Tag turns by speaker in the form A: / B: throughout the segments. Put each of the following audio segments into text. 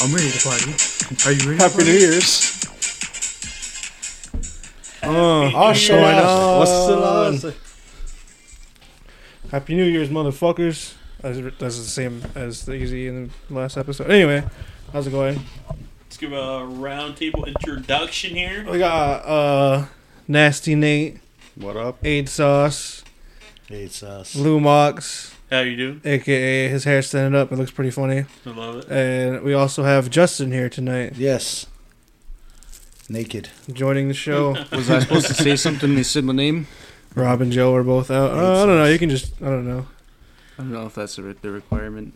A: I'm ready to party. Are you ready?
B: Happy New Year's. Uh,
C: Ashwala.
B: Wassalam.
C: Happy New Year's, motherfuckers. That's, that's the same as the easy in the last episode. Anyway, how's it going?
D: Let's give a roundtable introduction here.
C: We got uh, Nasty Nate,
B: What up?
C: Aid Sauce,
A: It's us.
C: Lou Mox,
D: How you doing?
C: aka his hair standing up. It looks pretty funny.
D: I love it.
C: And we also have Justin here tonight
A: Yes. Naked.
C: joining the show.
E: Was I supposed to say something? They said my name.
C: Rob and Joe are both out. Uh, I don't know. You can just I don't know.
E: I don't know if that's the re- the requirement.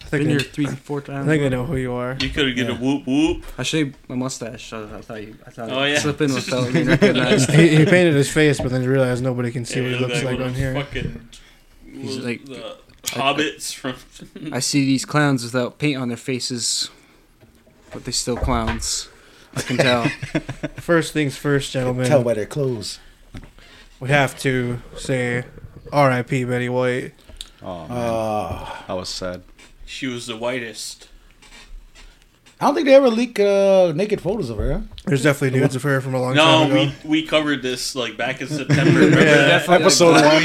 C: I think
E: Been here
C: they,
E: three, four
C: I
E: times.
C: think they know who you are.
D: You could get
A: Yeah.
D: a whoop whoop.
E: I shaved my mustache. I, I thought you. I thought
D: Oh, yeah.
E: slipping was telling me recognized.
C: he, he painted his face, but then he realized nobody can see
D: Yeah,
C: what he
D: you look
C: looks like
D: one
C: on
D: of
C: here.
D: Fucking,
E: He's
D: l-
E: like-
D: the hobbits from.
E: I see these clowns without paint on their faces, but they still clowns. I can tell.
C: First things first, gentlemen.
A: Tell by their clothes.
C: we have to say R.I.P. Betty White.
B: Oh, man.
A: Uh,
B: I was sad.
D: She was the whitest.
A: I don't think they ever leak uh, naked photos of her.
C: There's definitely nudes of her from a long
D: No,
C: time ago.
D: we we covered this like back in September. Remember
C: Yeah.
D: that?
B: Episode
E: like,
B: one.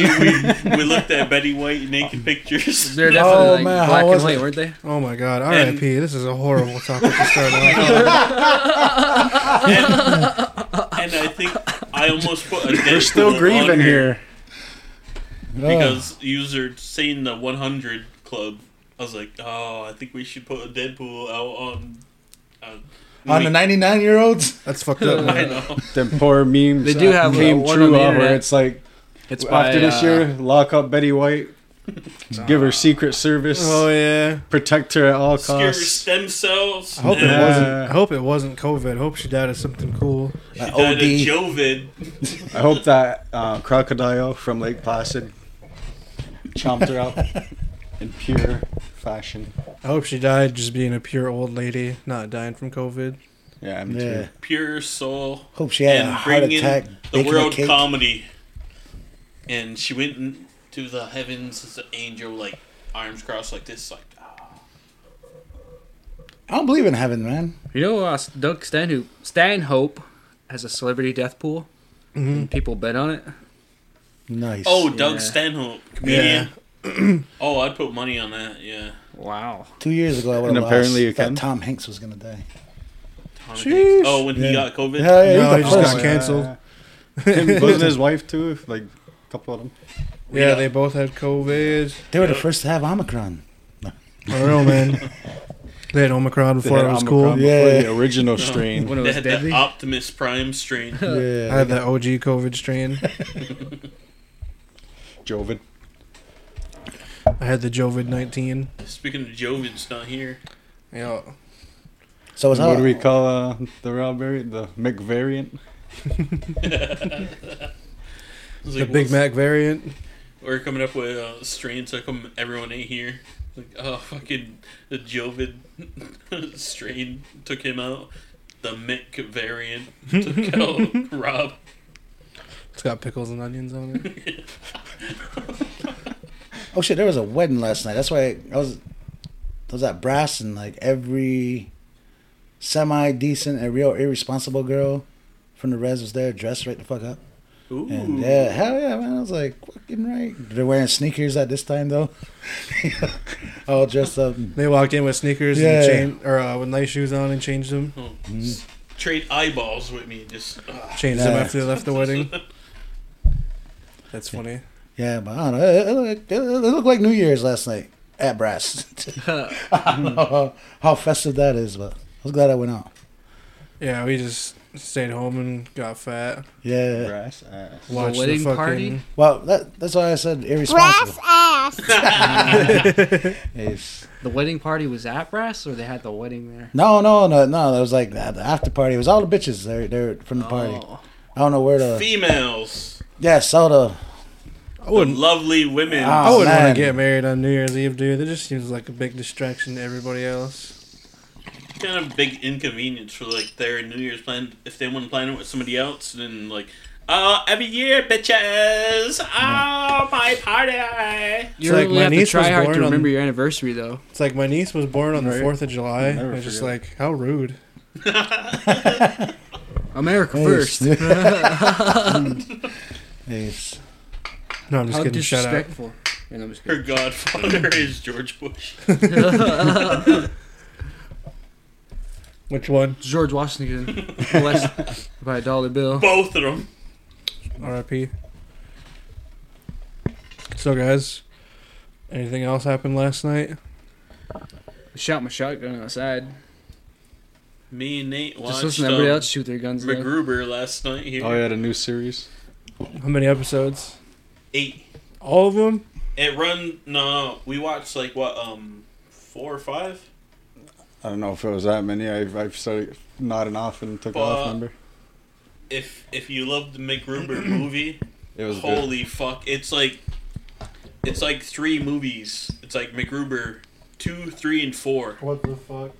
D: We, we looked at Betty White naked pictures.
E: They're definitely
A: Oh,
E: like
A: man, how
E: black
A: was
E: and white,
A: it?
E: weren't they?
C: oh my God, R.I.P. This is a horrible topic to start off.
D: and, and I think I almost put a
B: We're
D: dead
B: still
D: cool
B: grieving
D: on
B: here.
D: because user saying the 100 club. I was like, oh, I think we should put a Deadpool out on. on,
A: Uh, on the 99 year olds?
C: That's fucked up.
D: I
C: man.
D: know.
B: Them poor memes.
E: They do
B: that
E: have, uh,
B: came
E: one on
B: true
E: the
B: out where
E: internet.
B: it's like
E: It's uh,
B: after
D: uh,
B: this year, lock up Betty White, give her Secret Service,
C: Oh yeah.
B: protect her at all
D: Obscure
B: costs.
D: stem cells.
C: I hope it
B: Yeah.
C: wasn't. I hope it wasn't COVID. I hope she died of something cool.
A: Uh,
D: She died of
A: OD.
D: Jovid.
B: I hope that uh, crocodile from Lake Placid chomped her up in pure fashion.
C: I hope she died just being a pure old lady, not dying from COVID.
B: Yeah, me
A: Yeah.
B: too.
D: Pure soul.
A: Hope she had a
D: and
A: heart
D: bringing
A: attack.
D: the
A: baking a
D: world
A: cake.
D: comedy. And she went in to the heavens as an angel, like arms crossed, like this, like. ah.
A: I don't believe in heaven, man.
E: You know, uh, Doug Stanhope, Stanhope has a celebrity death pool. And people bet on it.
A: Nice.
D: Oh, Doug
E: Yeah.
D: Stanhope, comedian. oh, I'd put money on that. Yeah.
E: Wow.
A: two years ago, I would
B: And
A: have
B: apparently you
A: lost. Thought
B: can.
A: Tom Hanks was gonna die.
D: Tom Hanks.
C: Sheesh.
D: Oh, when
A: Yeah.
D: he got COVID.
A: Yeah, yeah,
C: No,
A: he
C: he just
A: was the
C: got
A: first.
C: canceled.
B: Yeah. Him- wasn't his wife too? Like a couple of them.
C: Yeah, they both had COVID.
A: They were the first to have Omicron.
C: I don't know, man. They had Omicron
B: They
C: before it
B: had
C: was
B: Omicron
C: cool.
A: Yeah.
B: before the original strain.
E: When it
D: They
E: was
D: had
E: deadly.
D: that Optimus Prime strain.
C: I
A: Yeah.
C: had that OG COVID strain.
B: Jovid.
C: I had the Jovid 19.
D: Speaking of Jovid's not here.
C: Yeah.
A: So it's
B: What do
A: how
B: we call uh, the Rob variant? The Mick variant?
D: It's
C: The
D: like,
C: Big
D: what's-
C: Mac variant.
D: We're coming up with uh, strains. How come everyone ain't here? Like, oh, fucking the Jovid strain took him out. The Mick variant took out Rob.
C: It's got pickles and onions on it.
A: Oh shit, there was a wedding last night. That's why I was I was at Brass and like every semi decent and real irresponsible girl from the res was there, dressed right the fuck up.
D: Ooh.
A: And uh, yeah, hell yeah, man. I was like, fucking right. They're wearing sneakers at this time though. All dressed up.
C: They walked in with sneakers
A: Yeah.
C: and chain, or uh, with nice shoes on and changed them.
D: Oh, s- Trade eyeballs with me. Just uh,
C: Changed them
A: Yeah.
C: after they left the wedding. That's funny.
A: Yeah, but I don't know. It, it, looked, it looked like New Year's last night at Brass. I don't know how, how festive that is, but I was glad I went out.
C: Yeah, we just stayed home and got fat.
A: Yeah.
B: Brass ass.
C: Watched the
E: wedding
C: fucking-
E: party?
A: Well, that, that's why I said irresponsible.
F: Brass ass.
A: Yes.
E: The wedding party was at Brass, or they had the wedding there?
A: No, no, no, no. That was like the the after party. It was all the bitches there, there from the party.
E: Oh.
A: I don't know where the
D: females.
A: yeah, saw the
C: I
D: The
C: wouldn't.
D: lovely women.
A: Ah.
C: I wouldn't want
A: man.
C: to get married on New Year's Eve, dude. It just seems like a big distraction to everybody else.
D: kind of big inconvenience for like their New Year's plan. If they want to plan it with somebody else, then like, uh, every year, bitches, oh my party.
E: You
C: It's like
E: really
C: my
E: have to
C: niece was
E: try hard to
C: born on-
E: remember your anniversary, though.
C: It's like my niece was born on the
B: Right.
C: 4th of July.
B: Never
C: It's just
B: forget.
C: like, how rude.
E: America
A: Hey,
E: first.
A: Snoop.
E: How
A: It's-
C: No, I'm just kidding. Shut up.
E: disrespectful. Yeah, no, I'm just
D: Her
E: kidding.
D: godfather is George Bush.
C: Which one?
E: George Washington blessed by a dollar bill.
D: Both of them.
C: RIP. So, guys, anything else happened last night?
E: Shot my shotgun outside.
D: Me and Nate watched
E: Just listen to everybody
D: um,
E: else shoot their guns. down.
D: MacGruber last night here.
B: Oh, yeah, the new series.
C: How many episodes?
D: Eight.
C: All of them?
D: It run. No, no, we watched like what um four or five.
B: I don't know if it was that many. I've, I've started nodding off and took
D: But-
B: off, remember?
D: If if you love the MacGruber movie,
B: It was good.
D: Holy fuck! It's like, it's like three movies. It's like MacGruber, two, three, and four.
C: What the fuck?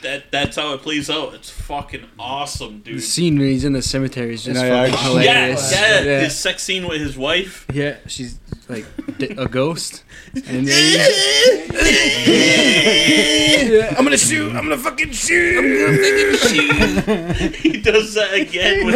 D: That that's how it plays out. It's fucking awesome,
E: The
D: dude.
E: scene when he's in the cemetery is just
B: Yeah, yeah.
E: fucking
B: Yeah,
E: hilarious.
D: Yeah, yeah,
E: yeah.
D: His sex scene with his wife.
E: Yeah, she's like d- a ghost. And then
D: he
E: I'm gonna shoot. I'm gonna fucking shoot.
D: does that again.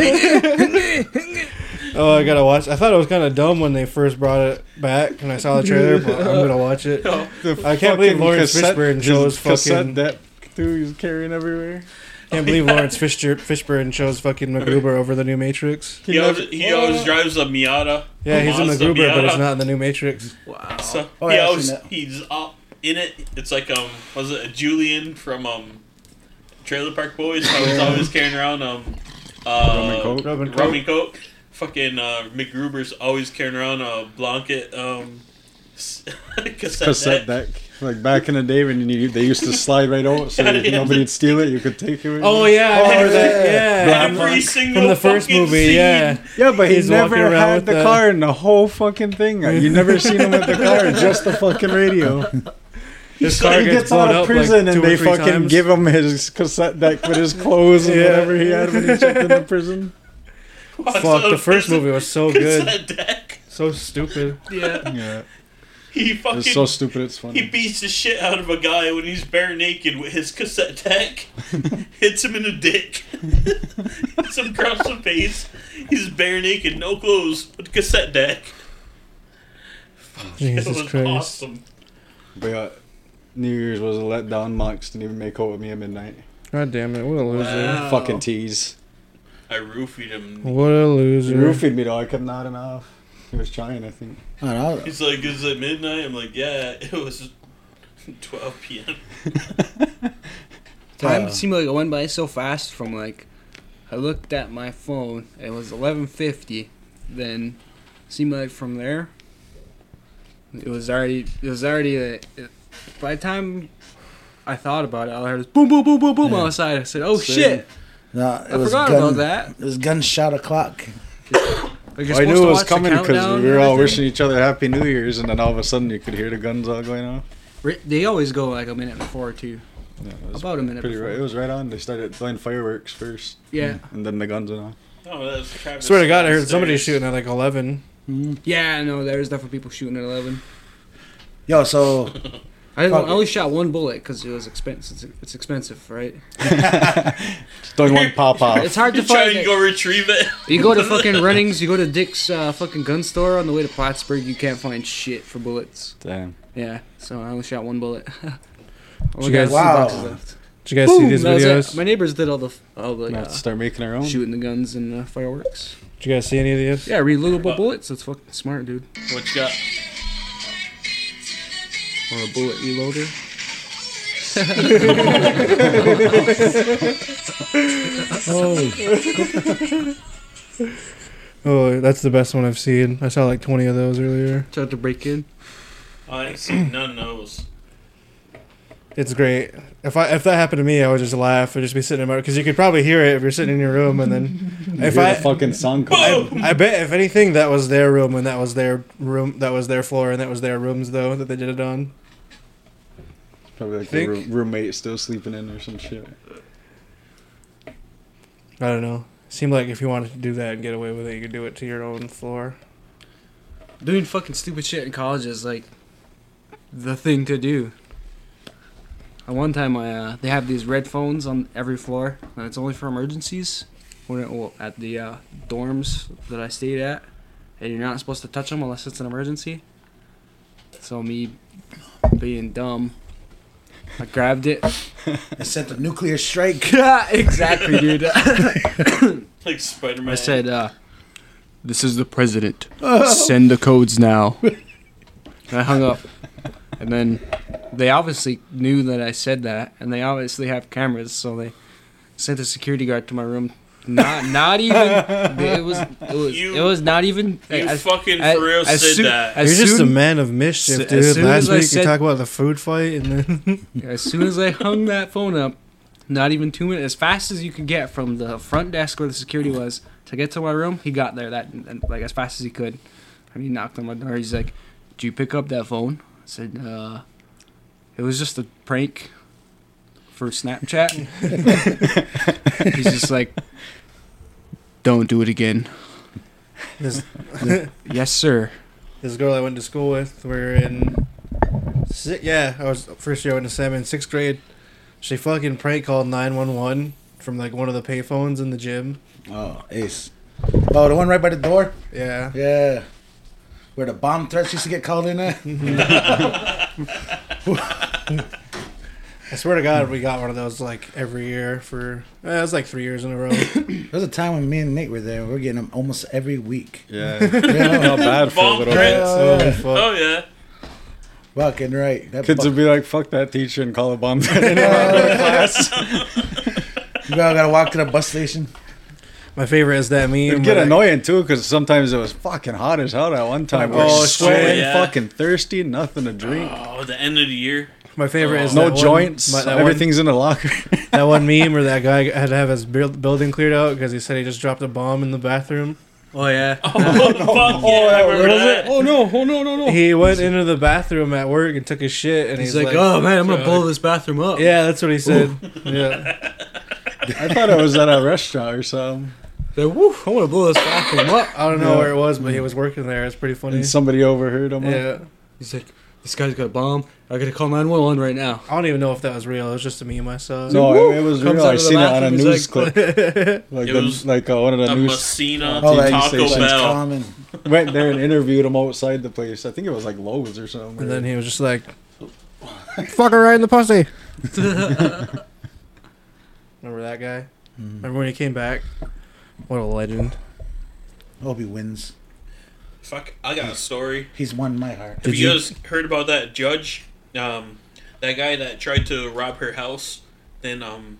D: With
C: Oh, I gotta watch. I thought it was kind of dumb when they first brought it back when I saw the trailer, but I'm gonna watch it.
D: no,
B: The
C: I can't believe
B: fucking
C: Lawrence Fishburne shows
B: his cassette
C: fucking.
B: that dude he's carrying everywhere.
C: Can't believe Lawrence Fisher, Fishburne shows fucking MacGruber over the new Matrix.
D: he always, he always drives a Miata.
C: Yeah, he's in
D: Mazda
C: MacGruber, but it's
D: Miata.
C: not in the new Matrix.
E: wow.
D: So,
A: Oh,
D: he
A: yeah, I've
D: always,
A: seen that.
D: he's up in it. It's like um, was it a Julian from um, Trailer Park Boys? How he's always carrying around um, uh,
B: Rum and coke.
C: Robin
D: rum and coke. Fucking uh, McGruber's always carrying around a blanket um, s- cassette,
B: Cassette
D: deck.
B: deck. Like back in the day when you, they used to slide right out so
D: Yeah, yeah.
B: nobody'd steal it, you could take it. with you.
C: Oh yeah, I remember that. Yeah,
D: Every single
C: from the first
D: fucking
C: movie.
D: scene.
C: Yeah,
B: Yeah, but
C: He's
B: he's
C: walking around
B: never had
C: with
B: the
C: the-
B: car in the whole fucking thing. You never seen him with the car, just the fucking radio.
C: his
D: like-
C: car
B: he
C: gets
B: gets
C: blown
B: out
C: up
B: of prison
C: like two
B: and
C: or
B: they
C: three
B: fucking
C: times.
B: give him his cassette deck with his clothes and
C: Yeah.
B: whatever he had when he checked into prison.
D: Walks out
C: Fuck, the
D: of
C: first
D: prison,
C: movie was so good,
D: Cassette deck.
C: so stupid.
E: Yeah.
B: Yeah,
D: He fucking
B: it's so stupid. It's
D: he
B: funny.
D: beats the shit out of a guy when he's bare naked with his cassette deck. Hits him in the dick. Hits him across the face. He's bare naked, no clothes, with cassette deck. it
C: Jesus
D: was
C: Christ.
D: awesome.
B: But yeah, New Year's was a letdown. Mox didn't even make out with me at midnight.
C: God damn it, what a loser!
D: Wow.
B: Fucking tease.
D: I roofied him.
C: What a
B: He
C: loser!
B: roofied me though. I kept nodding off. He was trying, I think.
A: I don't know.
D: He's like, is it midnight? I'm like, yeah, it was 12 p.m.
E: Time
A: Yeah.
E: seemed like it went by so fast. From like, I looked at my phone. It was 11:50. Then seemed like from there, it was already. It was already. uh it, by the time I thought about it, all I heard was boom, boom, boom, boom, boom
A: Yeah.
E: outside. I said, "Oh
B: Same.
E: shit!
A: No, it
E: I
A: was
E: forgot
A: gun,
E: about that."
A: It was gunshot o'clock.
E: Like,
B: I knew it was coming because we were all wishing each other Happy New Year's, and then all of a sudden you could hear the guns all going off.
E: wishing. They always go like a minute before too.
B: Yeah, it was
E: About a minute
B: pretty
E: before.
B: right. Mm-hmm. It was right on. They started throwing fireworks first,
E: Yeah,
B: and then the guns went off.
D: Oh, that was Travis.
C: Swear to God, I heard somebody
D: downstairs.
C: shooting at like 11.
E: yeah. No, there's definitely people shooting at 11.
A: Yo, so
E: I, didn't-
A: Fuck
E: I
A: it.
E: only shot one bullet because it was expensive. It's, it's expensive, right?
B: Throwing one pop off.
E: It's hard to
D: You try
E: find.
D: and
E: it.
D: go retrieve it.
E: You go to fucking Runnings, you go to Dick's uh, fucking gun store on the way to Plattsburgh, you can't find shit for bullets.
B: Damn.
E: Yeah, so I only shot one bullet.
C: you
E: only got
C: guys-
E: two
A: Wow.
E: boxes left.
C: Did you guys see
E: Boom,
C: these
E: that was it.
C: videos?
E: My neighbors did all the all the
B: Gonna have
E: uh,
B: to start making our own.
E: shooting the guns and uh, fireworks.
C: Did you guys see any of these?
E: Yeah, reloadable bullets. That's fucking smart, dude.
D: What you got?
E: Or a bullet reloader.
C: Oh, that's the best one I've seen. I saw like 20 of those earlier.
E: Tried to break in.
D: I ain't seen none of those.
C: It's great. If I if that happened to me, I would just laugh. I'd just be sitting in my because you could probably hear it if you're sitting in your room. And then if
B: Hear
C: I
B: the fucking song come
D: Boom!
B: out.
C: I bet if anything that was their room and that was their room that was their floor and that was their rooms though that they did it on.
B: Probably like
C: Think-
B: the roo- roommate still sleeping in or some shit.
C: I don't know. Seemed like if you wanted to do that and get away with it, you could do it to your own floor.
E: Doing fucking stupid shit in college is like the thing to do. At one time, I, uh, they have these red phones on every floor, and it's only for emergencies. When it, well, at the uh, dorms that I stayed at, and you're not supposed to touch them unless it's an emergency. So me being dumb, I grabbed it.
A: They sent a nuclear strike.
E: exactly, dude.
D: Like Spider Man.
E: I said, uh, "This is the president. Send the codes now." and I hung up. And then they obviously knew that I said that, and they obviously have cameras, so they sent a security guard to my room. Not, not even. It was. It was.
D: You-
E: it was not even.
D: You
E: as-
D: fucking
E: as-
D: for real
E: as
D: said
E: soon-
D: that.
E: as
C: You're just a
E: soon-
C: man of mischief,
E: as
C: dude.
E: soon
C: Last
E: as I
C: week
E: said-
C: you talked about the food fight, and then
E: As soon as I hung that phone up, not even two minutes, as fast as you could get from the front desk where the security was to get to my room, he got there that and, like as fast as he could. And he knocked on my door. He's like, "Did you pick up that phone?" I said, "Uh, it was just a prank for Snapchat." He's just like, "Don't do it again."
C: this
E: Yes, sir.
C: this girl I went to school with, we were in, si yeah, I was first year I went to Sam in sixth grade. She fucking prank called nine one one from like one of the payphones in the gym.
A: Oh, ace. Oh, the one right by the door?
C: Yeah,
A: Yeah. Where the bomb threats used to get called in at?
C: I swear to God, we got one of those like every year for eh, it was like three years in a row.
A: There was a time when me and Nate were there and we were getting them almost every week.
B: Yeah.
A: Yeah.
B: Not bad for a
D: Bomb
B: little
D: threat.
B: bit.
A: Oh,
C: So
A: yeah.
C: fuck.
D: Oh yeah.
A: Fucking right. That
B: Kids
A: bu-
B: would be like, "Fuck that teacher," and call a bomb threat in the class.
A: you all gotta walk to the bus station.
C: My favorite is that meme.
B: It'd
C: where
B: get
C: that-
B: annoying too, because sometimes it was fucking hot as hell that one time.
C: Oh,
B: We We're
C: oh,
B: sweating,
D: shit. Yeah.
B: fucking thirsty, nothing to drink,
D: Oh, the end of the year.
C: My favorite is
B: no
C: that one-
B: joints,
C: my- that one-
B: everything's in the locker.
C: that one meme where that guy had to have his build, building cleared out because he said he just dropped a bomb in the bathroom.
E: Oh yeah.
D: Oh, fuck yeah, I remember that.
B: oh no! Oh no! No no!
C: He went into the bathroom at work and took his shit, and he's,
E: He's like, "Oh man, I'm gonna
D: uh,
E: blow this bathroom up."
C: yeah, that's what he said." yeah,
B: I thought it was at a restaurant or something,
E: They're, Woo! I want to blow this bathroom up.
C: I don't know
B: Yeah.
C: where it was, but he was working there. It's pretty funny.
B: and somebody overheard him.
C: Yeah,
E: He's like, this guy's got a bomb. I gotta call 911 right now.
C: I don't even know if that was real. It was just a meme I saw.
B: No,
E: Woo!
B: it, it was
E: Comes
B: real.
E: out
B: I
E: of the
B: seen it on a
E: bathroom, he's
B: news
E: like,
B: clip,
C: yeah,
B: like
D: It
B: the,
D: was
B: like uh, one of the
D: A
B: news
D: Messina
A: Oh, that
D: Taco
B: station's
D: Bell.
A: Common.
B: went there and interviewed him outside the place. I think it was like Lowe's or something.
C: and
B: or-
C: then he was just like, "Fuck her right in the pussy." Remember that guy? Remember when he came back? What a legend!
A: I hope he wins.
D: Fuck, I got a story.
A: He's won my heart.
D: Have
C: Did
D: you
C: you-
D: guys heard about that judge? Um, that guy that tried to rob her house. Then um,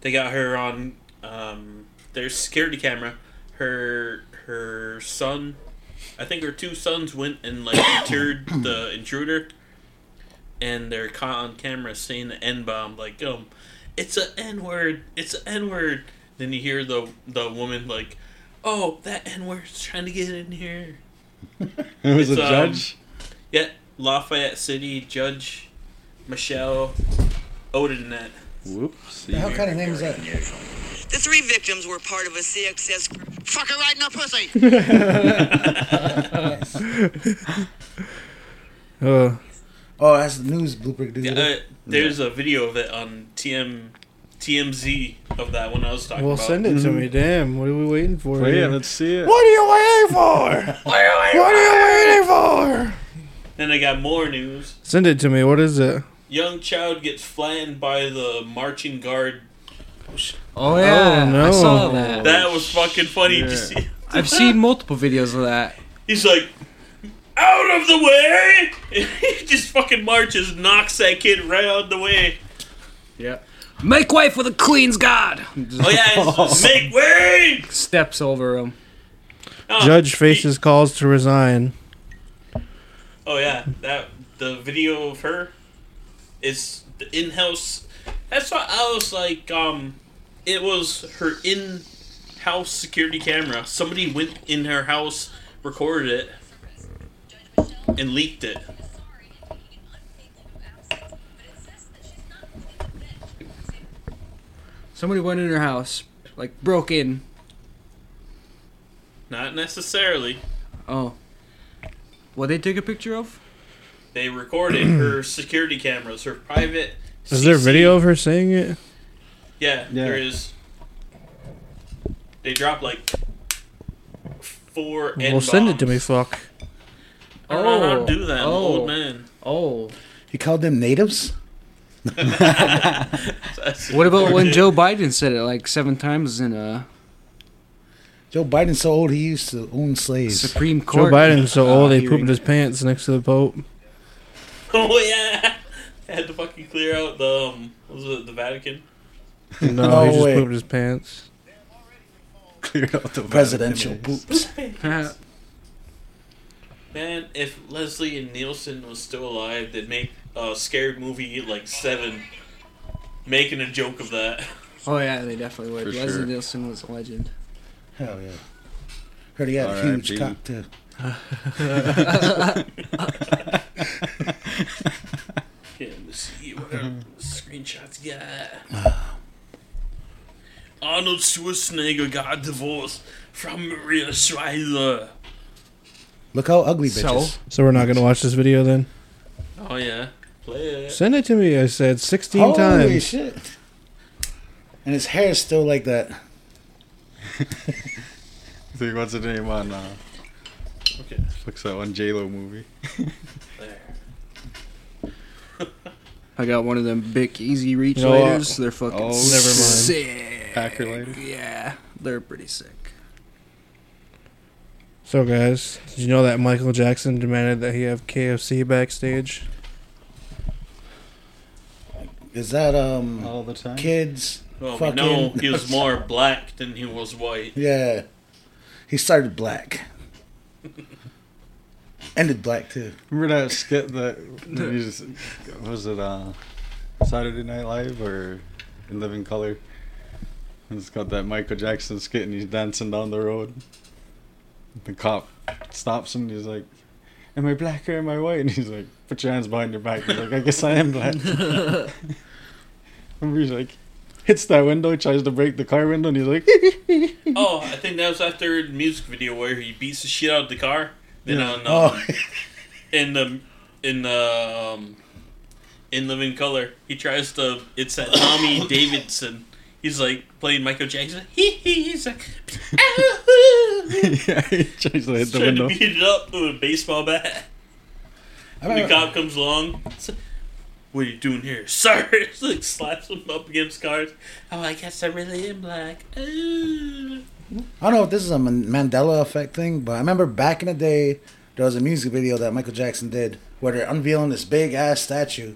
D: they got her on um their security camera. Her her son, I think her two sons went and like deterred the intruder, and they're caught on camera saying the n bomb. Like um, it's a n word. It's a n word. Then you hear the the woman like, oh that n word's trying to get in here.
B: it was a
D: it's, um,
B: judge.
D: Yeah, Lafayette City Judge Michelle Odenette.
B: Whoops.
A: What kind of name is that?
F: The three victims were part of a CXS group. Fuck her right in the pussy!
C: Oh,
A: Oh, that's the news blooper dude.
D: Yeah, uh, there's a video of it on TM TMZ of that one I was talking
C: well,
D: about.
C: send it to me. Damn, what are we waiting for?
B: Well, yeah,
C: here?
B: let's see it.
C: What are you waiting for? what are you waiting for?
D: Then I got more news.
C: Send it to me. What is it?
D: Young child gets flattened by the marching guard.
E: Oh yeah,
C: Oh, no.
E: I saw that.
D: That was fucking funny. Did you see?
E: I've seen multiple videos of that.
D: He's like, out of the way! And he just fucking marches, knocks that kid right out of the way.
E: Yeah. Make way for the Queen's God.
D: Oh yeah, he's- make way!
E: Steps over him.
D: Oh,
C: Judge
D: he-
C: faces calls to resign.
D: Oh yeah, that the video of her is the in-house. That's why I was like, um, it was her in-house security camera. Somebody went in her house, recorded it, and leaked it.
E: Somebody went in her house, like broke in.
D: Not necessarily.
E: Oh, what they took a picture of?
D: They recorded her security cameras, her private.
C: Is there
D: CC
C: video of her saying it?
D: Yeah,
B: Yeah.
D: there is. They dropped like four.
C: Well, send it to me,
D: N-bombs.
C: fuck.
D: I don't know how
E: Oh,
D: to do that. I'm an
E: oh.
D: old man.
E: Oh,
A: He called them natives.
D: That's-
E: what about when Joe Biden said it like seven times in a
A: Joe Biden's so old he used to own slaves.
E: Supreme
C: Joe
E: Court?
C: Biden's so
E: uh,
C: old he
E: hearing.
C: pooped his pants next to the Pope.
D: Oh yeah, I had to fucking clear out the um, what was it the Vatican?
C: No,
A: No
C: he just
A: way.
C: pooped his pants.
B: Clear out the
A: Presidential poops.
D: Man, if Leslie and Nielsen was still alive, they'd make a scary movie like Seven, making a joke of that.
E: oh yeah, they definitely would.
B: For
E: Leslie
B: sure.
E: Nielsen was a legend.
A: Hell yeah. Heard he had a
B: R.I.P.
A: huge cock too.
D: Yeah, let's see what our screenshots got. Arnold Schwarzenegger got divorced from Maria Schreiber.
A: Look how ugly
E: So?
A: bitches.
C: So we're not gonna watch this video then.
D: Oh yeah, play it.
C: Send it to me. I said sixteen
A: Holy
C: times.
A: shit! And his hair is still like that.
B: Think what's the name on? Uh,
D: Okay,
B: what's that one J Lo movie?
D: there.
E: I got one of them big easy reach
C: You know what?
E: lighters. They're fucking
B: Oh, never mind.
E: sick.
B: Packer lighter?
E: Yeah, they're pretty sick.
C: So guys, did you know that Michael Jackson demanded that he have KFC backstage?
A: Is that um
B: All the time.
A: kids?
D: Oh, Well, we
A: fucking-
D: know he was more black than he was white.
A: Yeah, he started black. Ended black too.
B: Remember that skit that when he was, was it uh, Saturday Night Live or In Living Color? And It's got that Michael Jackson skit and he's dancing down the road. The cop stops him and he's like, "Am I black or am I white?" And he's like, "Put your hands behind your back." He's like, "I guess I am black." Remember he's like, hits that window, tries to break the car window, and he's like,
D: Oh, I think that was after the music video where he beats the shit out of the car. Then
B: Yeah.
D: on um,
A: Oh,
D: in the in the um, in Living Color, he tries to. It's that Tommy Davidson. He's like playing Michael Jackson. He he. He's like, "Ow."
B: "Yeah," he tries to hit
D: he's
B: the
D: trying to
B: window.
D: beat it up with a baseball bat.
A: I
D: The
B: Ah.
A: remember-
D: cop comes along. it's like, What are you doing here, sir? It's like slaps him up against cars. Oh, I guess I really am black. Ooh.
A: I don't know if this is a Man- Mandela effect thing, but I remember back in the day there was a music video that Michael Jackson did where they're unveiling this big ass statue,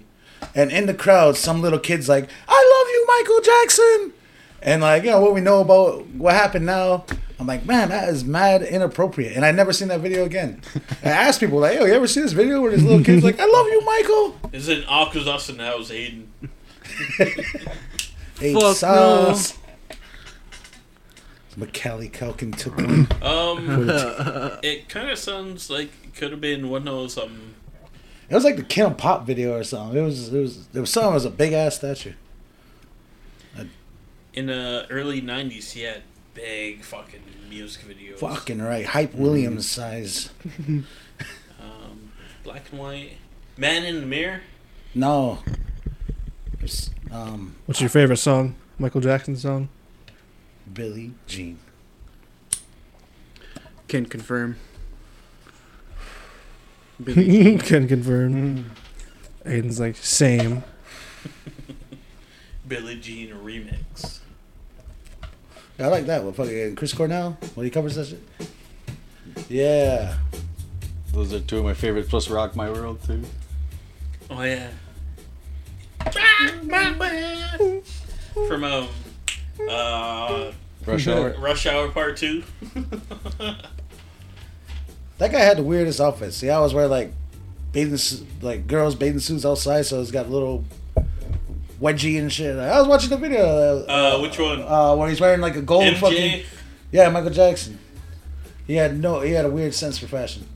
A: and in the crowd some little kids like, "I love you, Michael Jackson," and like you know what we know about what happened now. I'm like, man, that is mad inappropriate, and I never seen that video again. I asked people like, "Yo, you ever see this video where this little kid's like, I love you, Michael?"
D: It's in Akuzas and that was Aiden.
A: Hey,
E: Fuck
A: sauce. Macaulay Culkin took one.
D: Um, it kind of sounds like it could have been one of those um.
A: It was like the Kim Pop video or something. It was it was there was something. It was a big ass statue.
D: In the early '90s, he had big fucking music videos.
A: Fucking right, hype Williams size.
D: Um, black and white. Man in the mirror.
A: No. It's, um,
C: What's your favorite song? Michael Jackson song?
A: Billy Jean.
E: Can confirm. Billy,
C: Can confirm. Aiden's like same.
D: Billie Jean remix.
A: I like that one. Fucking Chris Cornell when he covers that shit. Yeah.
B: Those are two of my favorites. Plus, Rock My World too.
D: Oh yeah. From um, uh,
B: Rush Hour.
D: Rush Hour Part Two.
A: That guy had the weirdest outfit. See, I always wear like bathing su- like girls bathing suits outside, so it's got little wedgie and shit. I was watching the video. Uh,
D: Uh, which one?
A: uh, where he's wearing like a gold
D: MJ.
A: fucking yeah, Michael Jackson. He had no, he had a weird sense for fashion.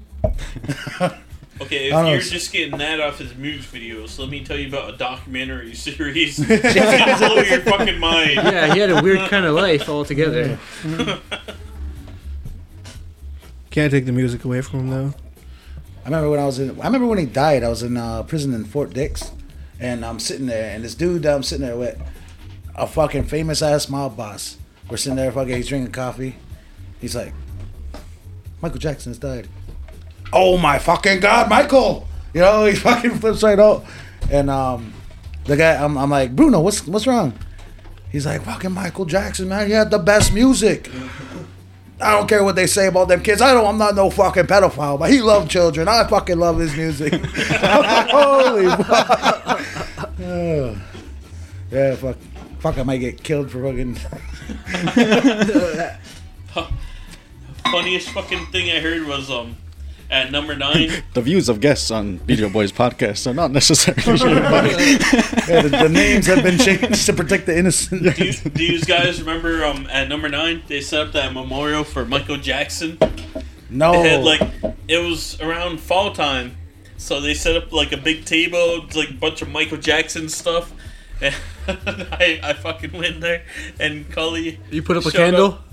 D: Okay, if
A: I don't know,
D: you're
A: it's-
D: just getting that off his music videos, let me tell you about a documentary series. It's gonna blow
E: yeah,
D: your fucking mind.
E: he had a weird kind of life altogether.
C: Can't take the music away from him though.
A: I remember when I was in. I remember when he died. I was in uh, prison in Fort Dix, and I'm sitting there, and this dude that I'm sitting there with, a fucking famous ass mob boss. We're sitting there, fucking. He's drinking coffee. He's like, Michael Jackson has died. Oh my fucking god, Michael! You know, he fucking flips right out, and um, the guy, I'm, I'm like, Bruno, what's what's wrong? He's like, fucking Michael Jackson, man. He had the best music. I don't care what they say about them kids. I don't. I'm not no fucking pedophile, but he loved children. I fucking love his music. Holy fuck! Ugh. yeah, fuck. Fuck, I might get killed for fucking.
D: Funniest fucking thing I heard was um at number nine.
B: The views of guests on Video Boys podcast are not necessarily everybody.
A: Yeah, the, the names have been changed to protect the innocent.
D: do, you, do you guys remember um at number nine they set up that memorial for Michael Jackson?
A: No.
D: They
E: Oh.
D: had like it was around fall time, so they set up like a big table, it's, like a bunch of Michael Jackson stuff. And I, I fucking went there, and Cully.
E: You put up a
D: showed
E: candle.
D: up.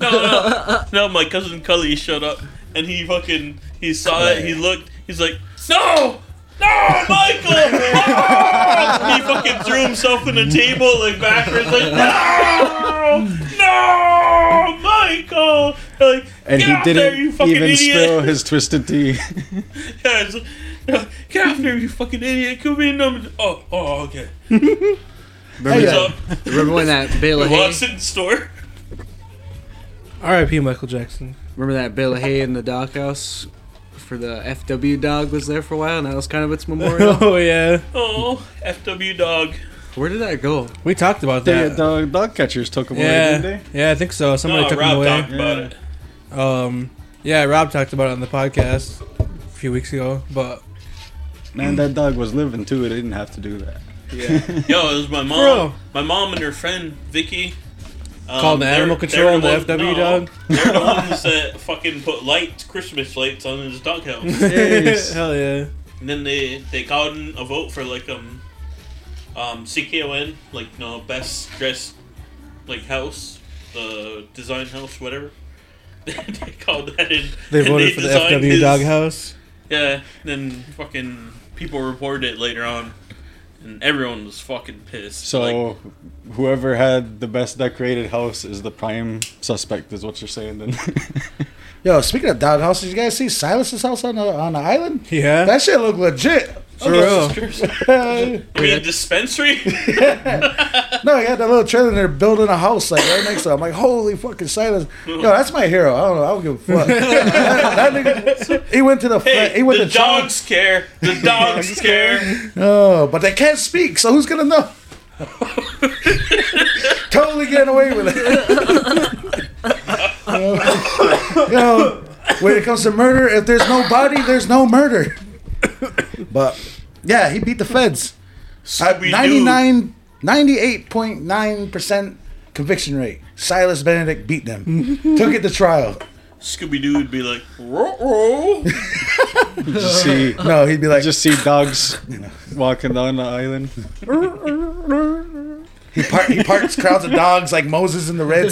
D: No, no, no. My cousin Cully showed up, and he fucking he saw it. He looked. He's like, no. No, Michael! No! he fucking threw himself in the table like backwards, like no, no, Michael! They're like,
B: And
D: "Get
B: he
D: off
B: didn't
D: there, you fucking
B: even
D: idiot.
B: spill his twisted tea.
D: Yeah, it's like, "No, get off there, you fucking idiot! Come in, number. Oh, oh, okay.
A: Hey,
D: So
A: uh,
E: Remember when that bale of hay?
D: walks in the store.
C: R.I.P. Michael Jackson.
E: Remember that bale of hay in the doghouse for the FW dog was there for a while, and that was kind of its memorial.
C: Oh yeah,
D: Oh, FW dog.
E: Where did that go?
C: we talked about
B: The
C: that.
B: dog, dog catchers took him away,
C: yeah,
B: didn't
C: yeah, I think so. Somebody
D: No,
C: took
D: Oh, Rob
C: him away.
D: talked about it.
C: Um, yeah, Rob talked about it on the podcast a few weeks ago, but
B: they? Man, that dog was living too. It didn't have to do that.
D: Yo, it was my mom.
C: Bro.
D: My mom and her friend Vicky. um,
C: Called the
D: they're-
C: animal
D: they're
C: control and the
D: ones-
C: FW dog?
D: They're the ones that fucking put lights, Christmas lights, on his doghouse.
C: hell yeah.
D: and then they they called in a vote for like um um CKON, like you know, best dressed like house, the design house, whatever. they called that in.
C: They
D: and
C: voted for the
D: designed
C: FW
D: his-
C: doghouse.
D: Yeah. Then fucking people reported it later on, and everyone was fucking pissed.
B: So,
D: like,
B: whoever had the best decorated house is the prime suspect, is what you're saying then.
A: yo, speaking of dog houses, you guys see Silas's house on the on the island?
C: Yeah,
A: That shit look legit.
C: for real.
A: no,
D: I mean, dispensary.
A: he had that little trailer and they're building a house like right next to him. I'm like, holy fucking Silas. Yo, that's my hero. I don't know. I don't give a fuck. that, that nigga, he went to the
D: Hey,
A: he went
D: the
A: to China-
D: dogs care. The dogs care.
A: Oh, but they can't speak, so who's gonna know? totally getting away with it. you know, when it comes to murder, if there's no body, there's no murder. But yeah, he beat the feds. Uh,
D: Scooby-Doo.
A: 99 98.9% conviction rate. Silas Benedict beat them. Took it to trial.
D: Scooby Doo would be like, row, row.
B: just see,
A: No, he'd be like,
B: just see dogs walking down the island.
A: he, par- he parts crowds of dogs like Moses in the Red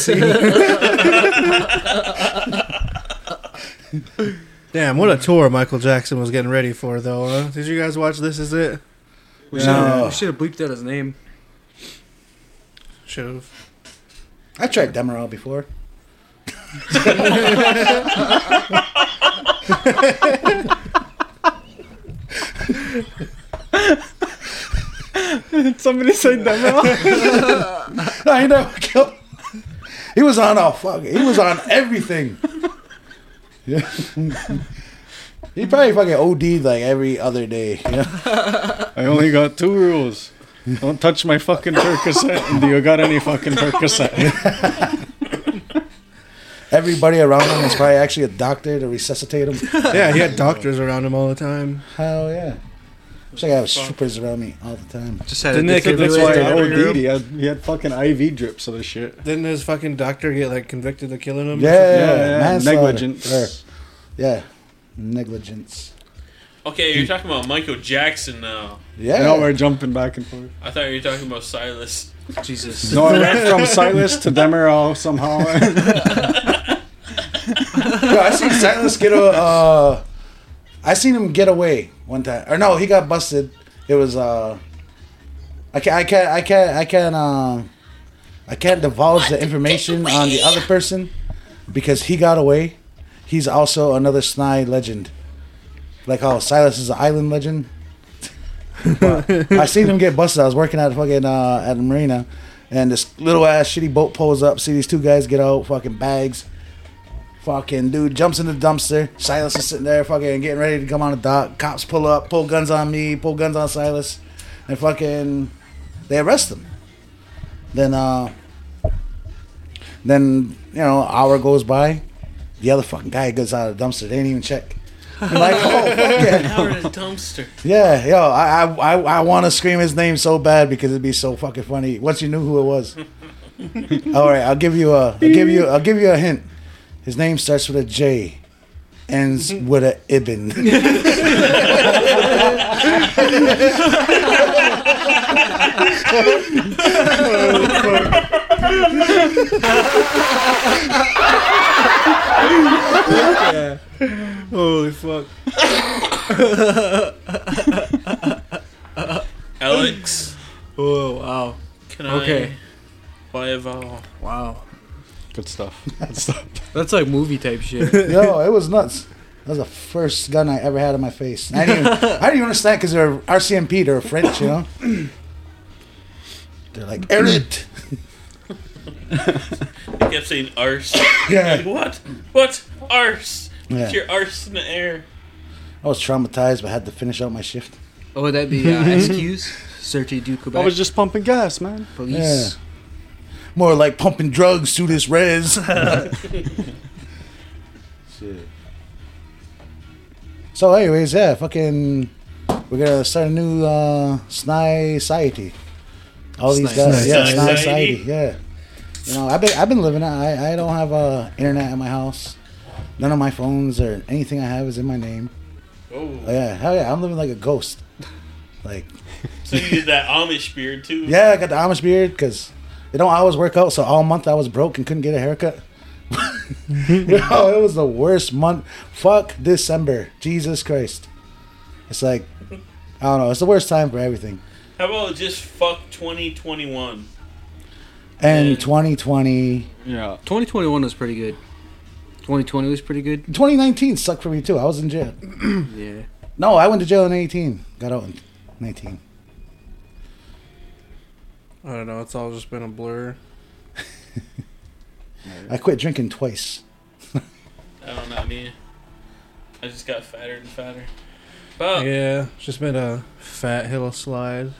A: Sea.
C: Damn, what a tour Michael Jackson was getting ready for, though. Huh? Did you guys watch This Is It?
E: We
A: No.
E: should have bleeped out his name.
C: Should have.
A: I tried Demerol before.
B: Somebody said that.
A: No, he never killed. He was on all fuck. He was on everything. Yeah. he probably fucking OD'd like every other day. You know?
B: I only got two rules. Don't touch my fucking Percocet. And do you got any fucking Percocet?
A: Everybody around him was probably actually a doctor to resuscitate him.
C: Yeah, he had doctors around him all the time.
A: Hell yeah. Wish I could have strippers around me all the time.
E: Just had
C: Didn't they
E: a
C: convict
B: That's
E: defibrillator.
B: why I
C: Doctor
B: OD'd.
C: Group.
B: He had, he had fucking IV drips of this shit.
C: Didn't his fucking doctor get like convicted of killing him? or
A: Yeah,
C: something?
A: manslaughter.
B: negligence.
A: Yeah, negligence.
D: Okay, you're talking about Michael Jackson now.
A: Yeah.
B: You know, we're jumping back and forth.
D: I thought you were talking about Silas.
E: Jesus.
B: No, I went from Silas to Demerol somehow.
A: Yo, I seen Silas get a. Uh, I seen him get away one time, or no, he got busted. It was uh, I can't, I can't, I can't, I can't, um, I can't divulge the information on the other person because he got away. He's also another snide legend, like how Silas is an island legend. I seen him get busted. I was working at fucking uh, at the marina, and this little ass shitty boat pulls up. See these two guys get out, fucking bags. Fucking dude jumps in the dumpster. Silas is sitting there, fucking getting ready to come on the dock. Cops pull up, pull guns on me, pull guns on Silas, and fucking they arrest him. Then, uh, then you know, hour goes by. The other fucking guy goes out of the dumpster. They didn't even check. I'm like, oh, fuck yeah.
D: Out of the dumpster.
A: Yeah, yo, I I, I, I want to scream his name so bad because it'd be so fucking funny once you knew who it was. All right, I'll give you a I'll give you I'll give you a hint. His name starts with a J, ends with a Ibn.
C: Yeah. Holy fuck.
D: Alex,
E: Oh wow.
D: can
E: Okay.
D: I buy a vowel?
E: Wow.
B: Good stuff. Good stuff.
E: That's like movie type shit.
A: Yo, it was nuts. That was the first gun I ever had in my face. And I didn't even, I didn't even understand because they're RCMP, they're French, you know. They're like Erit.
D: I kept saying arse.
A: Yeah.
D: What? What? Arse?
A: Yeah.
D: It's your arse in the air.
A: I was traumatized, but had to finish out my shift.
E: oh, would that be uh, SQs? Search du
B: I
E: Quebec
B: was just pumping gas, man.
E: police.
A: More like pumping drugs through this res.
B: Shit.
A: So, anyways, yeah, fucking, we're gonna start a new uh, SNI society. All these
E: Sni-
A: guys,
C: Sni-
A: yeah,
D: Sni-
A: SNI
D: Society.
A: society, yeah. You know, I've been I've been living. it. I I don't have uh, internet at my house. None of my phones or anything I have is in my name. Oh,
D: Oh.
A: yeah, hell yeah, I'm living like a ghost. Like,
D: So you did that Amish beard too?
A: yeah, I got the Amish beard because it don't always work out. So all month I was broke and couldn't get a haircut. Yo, it was the worst month. Fuck December, Jesus Christ. It's like, I don't know. It's the worst time for everything.
D: How about just fuck 2021?
A: And
D: Yeah.
A: 2020,
B: Yeah.
E: 2021 was pretty good. 2020 was pretty good.
A: 2019 sucked for me too. I was in jail.
E: Yeah.
A: No, I went to jail in 18. Got out in 19.
C: I don't know. It's all just been a blur.
A: I quit drinking twice.
D: I don't know, me. I just got fatter and fatter. But
C: Yeah, it's just been a fat hill slide.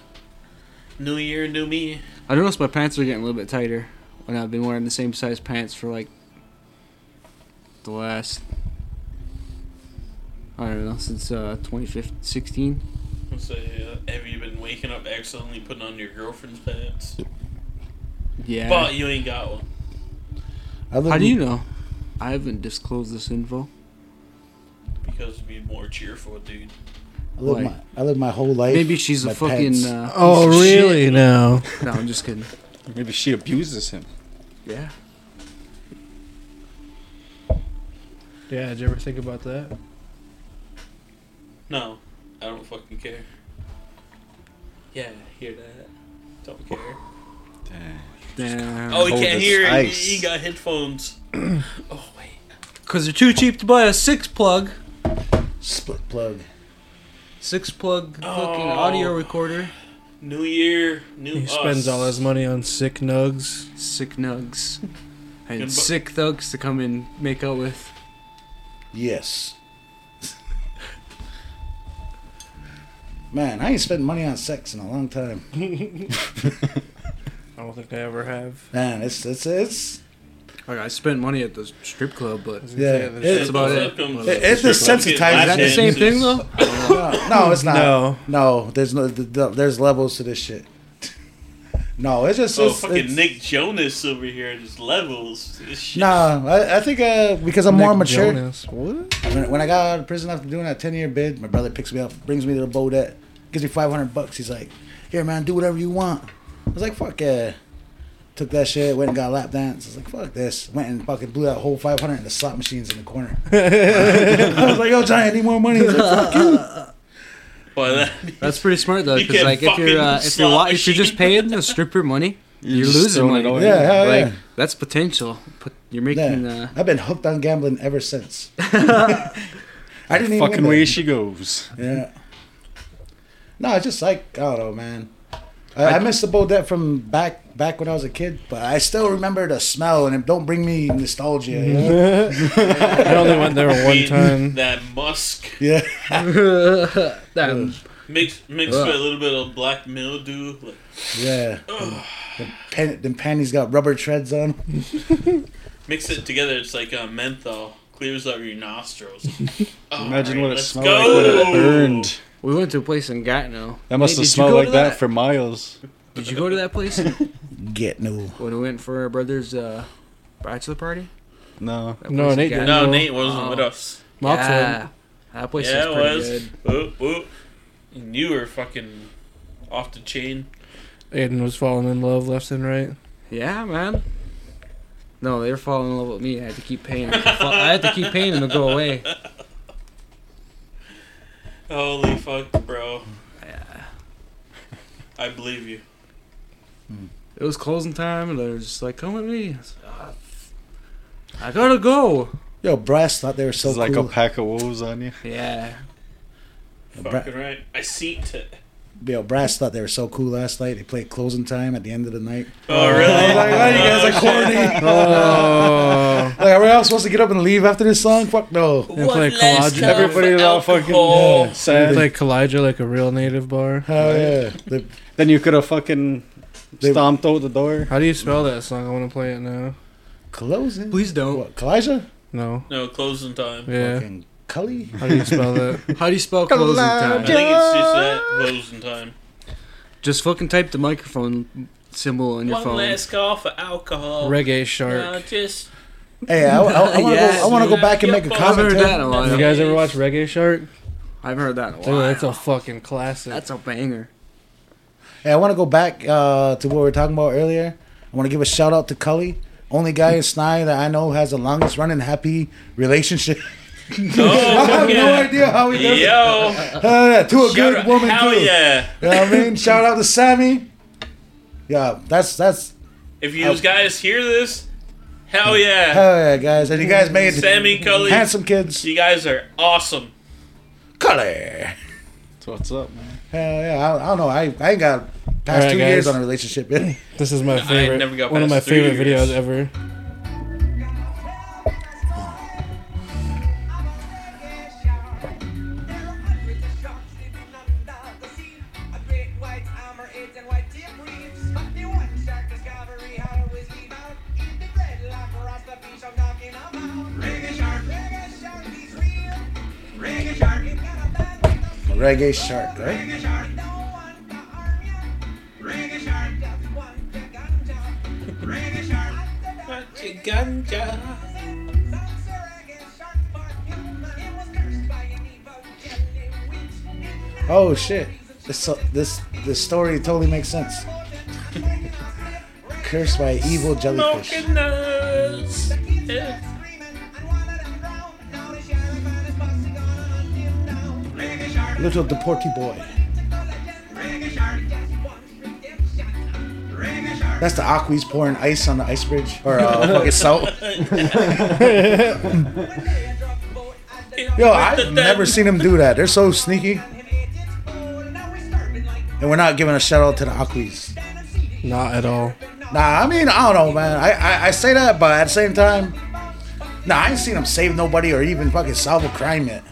D: new year, new me.
E: I noticed my pants are getting a little bit tighter when I've been wearing the same size pants for like the last I don't know since uh 2016.
D: So, uh, have you been waking up accidentally putting on your girlfriend's pants?
E: Yeah.
D: But you ain't got one.
A: I live
E: How do you
A: in-
E: know? I haven't disclosed this info.
D: Because be more cheerful, dude.
A: I live, my,
E: like-
A: I live my whole life.
E: Maybe she's a
A: with
E: fucking.
A: pants.
E: Uh,
C: Oh,
E: piece of shit.
C: really? No.
E: No, I'm just kidding.
B: Maybe she abuses him.
E: Yeah.
C: Yeah, did you ever think about that?
D: No, I don't fucking care. Yeah, hear that? Don't care.
E: Damn.
D: Oh, he
B: Cold
D: can't
B: as
D: hear. it.
B: ice.
D: He, he got headphones. oh wait.
E: Because they're too cheap to buy a six plug.
A: split plug.
E: Six plug fucking
D: Oh.
E: audio recorder.
D: New year, new
E: Oh,
C: He
D: us.
C: spends all his money on sick nugs.
E: Sick nugs. And
D: Good bu-
E: sick thugs to come and make out with.
A: Yes. Man, I ain't spent money on sex in a long time.
C: I don't think I ever have.
A: Man, it's it's it's
E: Like, I spent money at the strip club, but.
C: Is
E: Is
C: he
A: Yeah,
C: saying
A: it-
C: this-
A: That's
E: about it.
A: it- it's desensitized.
E: that the
A: That's
E: same thing, though?
A: no, no, it's not.
C: No.
A: no, there's no th- th- there's levels to this shit. No, it's just
D: Oh,
A: it's,
D: fucking
A: it's-
D: Nick Jonas over here just levels. Shit.
A: Nah, I, I think uh, because I'm more
C: Nick
A: mature.
C: Jonas. What?
A: When, when I got out of prison after doing that 10 year bid, my brother picks me up, brings me to the Bodette, gives me 500 bucks. He's like, here, man, do whatever you want. I was like, fuck yeah. Took that shit, went and got a lap dance. I was like, fuck this. Went and fucking blew that whole 500 in the slot machines in the corner. I was like, yo, Johnny, I need more money. He's like, fuck you.
D: Well, that-
E: That's pretty smart though,
D: You
E: because
D: can
E: like if
D: fucking
E: you're uh, if you're
D: slot
E: wa- if you're just
D: machine.
E: paying the stripper money, you're,
B: just
E: losing
B: throwing it
E: money.
B: away.
A: Yeah, hell
E: like
A: yeah.
E: that's potential. Put, you're making.
A: Yeah.
E: Uh,
A: I've been hooked on gambling ever since. I didn't even win
B: Fucking
A: that.
B: way she goes.
A: Yeah. No, it's just like I don't know, man. I, I miss the Bodette from back back when I was a kid, but I still remember the smell, and it don't bring me nostalgia. you know?
C: I only went there
D: I
C: one
D: mean,
C: time.
D: That musk
A: Yeah.
E: that,
D: mixed mixed
E: Ugh.
D: with a little bit of black mildew. Like,
A: yeah. The pan, them panties got rubber treads on. 'em.
D: mix it together, it's like uh, menthol. Clears out your nostrils. All
B: Imagine
D: right,
B: what it
D: let's
B: smelled like when it burned.
E: we went to a place in Gatineau.
B: That
E: Nate, did
B: must have
E: you
B: smelled
E: go
B: like
E: to
B: that for miles.
E: Did you go to that place
A: Get no.
E: when we went for our brother's uh, bachelor party?
B: No.
E: That
C: No,
E: place in
C: Nate didn't.
E: Gatineau?
D: No, Nate wasn't
E: Oh.
D: with us.
C: Mops
E: Yeah, that place
D: yeah,
E: was
D: it
E: pretty
D: was.
E: good.
D: Ooh, ooh. And you were fucking off the chain.
C: went. Aiden was falling in love left and right.
E: Yeah, man. No, they were falling in love with me. I had to keep paying. Them. I had to keep paying them to go away.
D: Holy fuck, bro. I believe you.
E: It was closing time, and they were just like, "Come with me." I, was like, "Ah, I gotta go.
A: Yo, Brass thought they were so
B: it's like a
A: cool.
B: pack of wolves on you.
E: Yeah,
A: Bra-
D: Fucking right. I seen it.
A: Yo, Brass thought they were so cool last night. They played closing time at the end of the night.
D: Oh, really?
A: Like, why you guys are corny?
C: Oh,
A: Like, are we all supposed to get up and leave after this song? Fuck no.
C: They play collage-
B: Everybody's all fucking
D: alcohol.
B: sad.
C: like Kalijah, like a real native bar.
A: Hell yeah. They-
B: then you could have fucking
A: They-
B: stomped out the door.
C: How do you spell that song? I want to play it now.
A: closing.
E: please don't.
A: What, Kalijah?
C: No.
D: No, closing time.
C: Yeah.
A: Fucking Cully?
C: How do you spell that?
E: How do you spell closing
D: I
E: time?
D: think it's just that closing time.
E: Just fucking type the microphone symbol on your
D: One
E: phone.
D: last call for alcohol.
C: Reggae
D: Uh,
C: Shark.
D: just
A: Hey, I, want to
E: Yes.
A: go. I want to go back and make a
D: I've
E: I've
A: comment.
E: heard that in a
D: Commentary.
E: while.
C: You guys ever watch Reggae Shark?
E: I've heard that in a
C: Dude,
E: while.
C: that's a fucking classic.
E: That's a banger.
A: Hey, I want to go back uh, to what we were talking about earlier. I want to give a shout out to Cully, only guy in Snai that I know has the longest running happy relationship. I
D: oh
A: have no
D: yeah.
A: idea how he does it.
D: Yo,
A: Hell yeah, to a
D: shout
A: good
D: out-
A: woman
D: hell
A: too.
D: yeah!
A: You know what I mean? Shout out to Sammy. Yeah, that's that's
D: If you guys hear this, hell yeah!
A: hell yeah, guys. And you guys made
D: Sammy Cully,
A: handsome kids.
D: you guys are awesome.
A: Cully.
B: That's what's up, man.
A: Hell yeah, I, I don't know. I, I ain't got past
C: All right,
A: two
C: guys.
A: years on a relationship. yet.
C: This is my favorite.
D: never got
C: one of
D: past
C: my
D: three
C: favorite
D: years.
C: videos ever.
A: Reggae shark, right?
G: Reggae shark, don't want to harm ya. Reggae shark, just want the ganja. Reggae shark, Sounds a reggae shark for him. He was cursed by an evil yellow witch. Didn't know
A: Oh shit! This so, this this story totally makes sense.
G: more than a breaking a slip. Reggae
A: Cursed by an evil jellyfish.
D: Smoking nuts.
G: kids start screaming and wanted him drowned. Now the sheriff and his posse gonna hunt him down. Reggae shark,
A: Little deportee boy.
G: political legend. Reggae shark, just wants redemption. Reggae shark.
A: That's the Aquis pouring ice on the ice bridge or uh, fucking salt. Yo, I've never seen them do that. They're so sneaky. And we're not giving a shout out to the Aquis.
C: Not at all.
A: Nah, I mean I don't know, man. I, I I say that, but at the same time, nah, I ain't seen them save nobody or even fucking solve a crime yet.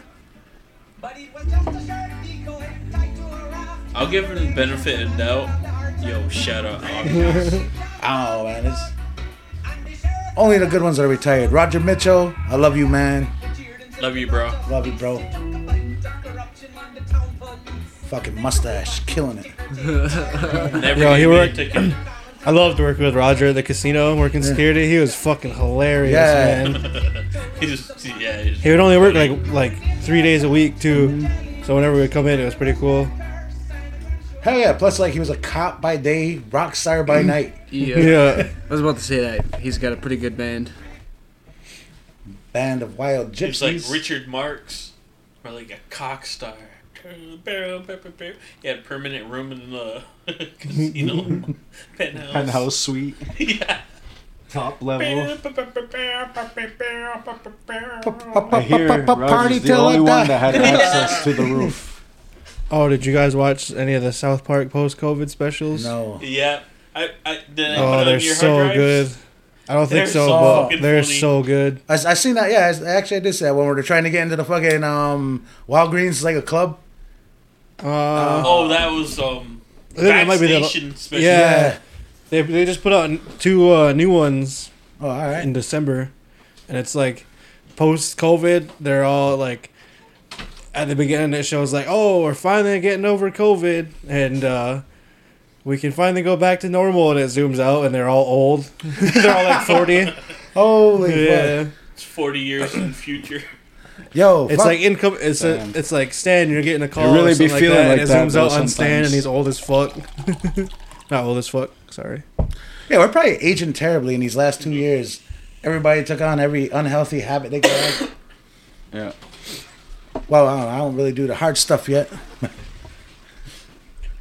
D: I'll give her the benefit of doubt. Yo, shout out. Aqua.
A: I don't know, man. It's only the good ones that are retired. Roger Mitchell, I love you, man.
D: Love you, bro.
A: Love you, bro. Fucking mustache, killing it.
D: Never
C: Yo, he
D: gave me a
C: worked-
D: ticket.
C: I loved working with Roger at the casino, working security. He was fucking hilarious,
A: Yeah.
C: man.
D: He just, yeah. He just,
C: He would only work like like three days a week too.
D: Mm-hmm.
C: So whenever we would come in, it was pretty cool.
A: Hell yeah! Plus, like he was a cop by day, rock star by night.
E: Yeah.
C: Yeah,
E: uh, I was about to say that he's got a pretty good band.
A: Band of wild gypsies.
D: It's like Richard Marx, or like a cock star. He had a permanent room in the casino penthouse.
B: Penthouse suite,
D: Yeah.
B: top level. I
A: Pa-
B: hear
A: pa- pa- party
B: Roger's the
A: till I
B: only
A: die.
B: one that had access to the roof.
C: Oh, did you guys watch any of the South Park post COVID specials?
A: No.
D: Yeah. I, I, did I put it
C: Oh,
D: on
C: they're
D: your
C: so
D: hard drive?
C: good. I don't
D: They're
C: think so,
D: so
C: but
D: fucking
C: they're
D: funny.
C: so good.
A: I, I seen that. Yeah, I, actually, I did see that when we were trying to get into the fucking um, Wild Greens like a club.
C: Uh,
D: Oh, that was um.
C: I think it might be the-
D: vaccination special.
C: Yeah. they, they just put out two uh, new ones
A: Oh, all right.
C: in December, and it's like post COVID. They're all like at the beginning. It shows like, oh, we're finally getting over COVID, and uh, we can finally go back to normal. And it zooms out, and they're all old. they're all like forty.
A: Holy
C: yeah.
D: It's forty years in the future.
A: fuck. Yo,
C: It's
A: fuck.
C: like income. It's a,
B: Damn.
C: It's like Stan. You're getting a call.
B: It really
C: or
B: be
C: something
B: feeling
C: like that, and
B: like that,
C: It zooms
B: though,
C: out on Stan, and
B: sometimes.
C: he's old as fuck. Not old as fuck. Sorry.
A: yeah, we're probably aging terribly in these last two years. Everybody took on every unhealthy habit they could. have.
B: Yeah.
A: well, I don't, know, I don't really do the hard stuff yet.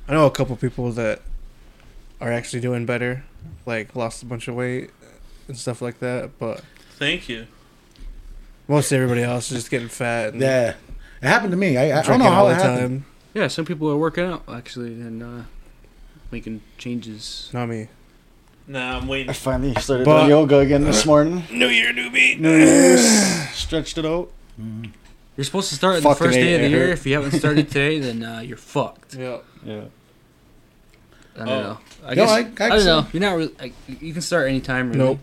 C: I know a couple people that are actually doing better, like lost a bunch of weight and stuff like that. But
D: Thank you.
C: most everybody else is just getting fat. And
A: Yeah, it happened to me. I, I don't
C: Mm. drinking
A: know how
C: all
A: it
C: the
A: happened.
C: time.
E: Yeah, some people are working out actually and uh, making changes.
C: Not me.
D: Nah, I'm
B: I
D: waiting.
B: finally started
C: But-
B: doing yoga again this morning.
D: New year, new me.
B: New Year's. Stretched it out.
E: You're supposed to start on the
B: Fucking
E: first day of
B: A,
E: the
B: it
E: year.
B: hurt.
E: If you haven't started today, then uh, you're fucked.
C: Yeah.
B: Yeah.
E: I don't
D: Oh.
E: know. I
A: No,
E: guess
A: I-
E: I,
A: I
E: don't
A: see.
E: know. You're not really. Like, you can start any time. Really.
C: Nope.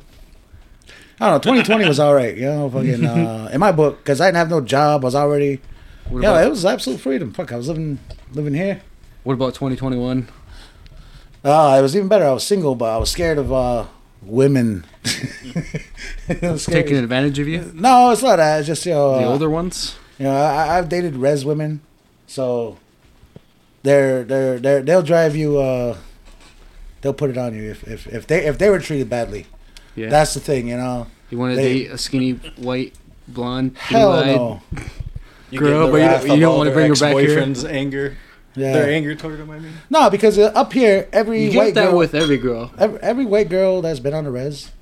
A: I don't know. 2020 was all right. You know, fucking uh, in my book because I didn't have no job. I was already.
E: What
A: Yeah,
E: about,
A: it was absolute freedom. Fuck, I was living living here.
E: what about 2021?
A: Uh, it was even better. I was single, but I was scared of uh, women. It was scary.
E: Taking advantage of you,
A: No, it's not that. It's just you know,
E: the
A: uh,
E: older ones.
A: you know, I, I've dated res women, so they're they're they're they'll drive you. Uh, they'll put it on you if if, if they if they were treated badly.
E: Yeah.
A: That's the thing, you know.
E: you want to
A: they-
E: date a skinny white blonde
A: Hell
E: blue-eyed
A: no.
E: girl, but you don't, you don't want to bring her back here.
B: Boyfriend's anger.
A: Yeah.
B: Their anger toward him. I mean.
A: No, because uh, up here, every
E: You
A: white
E: get that
A: girl,
E: with every girl.
A: every, every white girl that's been on the res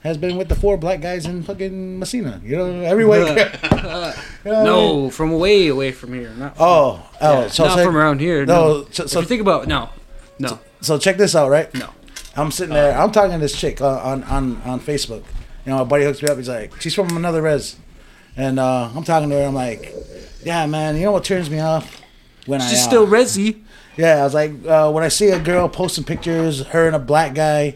A: has been with the four black guys in fucking Messina. You know, every white girl. you know what I mean?
E: No, from way away from here. Not from,
A: Oh, oh, so
E: not
A: say-
E: from around here. No.
A: No, so
E: So
A: so,
E: think about no, no.
A: so check this out, right?
E: No. Uh,
A: I'm sitting there. I'm talking to this chick on on on, on Facebook. You know, my buddy hooks me up. He's like, she's from another res, and uh, I'm talking to her. I'm like, yeah, man. You know what turns me off? When I
E: She's
A: uh,
E: still Resi.
A: Yeah, I was like, uh, when I see a girl posting pictures, her and a black guy,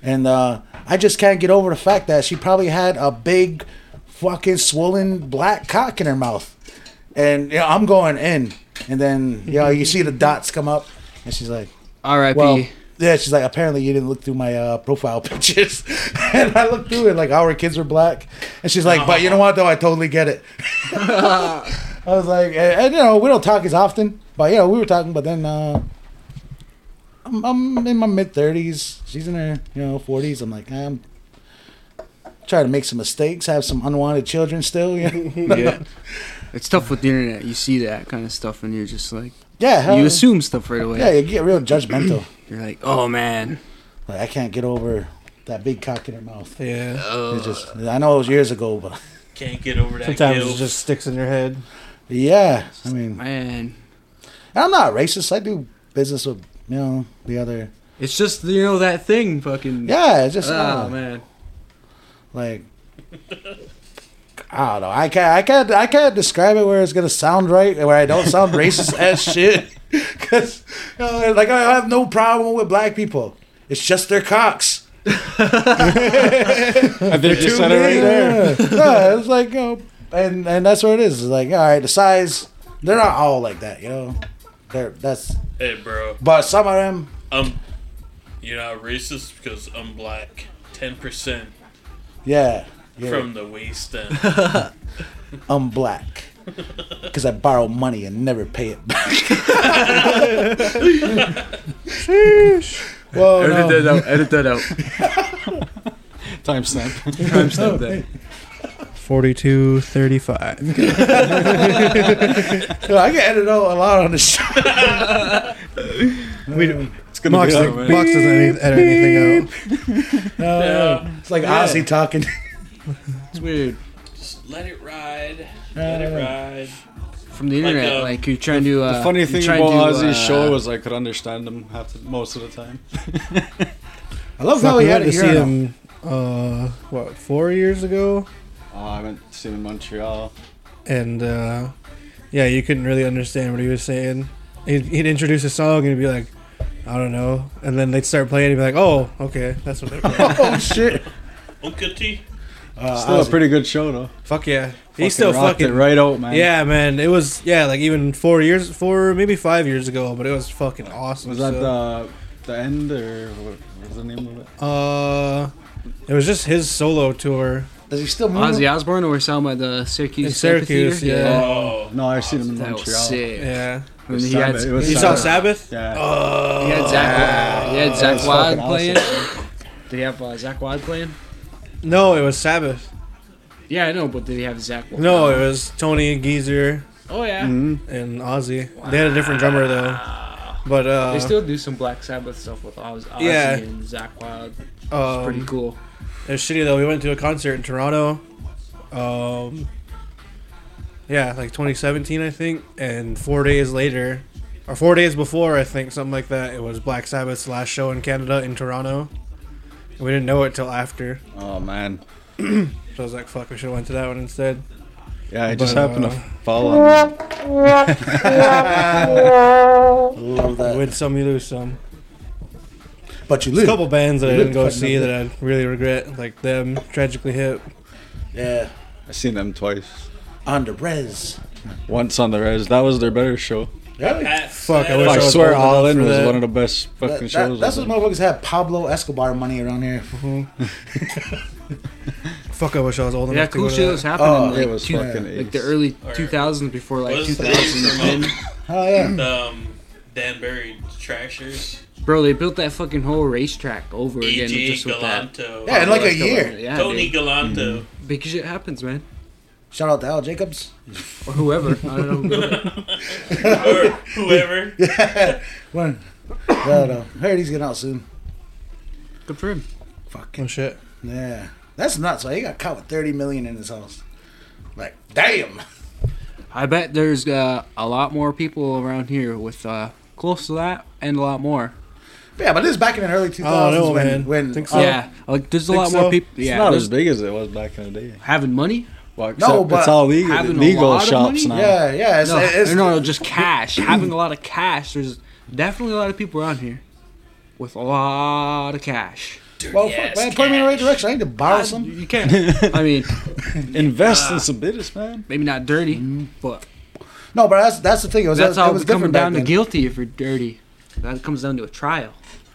A: and uh, I just can't get over the fact that she probably had a big, fucking swollen black cock in her mouth, and you know, I'm going in, and then you know you see the dots come up, and she's like,
E: R.I.P.
A: well. Yeah, she's like, apparently you didn't look through my uh, profile pictures. and I looked through it, like, our kids were black. And she's like, but you know what, though? I totally get it. I was like, and, and, you know, we don't talk as often. But, you know, we were talking, but then uh, I'm, I'm in my mid 30s. She's in her, you know, 40s. I'm like, I'm trying to make some mistakes, have some unwanted children still. You know?
E: yeah. It's tough with the internet. You see that kind of stuff, and you're just like,
A: yeah, hell,
E: you assume stuff right away.
A: Yeah, you get real judgmental.
E: You're like, oh man,
A: like, I can't get over that big cock in her mouth.
C: Yeah.
E: Uh,
A: It's just, Uh, I know it was years ago, but.
D: Can't get over that.
C: Sometimes
D: guilt.
C: it just sticks in your head.
A: Yeah, I mean,
E: man.
A: I'm not racist. I do business with you know the other.
E: It's just you know that thing, fucking.
A: Yeah, it's just
E: Oh
C: Ah,
A: uh,
E: man.
A: like I don't know. I can't. I can't. I can't describe it where it's gonna sound right and where I don't sound racist as shit. Because you know, like I have no problem with black people. It's just their cocks.
B: I think you said it right there.
A: Yeah, yeah it's like you know, and and that's what it is. It's like all right, the size. They're not all like that, you know. They're, that's
D: Hey, bro,
A: but some of them.
D: I'm. You're not racist because I'm black. Ten percent
A: Yeah, yeah.
D: from the waist down.
A: I'm black because I borrow money and never pay it back. Well, no.
E: Edit that out. Edit that out.
B: Timestamp.
E: Time step that.
C: 4235.
A: Yo, I can edit out a lot on this show. Uh,
C: we don't.
B: It's gonna
C: Mox,
B: be
C: doesn't-
B: out, man.
C: Mox doesn't edit anything out.
D: Yeah.
A: It's like Ozzy talking.
E: It's weird.
D: Just let it ride. Let
A: Uh,
D: it ride.
E: From the internet, like,
D: um,
E: you're trying to. Uh,
B: The funny
E: you're
B: thing
E: trying
B: about
E: to,
B: Ozzy's
E: uh,
B: show was I could understand him half the, most of the time.
A: I love
C: Fuck,
A: how
C: we
A: he had
C: had
A: it
C: to see
A: here.
C: him, uh, what, four years ago?
B: Uh, I went to see him in Montreal.
C: And, uh, yeah, you couldn't really understand what he was saying. He'd, he'd introduce a song and he'd be like, I don't know. And then they'd start playing and he'd be like, oh, okay, that's what they're playing.
A: Oh shit!
D: Uncle T.
A: Uh,
B: Still a
A: Ozzy.
B: pretty good show though.
C: Fuck yeah. He still
B: rocked
C: fucking.
B: it right out, man.
C: Yeah, man. It was, yeah, like even four years, four, maybe five years ago, but it was fucking awesome.
B: Was that
C: so-
B: the the end or what what was the name of it?
C: Uh, it was just his solo tour.
A: Does he still move?
E: Ozzy Osbourne, or saw him at the Syracuse.
C: In
E: Amphitheater?
C: Syracuse, yeah.
D: Oh,
B: No, I seen him in
E: That
B: Montreal.
E: was sick.
C: Yeah.
E: When he
B: Sabbath.
E: had,
B: It was
C: You saw Sabbath?
B: Yeah.
C: Oh.
E: he had Zach. he had
B: That was
E: Zach Wad
B: fucking
E: playing.
B: awesome.
E: Did he have uh, Zach Wad playing?
C: No, it was Sabbath.
E: Yeah, I know, but did he have Zach? Wad?
C: No, it was Tony Geezer
E: Oh yeah.
C: and Ozzy. They had a different drummer though. But uh,
E: They still do some Black Sabbath stuff with Oz, Ozzy
C: Yeah.
E: and Zach Wild. It's
C: um,
E: pretty cool.
C: It was shitty though. We went to a concert in Toronto. Um, yeah, like 2017, I think. And four days later, or four days before, I think, something like that. It was Black Sabbath's last show in Canada in Toronto. And we didn't know it till after.
B: Oh man.
C: So I was like, "Fuck, we should have went to that one instead."
B: Yeah, I just
C: But,
B: happened
C: uh,
B: to fall on.
A: Love that.
C: Win some, you lose some.
A: But you
C: There's
A: lose.
C: a couple bands that I
A: Lou
C: didn't go
A: fucking
C: see
A: up
C: that I really regret, like them, Tragically Hip.
A: Yeah,
B: I seen them twice.
A: on the res.
B: Once on the res. That was their better show.
A: Really?
D: Pat
C: Fuck, I
D: Flatter.
C: wish
B: I
C: was
B: swear,
C: old enough
B: All In
C: for
B: was
C: that.
B: one of the best fucking
A: That, that,
B: shows.
A: that's
B: I've
A: what
B: been-
A: motherfuckers have Pablo Escobar money around here.
C: Fuck, I wish I was old
E: Yeah,
C: enough
E: cool
C: to go
E: shit
C: to
E: was
C: that.
E: happening.
A: Oh,
E: like,
B: it was
E: two-
B: fucking ace.
E: like the early 2000s before like
D: What is the
E: 2010.
D: name from
A: Oh yeah.
D: uh, um, Danbury Trashers?
E: Bro, they built that fucking whole racetrack over again
D: E.G.
E: just with that.
D: Galanto.
A: Yeah, in like a
E: Like,
A: year.
E: Yeah,
D: E Tony
E: dude.
D: Galanto.
E: Big shit happens, man.
A: Shout out to Al Jacobs.
E: Or whoever. I don't know. Who built it.
D: or
A: Mm-hmm.
D: whoever.
A: When? I don't know. Heard he's getting out soon.
E: Good for him.
A: Fuck.
C: Oh shit.
A: Yeah, that's nuts. Like, he got caught with thirty million in his house. Like, damn.
E: I bet there's uh, a lot more people around here with uh, close to that and a lot more.
A: Yeah, but this is back in the early two thousands
C: know,
A: when
C: man.
A: when
C: Think
A: uh,
C: so.
E: yeah, like there's a
C: think
E: lot more
C: so?
E: people.
B: It's
E: Yeah,
B: not
E: there's-
B: as big as it was back in the day.
E: having money.
B: Well,
A: No,
B: except it's
A: but
B: all legal,
E: having a
B: legal
E: lot of
B: shops
E: money?
B: now.
A: yeah yeah. It's,
E: No,
A: it's,
E: no, no, just cash. Having a lot of cash. There's definitely a lot of people around here with a lot of cash.
A: well, fuck, man, put me in the right direction. I need to borrow some.
E: You can't. I mean,
B: Invest in some business, man.
E: maybe not dirty,
A: Mm-hmm.
E: but
A: No, but that's that's the thing. It was
E: that's
A: it
E: all
A: was
E: coming
A: different
E: down
A: down
E: to
A: back then.
E: guilty if you're dirty. That comes down to a trial.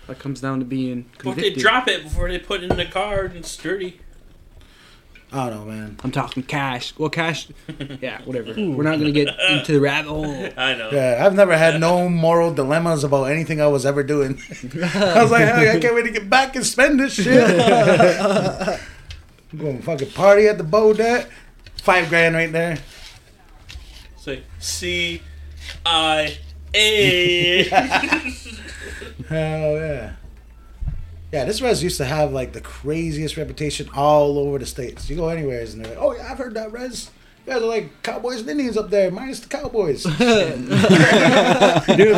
E: That comes down to being
D: But they
E: convicted.
D: drop it before they put it in the car and it's dirty.
A: I don't know, man.
E: I'm talking cash. Well, cash. Yeah, whatever. We're not gonna get into the rabbit hole.
D: I know.
A: Yeah, I've never had no moral dilemmas about anything I was ever doing. I was like, hey, I can't wait to get back and spend this shit. I'm going to fucking party at the Bodet. Five grand right there.
D: It's like C I A.
A: Hell yeah. Yeah, this res used to have like the craziest reputation all over the states. You go anywhere and they're like, oh yeah, I've heard that res. You guys are like cowboys and Indians up there, minus the cowboys.
C: Dude, we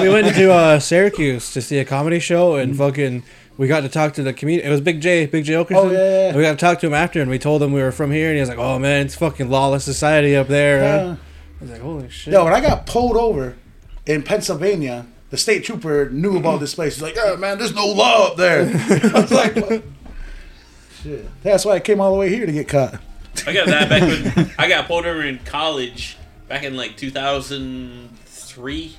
C: went to uh, Syracuse to see a comedy show, and fucking, we got to talk to the comedian. It was Big J, Big J Okerson.
A: Mm-hmm. Oh, yeah, yeah, yeah.
C: And we got to talk to him after, and we told him we were from here, and he was like, "Oh man, it's fucking lawless society up there." huh?"
A: Yeah.
C: I was like, "Holy shit!"
A: Yo, when I got pulled over in Pennsylvania, the state trooper knew about this place. He's like, yeah, man, there's no law up there. I was like, what? Shit. That's why I came all the way here to get caught.
D: I got that back when I got pulled over in college back in like 2003.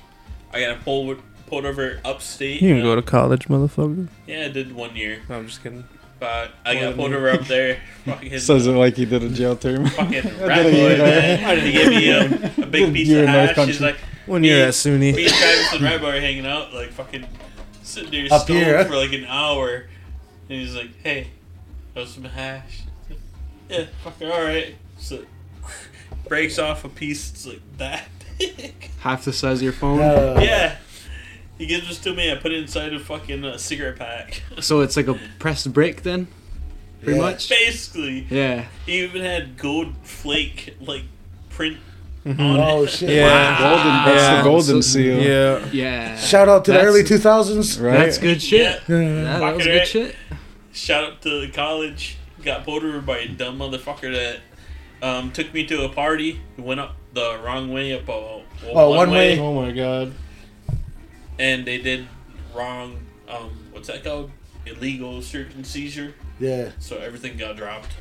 D: I got a pull pulled over upstate.
H: You
D: uh,
H: can go to college, motherfucker.
D: Yeah, I did one year,
C: No, I'm just kidding.
D: but I
C: More
D: got
C: than
D: pulled
C: you.
D: over up there. Fucking
B: Says it like he did a jail term.
D: fucking
B: I
D: rat
B: did a year
D: boy.
B: there.
D: man. She gave me a, a big piece
B: You're
D: of
B: in North
D: hash. She's
B: Country.
D: like,
C: One year
D: Me-
C: at SUNY.
D: me and Travis and Rat boy are hanging out, like fucking sitting there
A: Up
D: stoned
A: here.
D: for like an hour, and he's like, "Hey, have some hash." Yeah, fucking all right. So breaks off a piece. It's like that. big.
E: Half the size of your phone.
A: Uh,
D: yeah. He gives this to me. I put it inside a fucking uh, cigarette pack.
E: So it's like a press break then, pretty
A: Yeah.
E: much.
D: Basically,
E: Yeah.
D: he even had gold flake like print on
A: Oh
D: it.
A: shit!
C: Yeah.
B: golden, that's
C: Yeah.
B: the golden
E: So-
B: seal.
C: Yeah.
E: Yeah.
A: Shout out to the
E: That's-
A: early two thousands.
B: Right?
E: That's good shit.
D: Yeah.
E: Yeah, that
D: Fucking
E: was
D: right.
E: good shit.
D: Shout out to college. Got pulled over by a dumb motherfucker that um, took me to a party. Went up the wrong way up a well,
A: Oh, one way.
C: Oh my god.
D: and they did wrong. Um, what's that called? Illegal search and seizure.
A: Yeah,
D: So everything got dropped.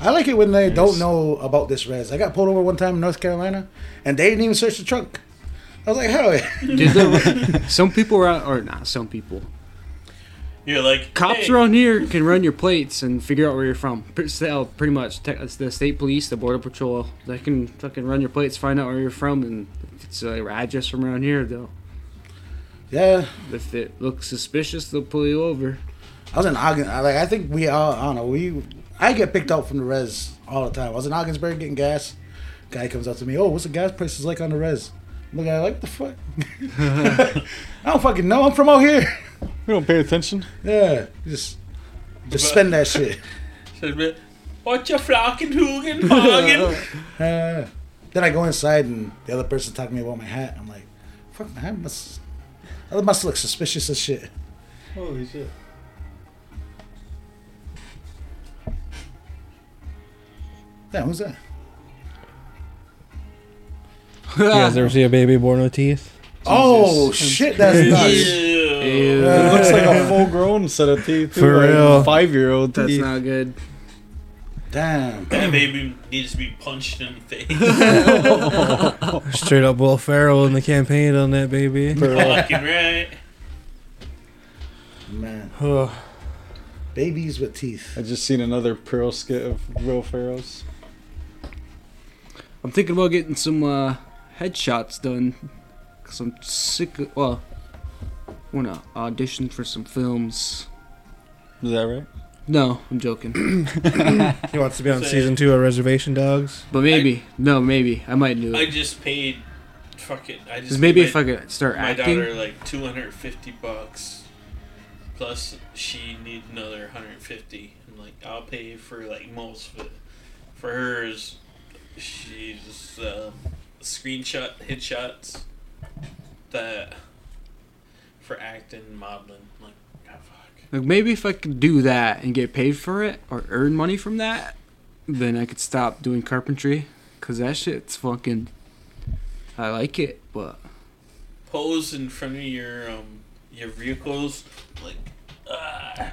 A: I like it when they don't know about this res. I got pulled over one time in North Carolina, and they didn't even search the trunk. I was like, hell yeah!
E: Did the, some people were out, or not some people.
D: You're like
E: Cops
D: hey,
E: around here can run your plates and figure out where you're from. Pretty, so, pretty much, Tech- it's the state police, the border patrol. They can fucking run your plates, find out where you're from, and if it's uh, your address from around here, though.
A: Yeah,
E: If it looks suspicious, they'll pull you over.
A: I was in Ogden. I- Like I think we all, I don't know. We I get picked up from the res all the time. I was in Ogdensburg getting gas. Guy comes up to me. Oh, what's the gas prices like on the res? Look at it like the fuck. I don't fucking know. I'm from out here.
B: We don't pay attention.
A: Yeah, just just spend that shit.
D: What you flocking, Hoogan, Hogan?
A: Uh, then I go inside and the other person talking to me about my hat. I'm like, fuck my hat must. That must look suspicious as shit.
B: Holy shit.
A: Damn, who's that?
H: You guys ever see a baby born with teeth?
A: Oh shit, that's nuts.
D: Ew.
B: It looks like a full grown set of teeth. too,
H: For
B: like
H: real.
B: Five year old
E: That's
B: teeth.
E: not good.
A: Damn.
D: That baby needs to be punched in the face.
H: Straight up Will Ferrell in the campaign on that baby.
D: Fucking right.
A: Man,
H: Ugh.
A: babies with teeth.
B: I just seen another Pearl skit of Will Ferrell's.
E: I'm thinking about getting some uh, headshots done. Cause I'm sick. Of, well, wanna audition for some films.
B: Is that right?
E: No, I'm joking.
H: He wants to be on
D: Say-
H: season two of Reservation Dogs.
E: But maybe, no, maybe I might do
D: I
E: it.
D: just paid. Fucking. I just
E: Cause maybe
D: paid
E: if I could start
D: my
E: acting.
D: daughter like 250 bucks plus she needs another 150 and like i'll pay for like most of it for hers she's um screenshot headshots that for acting modeling like oh, fuck.
E: Like maybe if I could do that and get paid for it or earn money from that, then I could stop doing carpentry. Cause that shit's fucking. I like it, but
D: pose in front of your um your vehicles like ah.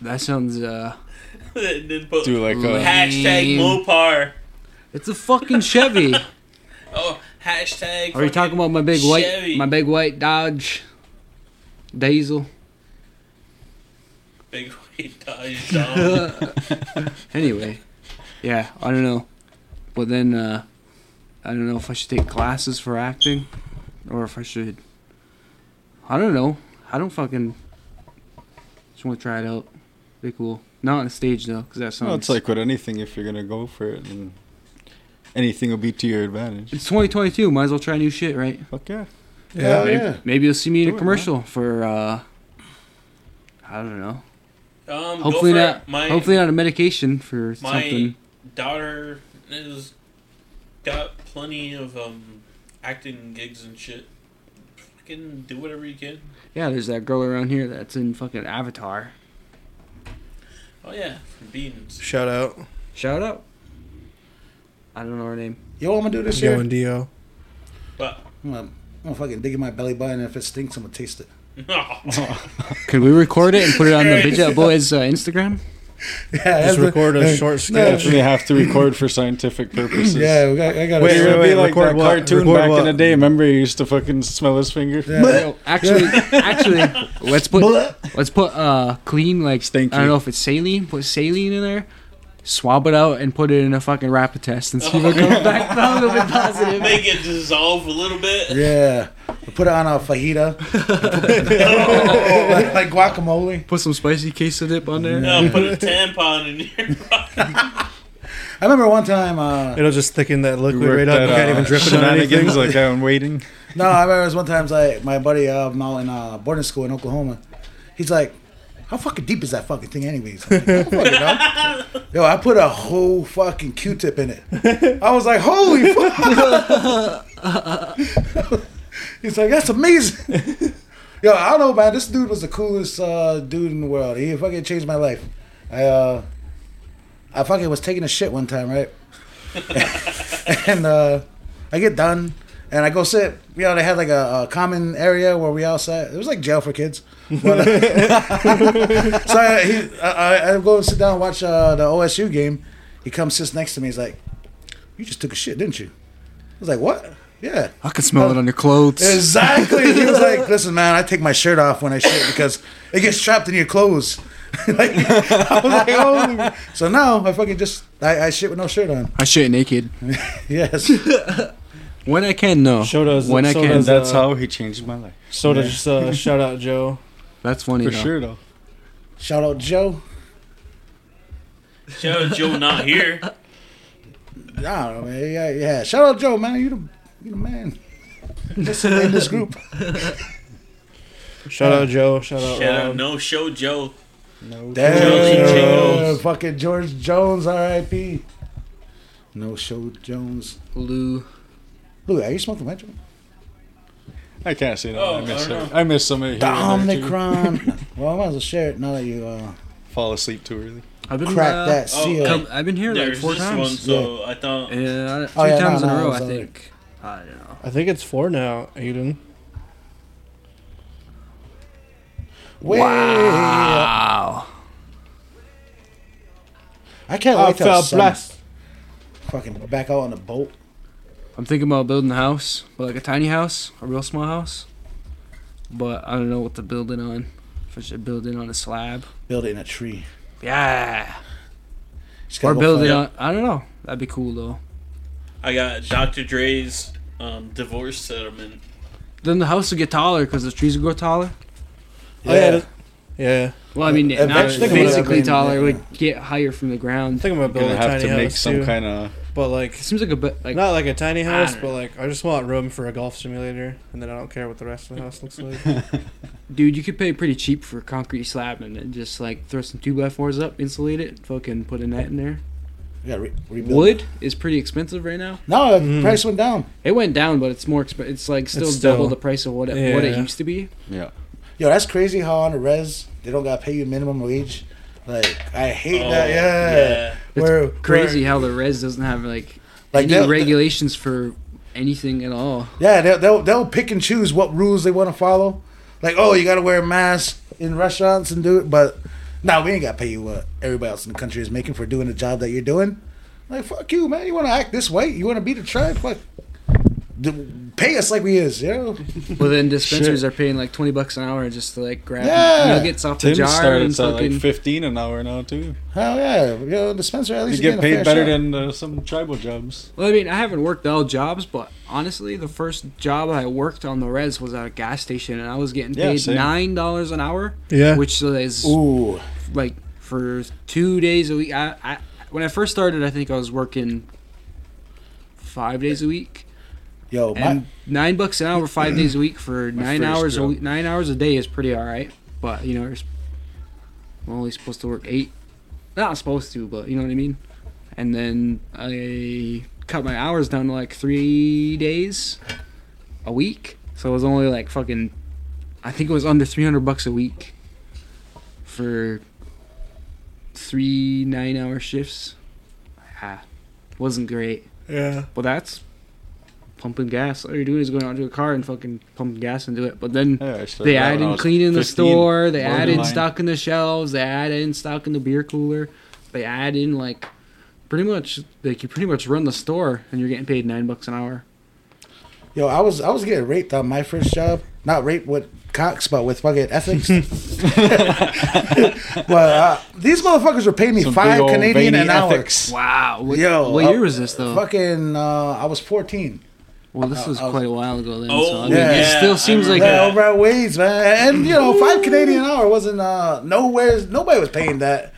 E: that sounds uh.
D: and then put
B: Do like a.
D: hashtag
E: Lame.
D: mopar
E: It's a fucking Chevy.
D: oh hashtag
E: Are you talking
D: fucking
E: about my big
D: Chevy.
E: white, my big white Dodge Diesel?
D: big white Dodge Dodge?
E: Anyway, yeah, I don't know, but then uh, I don't know if I should take classes for acting, or if I should. I don't know. I don't fucking. Just want to try it out. Be cool. Not on a stage though, because that sounds.
B: Well, it's like with anything, if you're gonna go for it, then anything will be to your advantage.
E: It's 2022. Might as well try new shit, right?
B: Fuck yeah.
A: Yeah,
H: Yeah.
A: yeah.
E: Maybe you'll see me in a
B: Do it, man.
E: commercial for. uh I don't know.
D: Um, go
E: Hopefully
D: for
E: not.
D: it. My
E: hopefully not a medication for
D: my
E: something.
D: daughter has got plenty of um acting gigs and shit. Fucking do whatever you can.
E: Yeah, there's that girl around here that's in fucking Avatar.
D: Oh yeah, from beans.
H: Shout out.
E: Shout out. I don't know her name.
A: You know what I'm gonna do this
H: Joe
A: year?
H: and Dio.
D: But
A: I'm gonna, I'm gonna fucking dig in my belly button, and if it stinks, I'm gonna taste it.
D: no,
E: Could we record it and put it on the Bitch Up Boys uh, Instagram?
A: Yeah, that's the-
H: record a
A: no,
H: short
A: no,
H: sketch.
B: We have to record for scientific purposes.
A: Yeah, we got, I got
H: Wait,
B: It
H: wait,
B: would
H: wait,
B: be like
H: record
B: that
H: what?
B: cartoon
H: Record
B: back
H: what?
B: in the day. Remember, he used to fucking smell his finger.
A: Yeah.
E: Actually, actually, let's put
A: Blah.
E: let's put uh clean like
B: Stinky.
E: I don't know if it's saline. Put saline in there, swab it out, and put it in a fucking rapid test and see if it comes back probably positive.
D: Make it dissolve a little bit.
A: Yeah, we put it on a fajita, like, like guacamole.
E: Put some spicy queso dip on there.
D: Now put a tampon in your pocket.
A: I remember one time. Uh,
H: It'll just thicken that liquid right
B: Ripped
H: up. You
B: that,
H: can't
B: uh,
H: even drip it on anything.
B: Shenanigans like I'm waiting.
A: no, I remember it was one time like my buddy uh, I'm out in uh, boarding school in Oklahoma. He's like, "How fucking deep is that fucking thing, anyways?" I'm like, "I don't fucking know." Yo, I put a whole fucking Q-tip in it. I was like, "Holy fuck!" He's like, "That's amazing." Yo, I don't know, man. This dude was the coolest uh, dude in the world. He fucking changed my life. I uh, I fucking was taking a shit one time, right? and uh, I get done, and I go sit. You know, they had like a, a common area where we all sat. It was like jail for kids. But, uh, so I, he, I, I- I go sit down and watch uh, the OSU game. He comes sits next to me. He's like, "You just took a shit, didn't you?" I was like, "What?" Yeah.
E: I can smell it on your clothes.
A: Exactly. He was like, "Listen, man, I take my shirt off when I shit because it gets trapped in your clothes." like, I was like, "Holy!" So now I fucking just I, I shit with no shirt on.
E: I shit naked
A: Yes.
E: when I can. No,
H: Show does-
E: when I
H: so
E: can.
H: does-
B: And that's
H: uh,
B: how he changed my life.
H: So to just uh, shout out Joe.
E: That's funny.
B: For
E: though.
B: sure, though.
A: Shout out Joe.
D: Shout out Joe not here.
A: I don't know, man. Yeah, yeah. Shout out Joe, man. You the you the man. Just in this group.
H: Shout out Joe. Shout out.
D: Shout
H: Rob.
D: out no show Joe.
A: Damn,
D: Jones.
A: fucking George Jones, R.I.P. No show Jones.
E: Lou.
A: Lou, are you smoking my joint?
B: I can't say that.
D: Oh,
B: I miss
D: I don't
B: her. I miss somebody here. and there, too.
A: Omnicron. well, I might as well share it now that you uh,
B: Fall asleep too early.
E: I've been
A: cracked
E: uh,
A: that
D: oh,
A: seal.
E: come- I've been here like
D: There's
E: four
D: this one,
E: times.
D: so I thought
E: Yeah, three
A: Oh, yeah, no,
E: times in
A: no,
E: a row.
A: it's
E: I
A: on
E: think. I don't know.
H: I think it's four now, Aiden.
A: Way up.
E: Wow.
A: I can't
H: I
A: wait till
H: felt
A: sun
H: blessed.
A: fucking back out on the boat.
E: I'm thinking about building a house, but like a tiny house, a real small house. But I don't know what to build it on. If I should build it on a slab.
A: Build it in a tree.
E: Yeah.
A: Just
E: Or
A: gotta go
E: build it on.
A: find-
E: I don't know. That'd be cool though.
D: I got Dr. Dre's um, divorce settlement.
E: Then the house would get taller because the trees would grow taller.
H: Oh, yeah.
A: Yeah.
H: th- yeah.
E: Well, I mean, not
A: Eventually-
E: basically
A: Yeah.
E: taller. It would get higher from the
H: I
E: ground.
H: think I'm gonna
B: You're
H: build
B: gonna
H: a
B: have
H: tiny
B: to make
H: house
B: some
H: too.
B: kind of.
H: but like
E: It seems like a bit like
H: not like a tiny house,
E: don't
H: but like I just want room for a golf simulator, and then I don't care what the rest of the house looks like.
E: Dude, you could pay pretty cheap for a concrete slab and then just like throw some two by fours up, insulate it, fucking put a net in there.
A: You gotta re- rebuild.
E: Wood is pretty expensive right now.
A: No, the price went down.
E: It went down, but it's more expensive. It's like still,
H: It's still-
E: double the price of what it, what it
H: Yeah.
E: used to be.
B: Yeah.
A: Yo, that's crazy how on the res they don't gotta pay you minimum wage. Like I hate
D: Oh,
A: that. Yeah,
D: yeah.
E: It's
A: Where-
E: crazy
A: where-
E: how the res doesn't have like,
A: Like,
E: any
A: they'll-
E: regulations for anything at all.
A: yeah, they'll, they'll they'll pick and choose what rules they want to follow. Like, oh, you gotta wear a mask in restaurants and do it, but now we ain't gotta pay you what everybody else in the country is making for doing the job that you're doing. Like, fuck you, man. You want to act this way? You want to be the tribe? Fuck. D- Pay us like we is, you know.
E: Well, then dispensaries are paying like twenty bucks an hour just to like grab
A: Yeah.
E: nuggets off the
B: Tim
E: jar and
B: started at
E: fucking.
B: like 15 an hour now too.
A: Hell yeah, you know, dispenser at
B: You
A: least
B: get
A: getting a
B: paid
A: fair
B: better
A: shot.
B: than uh, some tribal jobs.
E: well, I mean, I haven't worked all jobs, but honestly, the first job I worked on the res was at a gas station, and I was getting
B: Yeah,
E: paid
B: same.
E: nine dollars an hour.
H: Yeah.
E: which is
A: Ooh,
E: like for two days a week. I, I when I first started, I think I was working five days a week,
A: yo, my,
E: and nine bucks an hour, five days a week for nine
B: first
E: hours a
B: job.
E: week, nine hours a day is pretty all right. But you know, you're s- I'm only supposed to work eight. Not supposed to, but you know what I mean. And then I cut my hours down to like three days a week, so it was only like fucking. I think it was under three hundred bucks a week for three nine-hour shifts. Ah, wasn't great.
H: yeah.
E: Well, that's pumping gas. All you're doing is going out to a car and fucking pumping gas into it. But then
B: Yeah, I started
E: they
B: that when
E: add
B: I
E: in
B: was
E: cleaning the
B: 15,
E: store. They add in
B: borderline.
E: stock in the shelves. They add in stock in the beer cooler. They add in like pretty much like you pretty much run the store and you're getting paid nine bucks an hour.
A: Yo, I was I was getting raped on my first job. Not raped with cocks, but with fucking ethics. but uh, these motherfuckers were paying me
B: Some big
A: five
B: old
A: Canadian
B: veiny
A: an hour.
B: ethics.
E: Wow. What,
A: Yo,
E: what
A: uh,
E: year was this though?
A: Fucking, uh, I was fourteen.
E: well, this was
A: I was-
E: quite a while ago then. so,
D: Oh,
E: I mean,
A: yeah.
E: It still
D: I
E: seems like
D: remember
E: a-
D: Yeah.
A: Yeah, over at Wade's, man. And you know, five Canadian an hour wasn't uh nowhere. Nobody was paying that.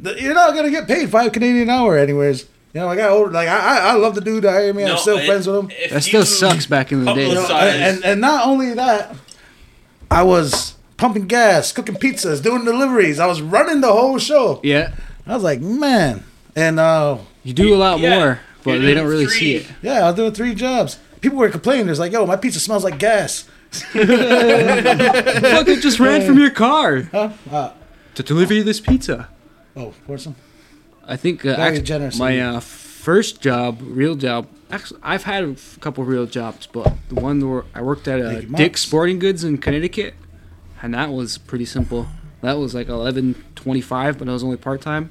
A: The- You're not gonna get paid five Canadian an hour anywhere's. You know, I got older. Like I, I, I love the dude. I mean, I'm still
D: it-
A: friends with him.
D: if
E: that still
D: you-
E: sucks back in the
D: Couple
E: day.
A: You know,
D: Size.
A: and and not only that, I was pumping gas, cooking pizzas, doing deliveries. I was running the whole show.
E: Yeah.
A: I was like, man, and uh,
E: You do a lot
D: Yeah.
E: more, but
D: You're
E: they don't
D: doing
E: really
D: three.
E: see it.
A: yeah, I was doing three jobs. People were complaining. It's like, yo, my pizza smells like gas.
E: Fuck, it just ran from your car
A: Huh? Uh,
E: to deliver you this pizza.
A: oh, pour some.
E: I think uh,
A: Very
E: act-
A: generous
E: my
A: of you.
E: uh, first job, real job. Actually, I've had a f- couple real jobs, but the one where I worked at uh,
A: Mickey Mouse.
E: Dick's Sporting Goods in Connecticut, and that was pretty simple. That was like eleven twenty-five, but I was only part time.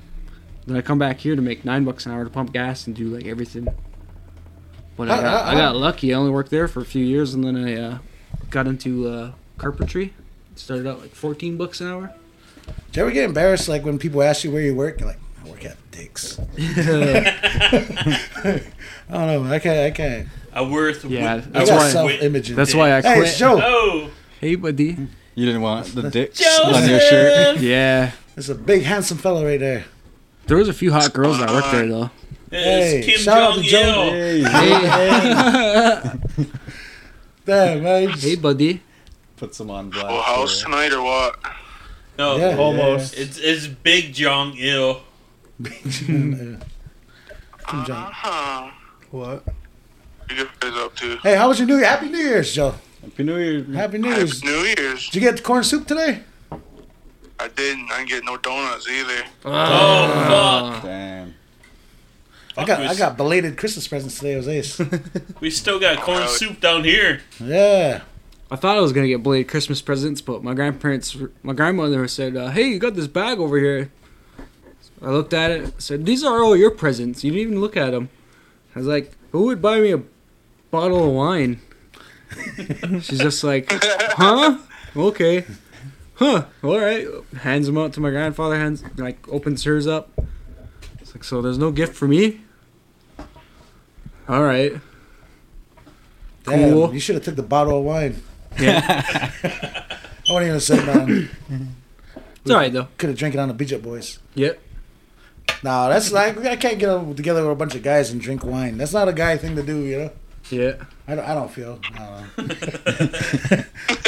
E: Then I come back here to make nine bucks an hour to pump gas and do like everything. But I,
A: I-
E: got,
A: I-
E: I got lucky. I only worked there for a few years, and then I uh, got into uh, carpentry. Started out like fourteen bucks an hour.
A: Do you ever get embarrassed like when people ask you where you work? You're like, I work at Dick's. I don't know. I can't. I can't.
D: I worth.
E: Yeah,
D: wi-
E: that's
A: I
D: I
A: got
E: why-
D: worth
A: self
D: wit-
A: image.
E: That's why I
A: Hey,
E: quit.
A: it's Joe.
D: Oh,
E: Hey, buddy.
B: You didn't want the dicks on your shirt.
D: Joseph!
E: Yeah.
A: It's a big handsome fella right there.
E: There was a few hot girls that worked there though.
D: It's
A: Hey,
D: Kim
A: shout out
D: Jong
A: to
D: Il.
A: Joe. Damn, man.
E: Hey, buddy.
B: Put some on black.
I: Well, house tonight or what?
D: No, oh,
A: Yeah,
C: Almost.
D: it's it's Big Jong Il.
A: yeah. Kim Jong.
I: Huh.
C: What?
I: You guys up to?
A: Hey, how was your New Year? Happy New Year's, Joe.
B: Happy New Year.
A: Happy New
I: Happy
A: Year's. Did
I: New Year's.
A: you get the corn soup today?
I: I didn't. I didn't get no donuts either.
D: Oh
B: Damn.
A: I got I got belated Christmas presents today. It was ace.
D: fuck! We still got corn
I: Really?
D: soup down here.
A: yeah.
E: I thought I was gonna get belated Christmas presents, but my grandparents, my grandmother said, uh, "Hey, you got this bag over here." I looked at it. Said, "These are all your presents. You didn't even look at them." I was like, "Who would buy me a bottle of wine?" She's just like, "Huh? Okay." Huh? All right. Hands them out to my grandfather. Hands like opens hers up. It's like, so there's no gift for me. All right.
A: Damn,
E: Cool.
A: You should have took the bottle of wine.
E: Yeah.
A: I wouldn't even sit down.
E: It's all right though.
A: Could have drank it on the Beach Up Boys.
E: Yep.
A: No, that's like I can't get together with a bunch of guys and drink wine. That's not a guy thing to do, you know.
E: Yeah.
A: I don't, I don't feel. I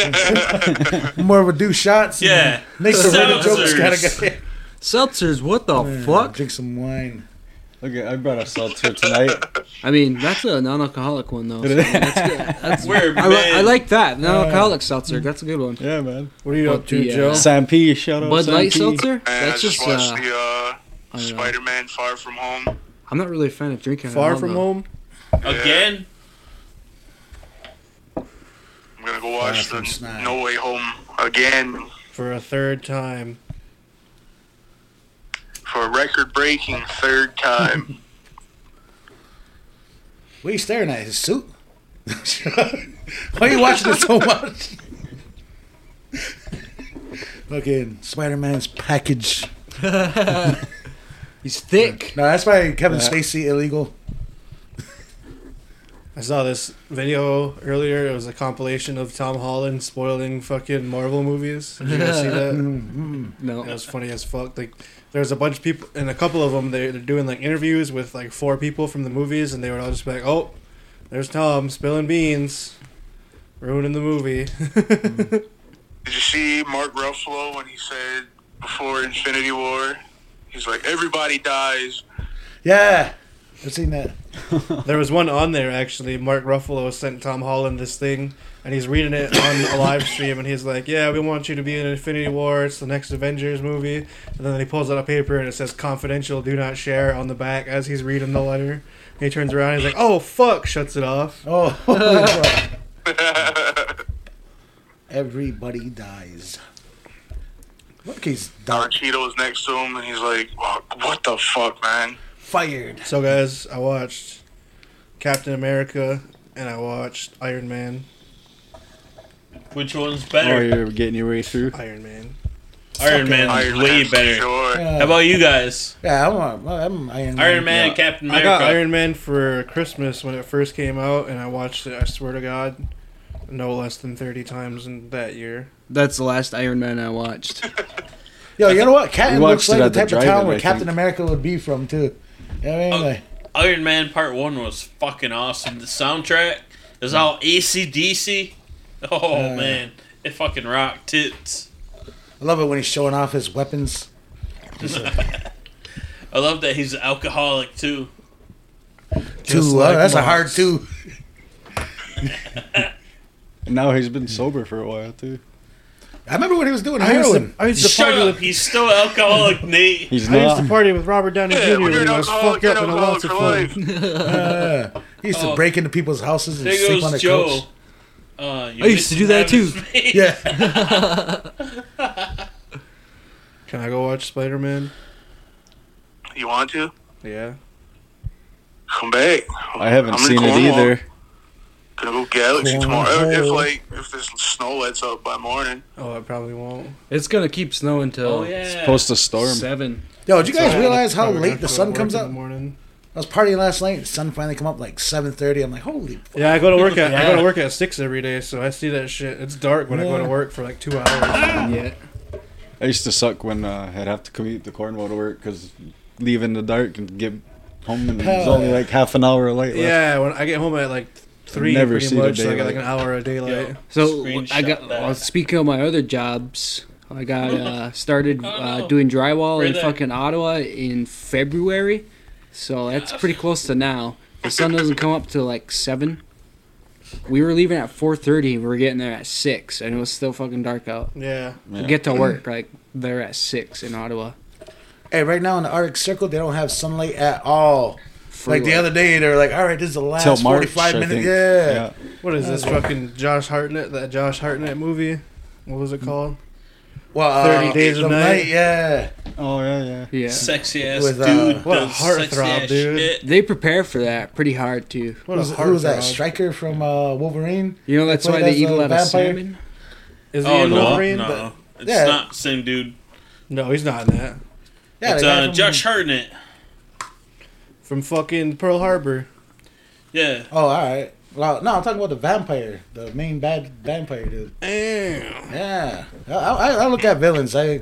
A: don't know. More of a do shots. and
D: Yeah.
A: make some random jokes kind
D: Seltzers.
A: of
E: Seltzers, what the
A: guy.
E: fuck?
A: Drink some wine.
B: Okay, I brought a seltzer tonight.
E: I mean, that's a non-alcoholic one though. so that's good. That's,
D: We're
E: I, li- I
D: men.
E: like that non-alcoholic seltzer. That's a good one.
B: yeah, man.
C: What are you up
E: Fuck
C: to,
E: the, uh,
C: Joe?
B: Sam P, shout out
E: Bud
B: Sam
E: Light
B: P.
E: seltzer?
I: And
E: That's
I: I just
E: just.
I: watched
E: Uh,
I: the uh,
E: know.
I: Spider-Man Far From Home.
E: I'm not really a fan of drinking. at
C: Far
E: all,
C: from
E: though.
C: home.
D: Again.
I: I'm gonna go watch
A: from
I: the
A: Snack.
I: No Way Home again
C: for a third time.
I: for a record-breaking third time.
A: What are you staring at? His suit? Why are you watching it so much? Fucking Spider Man's package.
E: He's thick.
A: No, that's why Kevin Spacey illegal.
C: I saw this video earlier. It was a compilation of Tom Holland spoiling fucking Marvel movies. Did you guys see that?
E: No.
C: That was funny as fuck. Like, there's a bunch of people, and a couple of them, they, they're doing like interviews with like four people from the movies, and they were all just like, oh, there's Tom spilling beans, ruining the movie.
I: Did you see Mark Ruffalo when he said before Infinity War? He's like, everybody dies.
A: Yeah. I've seen that.
C: There was one on there actually. Mark Ruffalo sent Tom Holland this thing and he's reading it on a live stream, and he's like, "Yeah, we want you to be in Infinity War. It's the next Avengers movie." And then he pulls out a paper, and it says "Confidential, do not share" on the back as he's reading the letter. And he turns around, he's like, "Oh fuck!" Shuts it off.
A: Oh, holy fuck. Everybody dies. Monkey's
I: Don
A: dark.
I: Cheeto's next to him, and he's like, "Fuck, "What the fuck, man?"
A: Fired.
C: So guys, I watched Captain America, and I watched Iron Man.
D: Which one's
B: Oh,
D: better?
B: you're getting your way through.
C: Iron Man.
D: Iron Man's
I: Iron
D: way
I: Man,
D: better.
I: Sure.
D: How about you guys?
A: Uh, Yeah, I'm, i I'm Iron Man.
D: Iron Man and
B: Yeah.
D: Captain
C: I
D: America.
C: got Iron Man for Christmas when it first came out, and I watched it. I swear to God, no less than thirty times in that year.
E: That's the last Iron Man I watched.
A: Yo, you know what? Catton
B: We
A: looks
B: watched it
A: like the
B: at the
A: type of town
B: drive-in,
A: where
B: I
A: Captain
B: think.
A: America would be from, too. You know what I mean?
D: Oh.
A: Like,
D: Iron Man Part 1 was fucking awesome. The soundtrack is all ACDC. Oh,
A: Yeah.
D: man. It fucking rocked tits.
A: I love it when he's showing off his weapons.
D: I love that he's an alcoholic, too.
A: Two.
C: Just
A: oh,
C: like
A: that's a
C: Mars.
A: hard two.
B: And now he's been sober for a while too.
A: I remember what he was doing. Heroin.
C: I used to
D: Shut
C: party
D: up.
C: with.
D: He's still alcoholic, Nate.
B: He's
C: I used
B: not.
C: to party with Robert Downey
I: Yeah,
C: Jr.
I: when
C: when
I: you're an
C: I was
I: alcoholic,
C: fucked
I: you're
C: up
I: an
C: and had lots
I: alcoholic
C: of
I: for
C: fun.
I: life.
A: Uh, he used to
D: Oh.
A: break into people's houses and
D: There
A: sleep on
D: goes
A: the
D: Joe.
A: couch.
D: Uh, you
E: I used to do that,
D: missed
E: too.
D: me.
A: Yeah.
C: Can I go watch Spider Man?
I: You want to
C: Yeah.
I: come back?
B: I haven't
I: I'm in
B: seen it
I: Cornwall.
B: either.
I: Gonna go galaxy
A: Cornhole.
I: tomorrow. If like if this snow lets up by morning,
C: Oh, I probably won't.
E: It's gonna keep snowing till
D: Oh, yeah.
B: Supposed to storm.
E: seven.
A: Yo, did you guys
C: So,
A: realize how
C: probably
A: late
C: not
A: the
C: go to
A: sun
C: work
A: comes
C: in the
A: up?
C: morning.
A: I was partying last night. The sun finally come up like 7.30. I'm like, holy fuck.
C: Yeah, I go to work at I go
E: Yeah.
C: to work at six every day, so I see that shit. It's dark when I go
A: Yeah.
C: to work for like two hours.
E: Yeah.
B: I used to suck when uh, I'd have to commute to Cornwall to work because leave in the dark and get home and there's
A: Hell
B: only
A: yeah.
B: like half an hour late left.
C: yeah, when I get home at like three,
B: Never
C: pretty
B: see the
C: much, so I got
B: daylight.
C: like an hour of daylight.
D: Yo.
E: So
D: Screenshot
E: I got.
D: that.
E: Well, speaking of my other jobs, I got uh, started
D: Oh,
E: uh,
D: no.
E: doing drywall
D: Right
E: in
D: there.
E: fucking Ottawa in February, so that's pretty close to now. The sun doesn't come up till like seven. We were leaving at four thirty. We were getting there at six, and it was still fucking dark out.
C: Yeah.
B: Yeah.
E: Get to work like there at six in Ottawa.
A: Hey, right now in the Arctic Circle, they don't have sunlight at all.
E: Free
A: Like the
E: light.
A: other day, they were like, all right, this is the last
B: Till March,
A: 45
B: I
A: minutes.
B: think.
A: Yeah.
C: What is this fucking Josh Hartnett? That Josh Hartnett movie? What was it called?
A: Well, uh,
C: 30 days
A: the
C: of night.
A: Yeah.
B: Oh yeah, yeah.
E: Yeah.
D: Sexy ass
A: With,
D: dude.
A: uh,
C: What a
D: does sexy
C: heartthrob,
D: ass
C: dude.
D: shit.
E: They prepare for that pretty hard too.
C: What
A: Who's-
C: a
A: who was that?
C: heartthrob.
A: Striker from uh, Wolverine?
E: You know that's
A: played
E: why they
A: as
E: eat a
A: a
E: lot of
A: vampire?
E: salmon.
C: Is he
D: Oh,
C: in
D: no.
C: Wolverine?
D: No. It's
A: Yeah.
D: not the same dude.
C: No, he's not in that.
A: Yeah,
D: it's
A: the guy
D: uh,
A: from-
D: Josh Hartnett.
C: From fucking Pearl Harbor.
D: Yeah.
A: Oh, all right. Well, no, I'm talking about the vampire, the main bad vampire dude.
C: Damn.
A: Yeah, I, I, I look at villains. I, you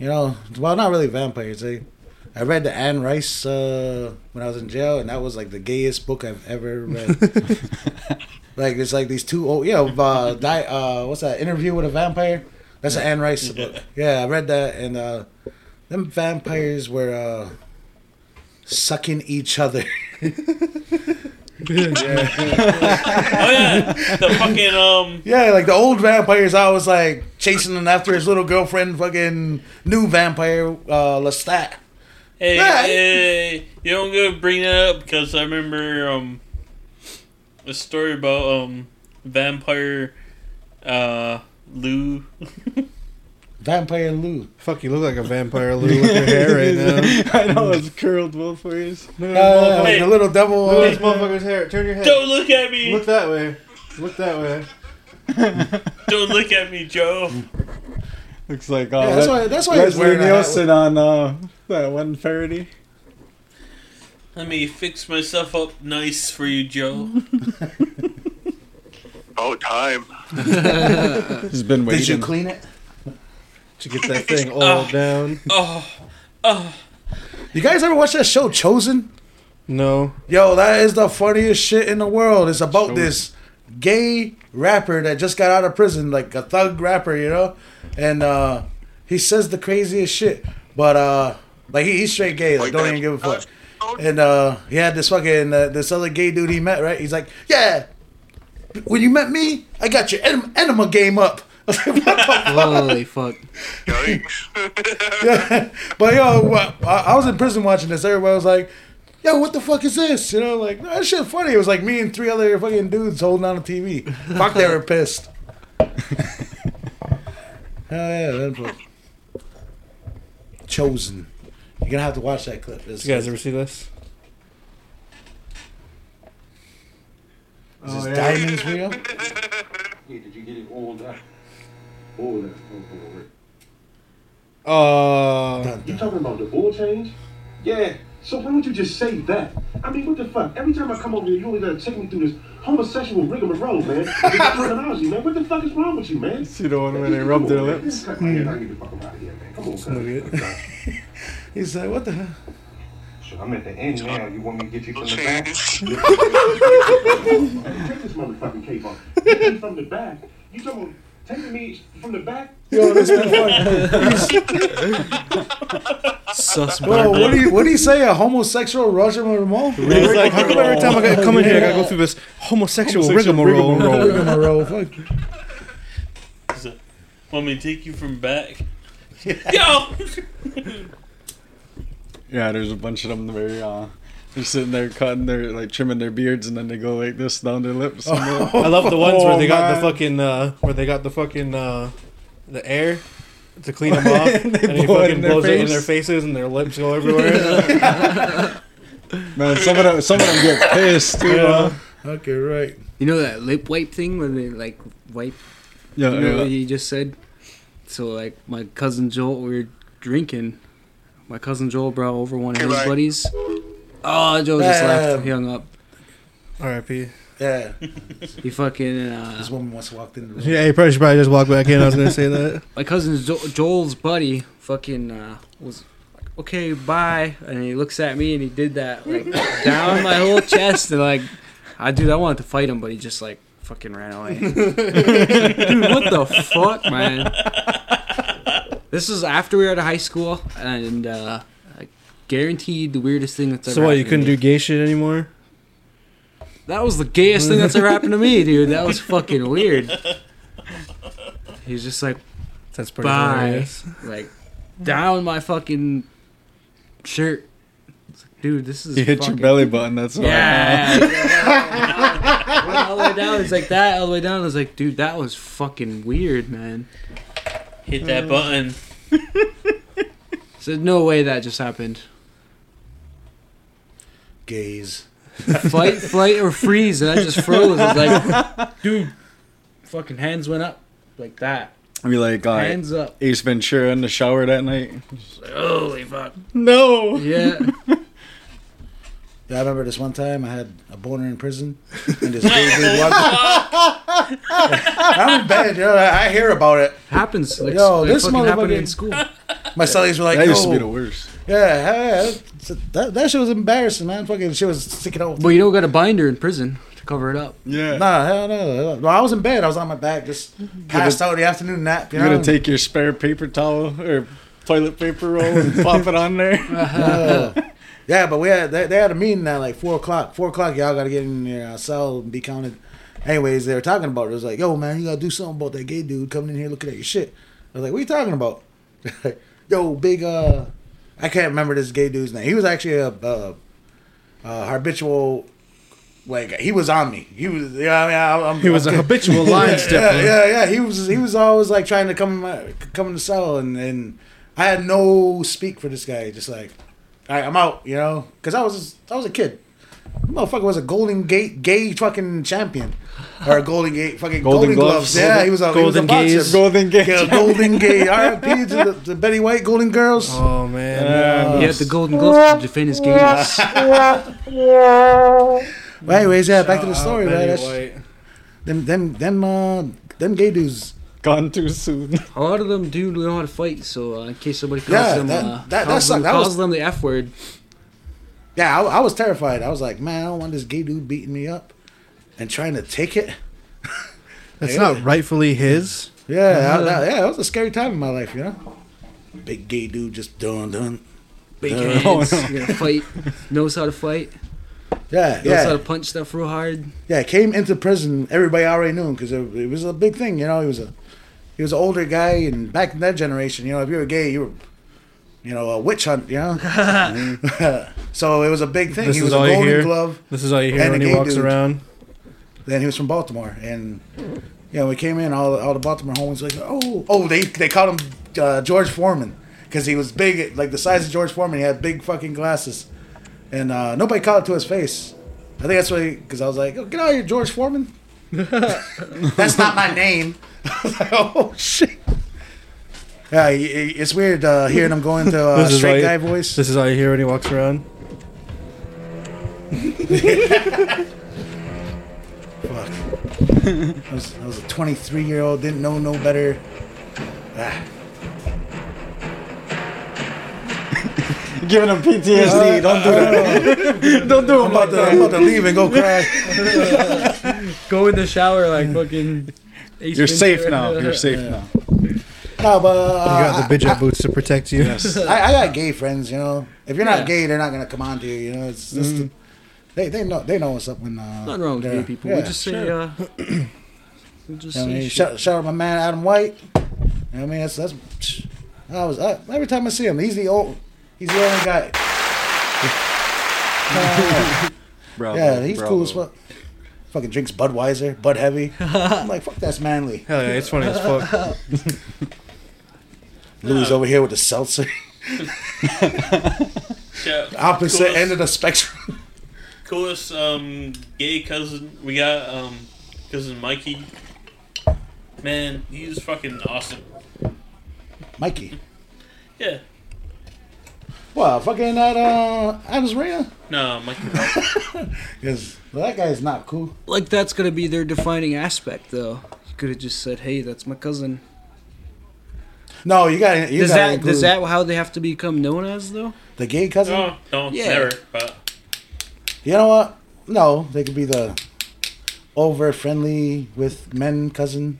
A: know, well, not really vampires. I, I read the Anne Rice uh, when I was in jail, and that was like the gayest book I've ever read. like it's like these two old, you know, uh, di- uh, what's that? Interview with a Vampire. That's an Anne Rice book. Yeah, I read that, and uh, them vampires were uh, sucking each other.
D: Oh yeah. the fucking um.
A: Yeah, like the old vampire's always like chasing him after his little girlfriend, fucking new vampire, uh, Lestat.
D: Hey,
A: Right.
D: hey, you don't gotta bring that up because I remember um a story about um vampire uh Lou.
A: Vampire Lou.
C: Fuck, you look like a vampire, Lou, with your hair right now.
B: I know it's curled both ways.
A: Uh,
D: Hey.
A: The little devil.
C: Look at this
A: Uh,
C: motherfucker's hair. Turn your head.
D: don't look at me.
C: Look that way. Look that way.
D: don't look at me, Joe.
B: Looks like oh,
A: Yeah, that's
B: that-
A: why- that's why he's
B: Leslie
A: wearing a hat with-
B: Nielsen on uh, that one parody.
D: Let me fix myself up nice for you, Joe.
I: about time.
B: He's been waiting.
A: did you clean it?
C: To get that thing all down.
D: Oh, oh,
A: You guys ever watch that show Chosen?
C: No.
A: Yo, that is the funniest shit in the world. It's about this gay rapper that just got out of prison, like a thug rapper, you know? And uh, he says the craziest shit. But uh, like he, he's straight gay. Like, don't even give a fuck. And uh, he had this fucking uh, this other gay dude he met, right? He's like, yeah, When you met me, I got your enema, enema game up. I was like, what the
E: Holy fuck.
I: Yikes.
A: but yo, I, I was in prison watching this. Everybody was like, "Yo, what the fuck is this?" You know, like that shit funny. It was like me and three other fucking dudes holding on a TV. Fuck, they were pissed. Hell yeah, that's what- chosen. You're gonna have to watch that clip. It's,
C: You guys ever see this?
A: is this diamonds real?
J: Did you get it older? Older. older.
C: Uh,
J: You talking about the oil change? Yeah. So why don't you just say that? I mean, what the fuck? Every time I come over here, you only gotta take me through this homosexual rigmarole, man. This terminology, man. What the fuck is wrong with you, man?
B: See the one where they rub their lips?
J: Come on, man. I get the fuck out of here, man. Come on, cuz.
A: He's like, "What the hell?"
J: Shit, I'm at the end now. You want me to get you from the back?
I: Change.
J: Take this motherfucking cape off. Get me from the back. You talking about taking me from the back?
A: Yo, this is funny.
E: Sus
A: Bro, Oh, what do you what do you say? A homosexual Roger Marmol?
C: it's like, how come every time I gotta come in here, I gotta go through this homosexual, rigmarole?
A: Rigmarole, fuck.
D: He's like, Want me to take you from back? Yo!
B: Yeah, there's a bunch of them that are uh, they're sitting there cutting their like trimming their beards and then they go like this down their lips.
C: I love the ones where
B: Oh,
C: they got
B: man.
C: the fucking uh, where they got the fucking uh, the air to clean them off, and, he
B: blow it
C: fucking
B: in their
C: blows it in
B: face.
C: their faces, and their lips go everywhere.
B: Man, some of them some of them get pissed. You know?
A: Okay, right.
E: You know that lip wipe thing where they like wipe?
B: Yeah,
E: You know
B: yeah.
E: what you just said? So, like, my cousin Joel, we were drinking. My cousin Joel brought over one of
I: Hey,
E: his
I: Ryan.
E: buddies. Oh, Joel just left.
A: Um,
E: He hung up.
C: R.I.P.
A: Yeah,
E: He fucking. Uh,
A: this woman once walked in. The room.
H: Yeah, you probably should probably just walk back in. I was gonna say that.
E: my cousin jo- Joel's buddy fucking uh, was like, okay, bye. And he looks at me and he did that like down my whole chest and like, I dude, I wanted to fight him, but he just like fucking ran away. dude, what the fuck, man? This was after we were out of high school and uh, I guaranteed the weirdest thing that's ever.
H: So what? You
E: happened
H: couldn't
E: to me.
H: do gay shit anymore?
E: That was the gayest thing that's ever happened to me, dude. That was fucking weird. He was just like.
H: That's pretty
E: Bye.
H: hilarious.
E: like down my fucking shirt. It's like, Dude, this is
B: You hit your
E: fucking-
B: belly button. That's all.
E: Yeah. Went all the way down, it's like that. All the way down, it's like, dude, that was fucking weird, man.
D: Hit
A: Mm.
D: that button.
E: So no way that just happened.
A: Gays.
E: Fight, flight, or freeze, and I just froze. I was like, dude, fucking hands went up like that.
B: Be like uh,
E: Hands up.
B: Ace Ventura in the shower that night.
E: Like, Holy fuck.
B: No.
E: Yeah.
A: Yeah, I remember this one time I had a boner in prison, and this gay dude walked. I'm in bed, yo. I I hear about it.
E: Happens. Like,
A: Yo,
E: like
A: this
E: fucking happened
A: motherfucker-
E: in school.
A: My cellies were like,
B: That
A: yo,
B: used to be the worst.
A: yeah, hell yeah, that, that, that shit was embarrassing, man. Fucking shit was sticking out.
E: But you don't got a binder in prison to cover it up.
B: Yeah.
A: Nah, hell no. Well, I was in bed. I was on my back, just passed out the afternoon nap. You
B: You're
A: know?
B: gonna take your spare paper towel or toilet paper roll and pop it on there.
A: Uh, yeah, but we had they, they had a meeting at like four o'clock. Four o'clock, y'all gotta get in your uh, cell and be counted. Anyways, they were talking about it. It was like, yo, man, you gotta do something about that gay dude coming in here looking at your shit. I was like, what are you talking about? yo, big uh, I can't remember this gay dude's name. He was actually a, uh uh habitual. Like he was on me. He was. Yeah, I mean, I, I'm.
H: He was a
A: I'm-
H: habitual line stepper.
A: yeah, yeah, yeah. He was he was always like trying to come in my come in the cell, and and I had no speak for this guy. Just like, all right, I'm out, you know, because I was I was a kid. Motherfucker was a Golden Gate gay fucking champion, or a Golden Gate fucking Golden,
B: Golden
A: gloves.
B: Gloves.
A: Yeah, he was a
H: Golden
A: he was a
H: Gaze.
A: boxer.
B: Golden Gate.
A: Yeah, Golden Gate. R.I.P. to the, the Betty White Golden Girls.
H: Oh man.
E: He had the golden glove to defend his games.
A: But anyways, yeah, back to the story,
C: Betty
A: man. That's,
C: White.
A: them them them uh them gay dudes.
B: Gone too soon.
E: A lot of them do know how to fight, so uh, in case somebody calls
A: Yeah,
E: them,
A: that-
E: uh,
A: that- that
E: calls,
A: sucked.
E: them,
A: That
E: calls
A: was-
E: them the F word.
A: Yeah, I, I was terrified. I was like, man, I don't want this gay dude beating me up and trying to take it.
H: That's not rightfully his.
A: Yeah, I-
C: Uh-huh.
A: I- yeah, that was a scary time in my life, you know. Big gay dude just dun dun.
E: Big
A: Yeah. Oh,
E: hands, you know, fight, knows how to fight.
A: Yeah,
E: He knows how
A: yeah,
E: to punch stuff real hard.
A: yeah. Came into prison, everybody already knew him because it, it was a big thing. You know, he was a he was an older guy, and back in that generation, you know, if you were gay, you were you know a witch hunt. You know, so it was a big thing.
C: This
A: he
C: is
A: was
C: all
A: a
C: you
A: golden
C: hear?
A: glove.
C: This is all you hear
A: and a
C: when he
A: gay
C: walks
A: dude.
C: around?
A: Then he was from Baltimore, and yeah, we came in. All all the Baltimore homies like, oh, oh, they they called him uh, George Foreman because he was big, like the size of George Foreman. He had big fucking glasses, and uh, nobody called it to his face. I think that's why, because I was like, oh, get out of here, George Foreman. that's not my name. I was like, oh shit. Yeah, i- i- it's weird uh, hearing him going to uh,
C: This is all
A: straight
C: you-
A: guy voice.
C: This is all you hear when he walks around.
A: Fuck. I was, I was a 23 year old, didn't know no better. Ah.
B: Giving him PTSD. Don't do that. Don't do it.
A: I'm about, to, I'm about to leave and go cry.
E: Go in the shower like fucking. Ace
B: You're
E: Ventura.
B: safe now. You're safe now.
A: No, but uh,
H: You got the midget boots to protect you.
B: Yes.
A: I, I got gay friends, you know. If you're not
E: Yeah. Mm-hmm.
A: gay, they're not gonna come on to you. You know, it's just they they know they know what's up when. Uh,
E: Nothing wrong with
A: they're-
E: gay people.
A: Yeah.
E: we just say, uh, we just
A: You know what I
E: say
A: mean,
E: shit.
A: shout, shout out my man Adam White. You know what I mean, that's that's. psh, I was I, every time I see him, he's the old, he's the only guy.
B: Bravo,
A: Yeah, he's
B: bravo.
A: cool as fuck. Fucking drinks Budweiser, Bud Heavy. I'm like, fuck, that's manly.
C: Hell yeah, it's funny as fuck.
A: Louis over here with the seltzer,
D: Yeah,
A: opposite
D: coolest-
A: end of the spectrum.
D: coolest um, gay cousin we got um, cousin Mikey. Man, he's fucking awesome.
A: Mikey,
D: Yeah,
A: wow, fucking that uh, Adam's Rhea.
D: no, Mikey.
A: Because well, that guy's not cool.
E: like that's gonna be their defining aspect though. You could have just said, "Hey, that's my cousin."
A: No, you got to you
E: Does
A: gotta
E: that
A: include
E: does that how they have to become known as though?
A: the gay cousin?
D: No, no,
E: Yeah.
D: never. But
A: You know what? No, they could be the over friendly with men cousin.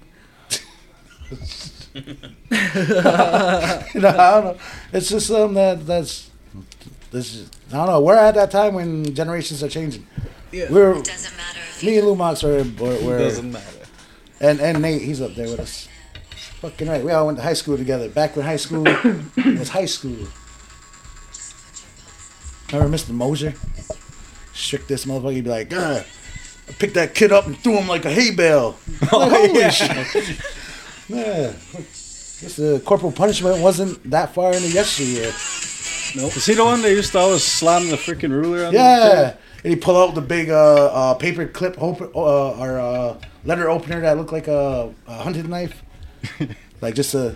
A: no, I don't know. It's just something that that's this is, I don't know. We're at that time when generations are changing.
E: Yeah.
A: We're
G: Doesn't matter if
A: me and Lumox are were,
B: It
A: were
B: doesn't matter.
A: and and Nate he's up there with us. Fucking right. We all went to high school together. Back when high school was high school. Remember Mr. Moser? Strict this motherfucker. He'd be like, "Ugh." I picked that kid up and threw him like a hay bale. Like, holy shit. Yeah. Guess the corporal punishment wasn't that far into yesteryear.
B: Is he the one that used to always slam the freaking ruler on the
A: Yeah. And he pull out the big uh, uh, paper clip op- uh, or uh, letter opener that looked like a, a hunted knife. like just a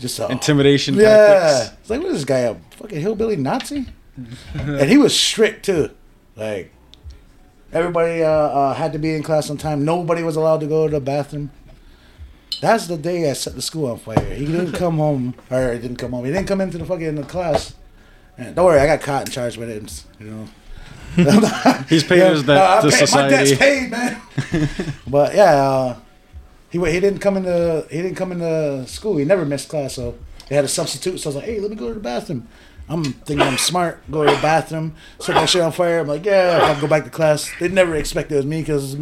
A: just a
B: Intimidation
A: Yeah.
B: tactics.
A: It's like what is this guy a fucking hillbilly Nazi? and he was strict too. Like everybody uh, uh, had to be in class on time. Nobody was allowed to go to the bathroom. That's the day I set the school on fire. He didn't come home, or he didn't come home. He didn't come into the fucking class. And don't worry, I got caught and charged with it. You know,
B: He's paying his debt
A: Uh, I
B: to
A: paid- My debt's
B: society.
A: paid, man. but yeah, uh, he wa- he didn't come into he didn't come into school. He never missed class, so they had a substitute. So I was like, hey, let me go to the bathroom. I'm thinking I'm smart. Go to the bathroom, set that shit on fire. I'm like, yeah, I'll go back to class. They never expected it was me because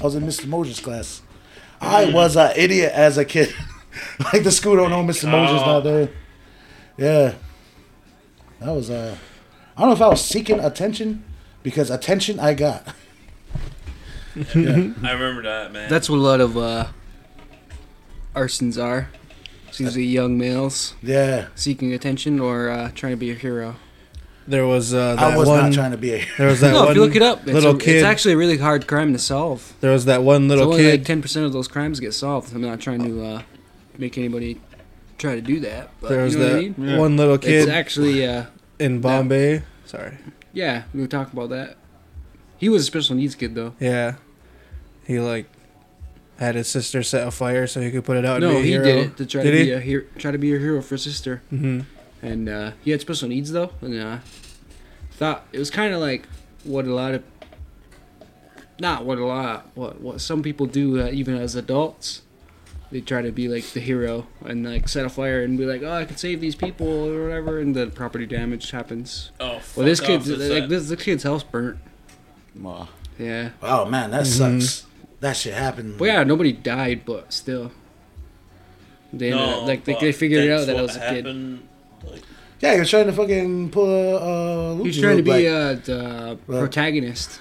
A: I was in Mr. Moses' class. I was an idiot as a kid. like the school don't know Mr. Moses
D: Oh.
A: now, dude. Yeah, that was uh, I don't know if I was seeking attention because attention I got.
D: I remember that man.
E: That's what a lot of uh, arsons are. It's usually young males
A: Yeah,
E: seeking attention or uh, trying to be a hero.
C: There was uh, that
A: I was
C: one.
A: not trying to be a.
C: There was that
E: no,
C: one
E: if you look it up, it's,
C: little
E: a,
C: kid.
E: it's actually a really hard crime to solve.
C: there was that one
E: It's
C: little
E: only
C: kid.
E: like ten percent of those crimes get solved. I'm not trying to uh, make anybody try to do that. But
C: there was
E: you know
C: that
E: what I mean?
B: Yeah.
C: one little
E: It's
C: kid
E: actually uh,
C: in Bombay. Sorry.
E: yeah. We were talking about that. He was a special needs kid though.
C: Yeah. He like had his sister set a fire so he could put it out.
E: No,
C: and be a
E: he
C: hero.
E: did it to try
C: Did
E: to
C: he?
E: be a hero, try to be a hero for his sister.
H: Mm-hmm.
C: hmm
E: And uh, he had special needs though, and uh, thought it was kind of like what a lot of not what a lot what what some people do uh, even as adults. They try to be like the hero and like set a fire and be like, oh, I can save these people or whatever, and the property damage happens.
D: oh,
E: Well, this kid's like this, this kid's house burnt.
B: Wow.
E: Yeah.
A: Oh man, that
E: Mhm.
A: sucks. That shit happened.
E: Well, yeah, nobody died, but still. They ended up- like they,
D: but
E: they figured
D: that's
E: out that I
D: what
E: was a kid.
D: happened.
A: Yeah, he was trying to fucking pull a. Uh,
E: He was
A: Lucha
E: trying to
A: move,
E: be uh,
A: like-
E: the
A: Right.
E: protagonist.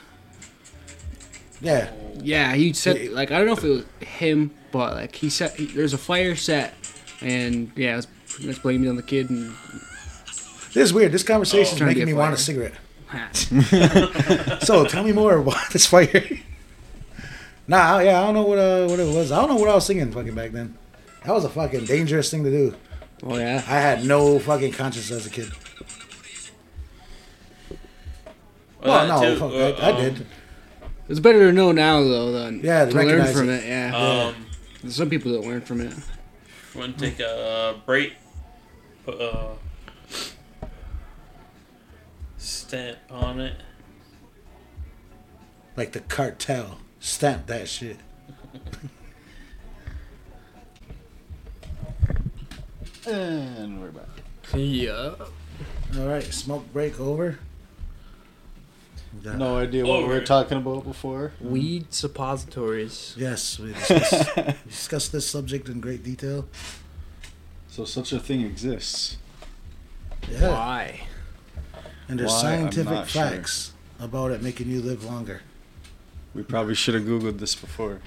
A: yeah.
E: Yeah, he said like I don't know if it was him, but like he said he, there's a fire set, and yeah, it's pretty much blaming on the kid. And
A: This is weird. This conversation is
E: Trying to
A: making
E: get
A: me want a
E: fired.
A: cigarette. Oh, so tell me more about this fire. nah, I- yeah, I don't know what uh, what it was. I don't know what I was singing fucking back then. That was a fucking dangerous thing to do.
E: oh yeah,
A: I had no fucking conscience as a kid.
E: Oh,
D: Well,
A: well,
D: that
A: Oh, no,
D: too,
A: fuck,
D: uh,
A: I, I
D: um,
A: did.
E: it's better to know now though than
A: Yeah,
E: to learn
A: recognize
E: from
A: it.
E: it. Yeah,
D: Um,
E: some people don't learn from it.
D: want to take a uh, break? Put a stamp on it.
A: Like the cartel stamped that shit.
B: And we're back.
E: Yeah,
A: All right, smoke break over. Oh, Yeah.
B: No idea what we were
D: Over.
B: talking about before.
E: weed suppositories.
A: Yes, we discussed, discussed this subject in great detail.
B: So such a thing exists.
A: Yeah,
E: Why?
A: and there's
B: Why, I'm
A: scientific
B: not sure.
A: facts about it making you live longer.
B: We probably should have googled this before.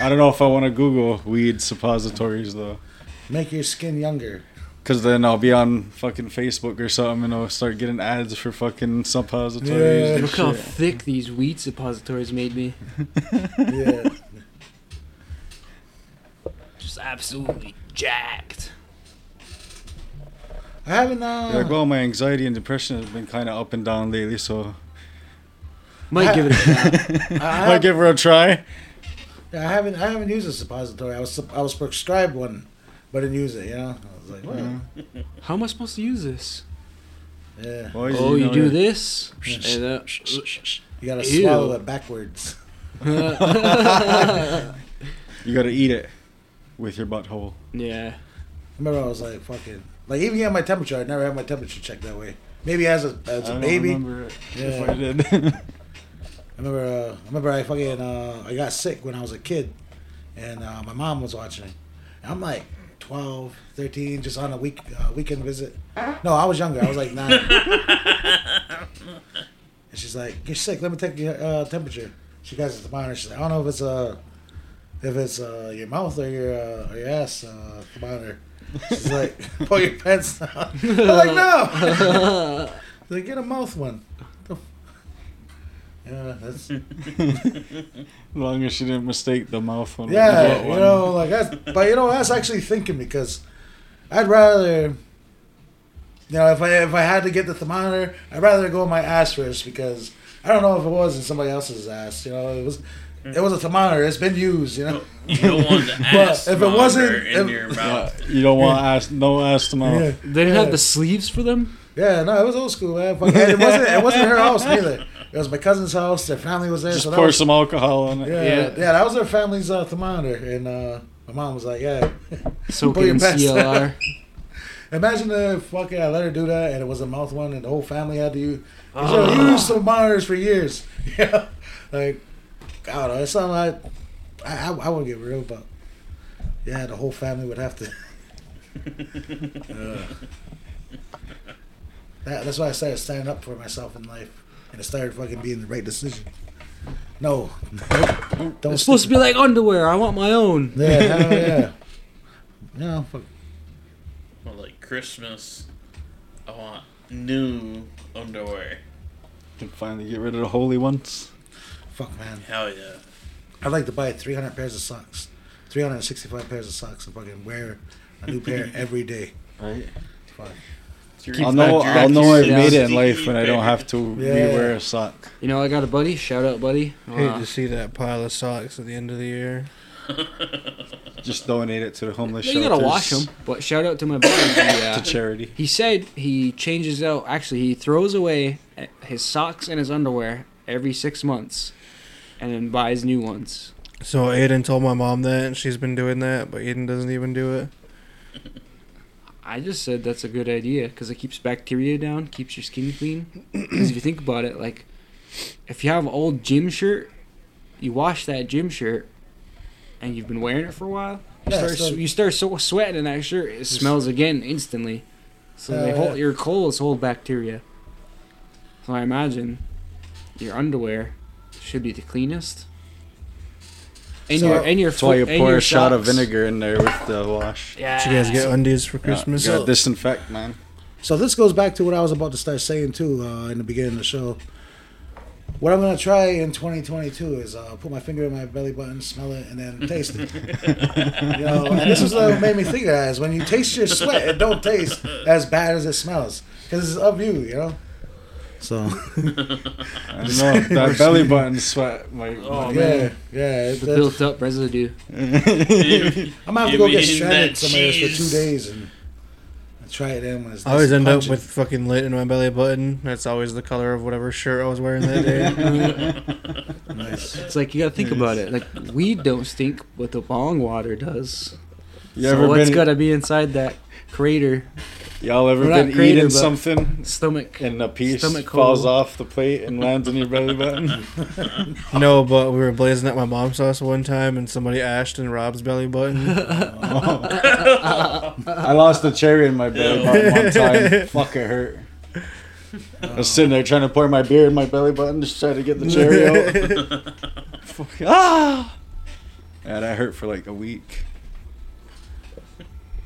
B: I don't know if I want to Google weed suppositories though,
A: Make your skin younger.
B: because then I'll be on fucking Facebook or something and I'll start getting ads for fucking suppositories.
A: Yeah.
B: and
E: Look how
B: shit.
E: thick these weed suppositories made me.
A: Yeah.
E: Just absolutely jacked.
A: I haven't. Uh,
B: Like, well, my anxiety and depression has been kind of up and down lately, so
E: Might give it a shot.
A: I,
B: I might
A: have,
B: give her a try.
A: I haven't. I haven't used a suppository. I was. sup- I was prescribed one, but didn't use it. You know. I was like, well,
B: Mm-hmm.
E: How am I supposed to use this?
A: yeah.
B: Well,
E: Oh, you
B: know,
E: do
B: yeah.
E: this? and, uh,
A: You gotta
E: Ew.
A: swallow it backwards.
B: You gotta eat it with your butthole.
E: yeah.
A: Remember, I was like, fucking. Like even at my temperature, I never had my temperature checked that way. Maybe as a as a
B: I don't
A: baby.
B: remember it if
A: Yeah.
B: I did.
A: I remember, uh, I remember I fucking uh, I got sick when I was a kid, and uh, my mom was watching. And I'm like 12, 13, just on a week uh, weekend visit. No, I was younger. I was like nine. and she's like, "You're sick. Let me take your uh, temperature." She got a thermometer. She's like, "I don't know if it's uh, if it's uh, your mouth or your uh, or your ass uh, thermometer." She's like, "Pull your pants down." I'm like, "No." She's like, "Get a mouth one." Yeah, that's
B: As long as she didn't mistake the mouth one. with the
A: Yeah,
B: butt
A: you
B: one.
A: know, like that's, but you know, that's actually thinking because I'd rather, you know, if I if I had to get the thermometer, I'd rather go in my ass first because I don't know if it was in somebody else's ass. You know, it was
B: Mm.
A: it was a thermometer. It's been used. You know,
B: Oh.
D: You don't want the
A: But
D: ass
A: if it wasn't-
D: monitor in
A: if-
D: your
B: Yeah,
D: mouth.
B: you don't want ass, no ass to mouth.
A: yeah,
E: They didn't
A: Yeah.
E: have the sleeves for them?
A: yeah, no, it was old school, man. Fuck, and it wasn't it wasn't her house neither. It was my cousin's house. Their family was there.
B: Just
A: so that
B: pour
A: was-
B: some alcohol on it.
A: Yeah, yeah,
E: Yeah.
A: that was their family's uh, thermometer, and uh, my mom was like, yeah.
E: Soak
A: Pull
E: it
A: your
E: in
A: pants
E: CLR.
A: Imagine if fucking I let her do that and it was a mouth one and the whole family had to use.
E: Oh.
A: So you used some monitors for years. Yeah. Like, I don't know. It's something I, I, I, I wouldn't get real, but yeah, the whole family would have to. Ugh. that, that's why I started standing up for myself in life and it started fucking being the right decision. No. Don't.
E: It's supposed to be like underwear. I want my own.
A: Yeah, hell yeah. No, fuck.
D: Well, like Christmas, I want new underwear.
B: Can finally get rid of the holy ones.
A: Fuck, man.
D: Hell yeah.
A: I'd like to buy 300 pairs of socks, 365 pairs of socks, and fucking wear a new pair every day.
B: Right.
A: Fuck.
B: I'll know.
E: that
B: I'll
E: jerky
B: know I
E: shit
B: made it in
D: sticky
B: life when I don't
D: pair.
B: have to
A: Yeah.
B: rewear a sock.
E: You know, I got a buddy. Shout out, buddy.
H: Hate
E: Uh,
H: to see that pile of socks at the end of the year.
B: Just donate it to the homeless.
E: you gotta
B: shelters,
E: wash them. But shout out to my buddy. He,
B: to
E: uh,
B: charity.
E: he said he changes out. Actually, he throws away his socks and his underwear every six months, and then buys new ones.
H: So Aiden told my mom that, and she's been doing that, but Aiden doesn't even do it.
E: I just said that's a good idea because it keeps bacteria down, keeps your skin clean. Because if you think about it, like if you have an old gym shirt, you wash that gym shirt, and you've been wearing it for a while. You
A: Yeah,
E: start,
A: so-
E: you start so sweating in that shirt, it smells again instantly. So they
A: Oh,
E: hold
A: yeah.
E: your clothes hold bacteria. So I imagine your underwear should be the cleanest. And
A: So-
E: your and your
B: That's why you
E: foot- and
B: pour
E: your
B: a shot of
E: socks.
B: vinegar in there with the wash.
E: Yeah.
H: Did you guys get undies
E: Oh,
H: for Christmas?
B: Yeah, gotta disinfect, man.
A: So this goes back to what I was about to start saying too uh, in the beginning of the show. What I'm gonna try in 2022 is uh, put my finger in my belly button, smell it, and then taste it. you know, and this is what made me think of that is when you taste your sweat, it don't taste as bad as it smells because it's of you, you know. So
B: I don't know if that belly button sweat might.
D: Oh,
A: yeah, yeah. It,
E: The built up residue.
A: I'm gonna have to
D: You
A: go get
D: mean
A: stranded
D: that
A: somewhere else for two
D: cheese?
A: days and try it in when it's.
H: I always
A: nice and
H: end up
A: pungent.
H: with fucking lit in my belly button. That's always the color of whatever shirt I was wearing that day.
A: Nice.
E: It's like you gotta think about it. Like weed don't stink, but the bong water does.
B: You
E: so
B: ever
E: what's
B: been?
E: gotta be inside that crater
B: Y'all ever
E: We're not
B: been
E: creative,
B: eating
E: but-
B: something
E: stomach?
B: and a piece
E: Stomach
B: falls
E: hole.
B: off the plate and lands in your belly button?
H: no, but we were blazing at my mom's house one time and somebody ashed in Rob's belly button.
B: I lost a cherry in my belly button one time. Fuck, it hurt. I was sitting there trying to pour my beer in my belly button, just trying to get the cherry out. Fuck, ah! Yeah, that hurt for like a week.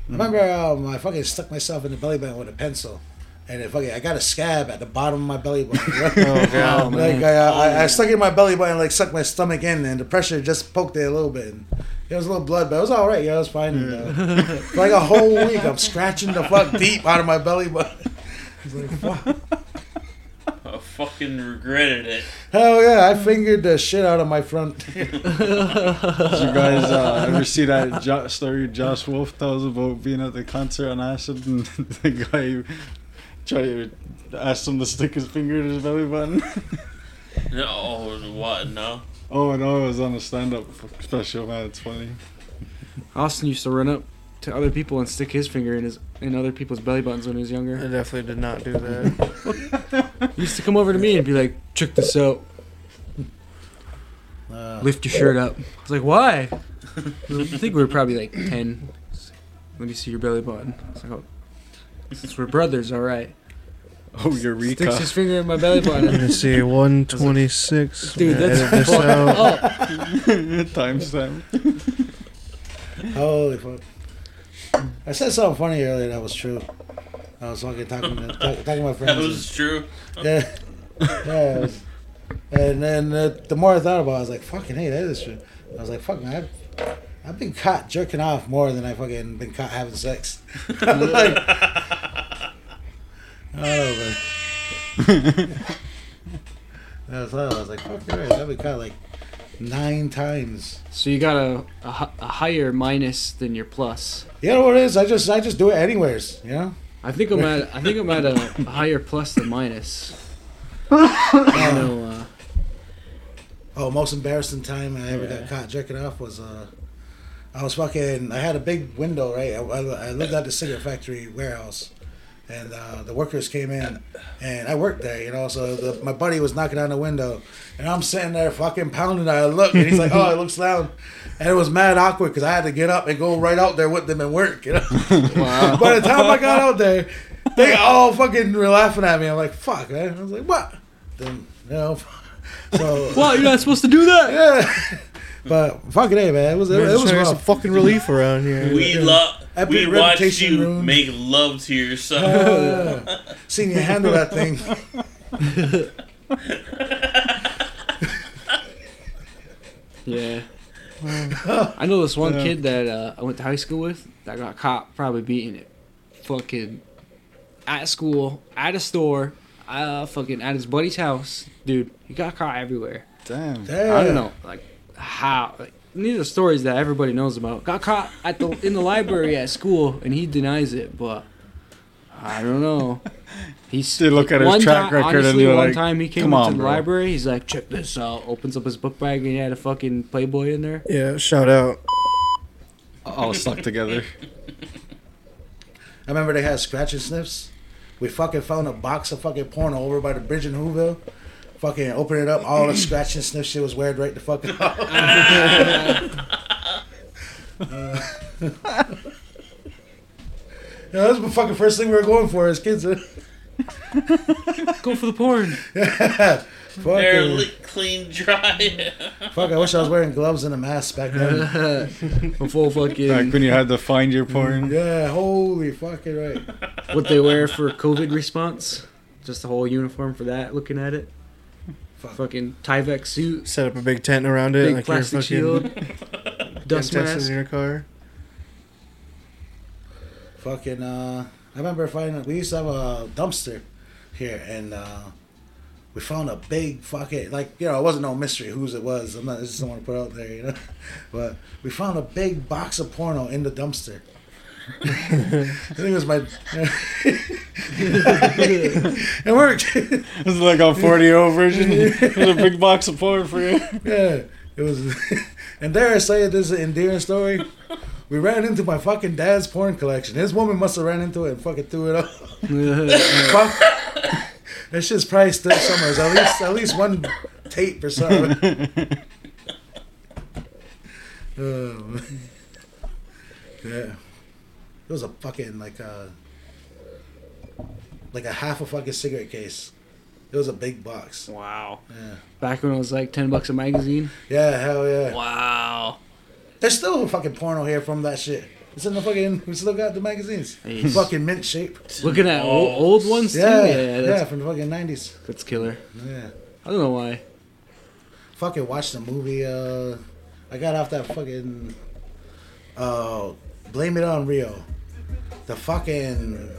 A: Remember, um, I fucking stuck myself in the belly button with a pencil, and it fucking I got a scab at the bottom of my belly button.
E: Oh
A: like I, I, I stuck it in my belly button, like sucked my stomach in, and the pressure just poked it a little bit. And it was a little blood, but it was all right. Yeah, it was fine. And, uh, for like a whole week, I'm scratching the fuck deep out of my belly button. It's like, fuck.
D: I fucking regretted it.
A: Hell yeah, I fingered the shit out of my front.
B: Did you guys uh, ever see that jo- story Josh Wolf tells about being at the concert on acid and the guy tried to ask him to stick his finger in his belly button?
D: No, oh, what? No.
B: Oh no, it was on a stand-up special, man. It's funny.
E: Austin used to run up to other people and stick his finger in his in other people's belly buttons when he was
H: I
E: younger.
H: definitely did not do that.
E: He used to come over to me and be like, "Check this out.
A: Uh,
E: Lift your shirt up." I was like, "Why?" I think we were probably like ten. He's like, Let me see your belly button. I was like, "Oh, since we're brothers, all right."
B: Oh, Eureka!
E: Sticks his finger in my belly button.
H: Let's see, 126.
E: Dude,
H: We're gonna edit this
E: that's fucked
H: out.
E: up.
B: Timestamp.
A: Holy fuck. I said something funny earlier that was true. I was fucking talking to, talk, talking to my friends.
D: That was true.
A: yeah. yeah. it was- and then uh, the more I thought about it, I was like, fucking hey, that is true. I was like, fuck man, I've, I've been caught jerking off more than I fucking been caught having sex. like, oh, man. That's how I was like, fuck right, I've been caught like nine times.
E: So you got a, a, hi- a higher minus than your plus.
A: You know what it is? I just I just do it anywheres, you know?
E: I think I'm at I think I'm at a, a higher plus than minus. I don't know. Uh,
A: Oh, most embarrassing time I ever got caught jerking off was uh, I was fucking. I had a big window, right? I, I, I lived at the cigarette factory warehouse, and uh, the workers came in, and I worked there, you know. So the, my buddy was knocking on the window, and I'm sitting there fucking pounding. I look, and he's like, "Oh, it looks loud," and it was mad awkward because I had to get up and go right out there with them and work, you know. By the time I got out there, they all fucking were laughing at me. I'm like, "Fuck," man. I was like, "What?" Then you know, so
E: well, you're not supposed to do that.
A: yeah. But fucking A, man. It was it,
H: We're
A: it
H: just trying
A: was
H: to get some
A: rough.
H: fucking relief around here.
D: We love.
A: Epic
D: We watched
A: reputation
D: you
A: room.
D: make love to yourself.
A: Uh, seen you handle that thing.
E: Yeah. I know this one kid that uh, I went to high school with that got caught probably beating it. Fucking at school, at a store, uh, fucking at his buddy's house. Dude, he got caught everywhere.
B: Damn.
E: I don't know, like, how. Like, these are stories that everybody knows about. Got caught at the in the library at school, and he denies it, but I don't know. He's
B: Dude, look at his
E: one
B: track
E: ti-
B: record and
E: honestly,
B: you're
E: one
B: like,
E: time he came
B: "Come
E: into
B: on,
E: the
B: bro."
E: library, he's like, "Check this out." Opens up his book bag and he had a fucking Playboy in there.
H: Yeah, shout out.
B: All stuck together.
A: I remember they had scratch and sniffs. We fucking found a box of fucking porn over by the bridge in Whoville. Fucking open it up, all the scratch and sniff shit was weird right the fuck out. Uh, Yeah, that's the fucking first thing we were going for as kids.
E: Go for the porn.
A: yeah.
D: They're
A: Fucking,
D: li- clean, dry.
A: fuck, I wish I was wearing gloves and a mask back then.
E: Before
B: Back
E: fucking
B: when you had to find your porn.
A: Mm, yeah, holy fucking right.
E: what they wear for COVID response. Just the whole uniform for that. Looking at it. Fucking Tyvek suit,
H: Set up a big tent around it,
E: big
H: like your
E: plastic
H: fucking
E: shield, dust
H: intestines
E: mask.
H: in your car.
A: Fucking, uh, I remember finding, we used to have a dumpster here, and, uh, we found a big fucking, like, you know, it wasn't no mystery whose it was. I'm not, I just don't want to put it out there, you know? But we found a big box of porno in the dumpster. I think it was my. it worked.
B: This is like a 40 year old version. There's a big box of porn for you.
A: Yeah, it was. and dare I say it, this is an endearing story. We ran into my fucking dad's porn collection. His woman must have ran into it and fucking threw it up. Fuck. That shit's probably still somewhere. It's At least, at least one tape or something. Um, yeah, it was a fucking like a like a half a fucking cigarette case. It was a big box.
E: wow.
A: Yeah,
E: Back when it was like ten bucks a magazine.
A: yeah, hell yeah.
E: Wow.
A: There's still fucking porno here from that shit. It's in the fucking. We still got the magazines.
E: Nice.
A: Fucking mint shape.
E: Looking at o- old ones too.
A: Yeah,
E: Yeah,
A: yeah,
E: that's,
A: from the fucking nineties.
E: that's killer.
A: Yeah.
E: I don't know why.
A: Fucking watched the movie. Uh, I got off that fucking. Uh, blame it on Rio. The fucking.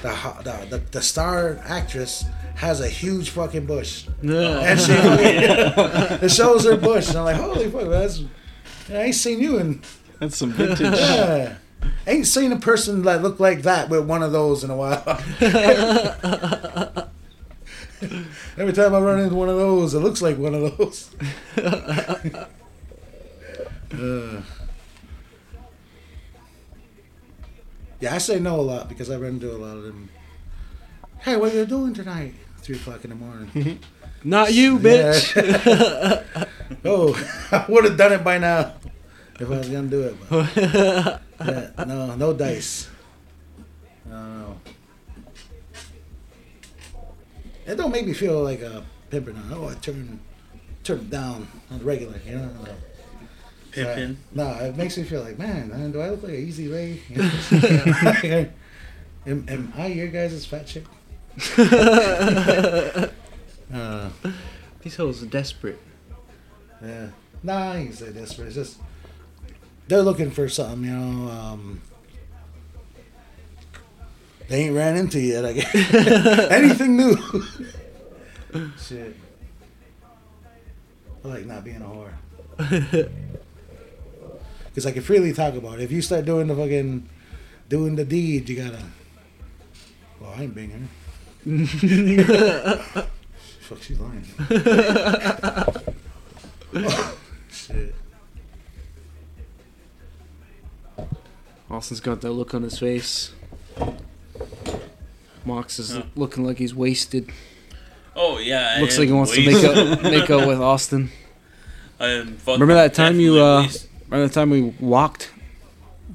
A: The, ho- the, the, the star actress has a huge fucking bush.
E: Yeah.
A: And she fucking- it shows her bush. And I'm like, holy fuck, that's. I ain't seen you in
B: That's some vintage.
A: Yeah. Ain't seen a person that looked like that with one of those in a while. Every time I run into one of those, it looks like one of those. Uh. Yeah, I say no a lot because I run into a lot of them. Hey, what are you doing tonight? Three o'clock in the morning.
E: Not you, bitch.
A: oh, I would have done it by now if I was gonna do it. But. Yeah, no, no dice. No, no. It don't make me feel like a pimper now. Oh, I turn turn it down on the regular, you know. like, uh,
D: Pimpin'.
A: no, it makes me feel like, man, uh, do I look like an easy ray? am, am I your guys' fat chick? uh,
E: These hoes are desperate.
A: yeah. Nah, I ain't say this, but it's just they're looking for something, you know. Um, they ain't ran into yet, I guess. Anything new? Shit. I like not being a whore. Because I can freely talk about it. If you start doing the fucking, doing the deed, you gotta. Well, I ain't being her. Fuck, she's lying. Shit.
E: Austin's got that look on his face. Mox is looking like he's wasted.
D: Oh yeah. I
E: Looks
D: am
E: like he wants
D: wasted.
E: to make up make up with Austin.
D: I am fucking
E: Remember that time you
D: definitely
E: uh
D: wasted.
E: remember the time we walked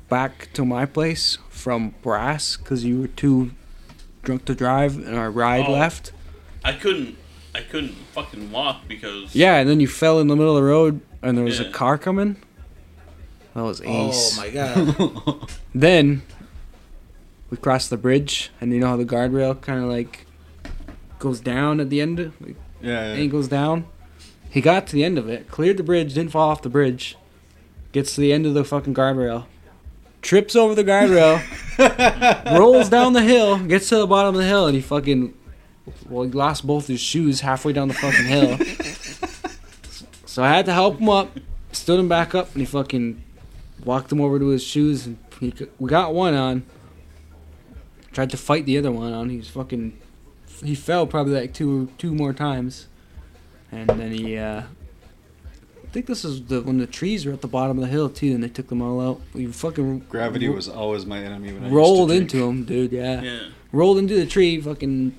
E: back to my place from Brass cuz you were too drunk to drive and our ride
D: Oh.
E: left?
D: I couldn't. I couldn't fucking walk because.
E: Yeah, and then you fell in the middle of the road and there was
D: Yeah.
E: a car coming. That was ace.
A: Oh my god.
E: Then we crossed the bridge, and you know how the guardrail kind of like goes down at the end, like
B: Yeah. yeah.
E: angles down. He got to the end of it, cleared the bridge, didn't fall off the bridge. Gets to the end of the fucking guardrail, trips over the guardrail, rolls down the hill, gets to the bottom of the hill, and he fucking well, he lost both his shoes halfway down the fucking hill. so I had to help him up, stood him back up, and he fucking walked him over to his shoes, and he c- we got one on. Tried to fight the other one on. He was fucking. He fell probably like two two more times. And then he, uh, I think this is the when the trees were at the bottom of the hill too, and they took them all out. You fucking
B: Gravity was always my enemy when I
E: rolled
B: used to drink.
E: into him, dude. Yeah.
D: Yeah.
E: rolled into the tree, fucking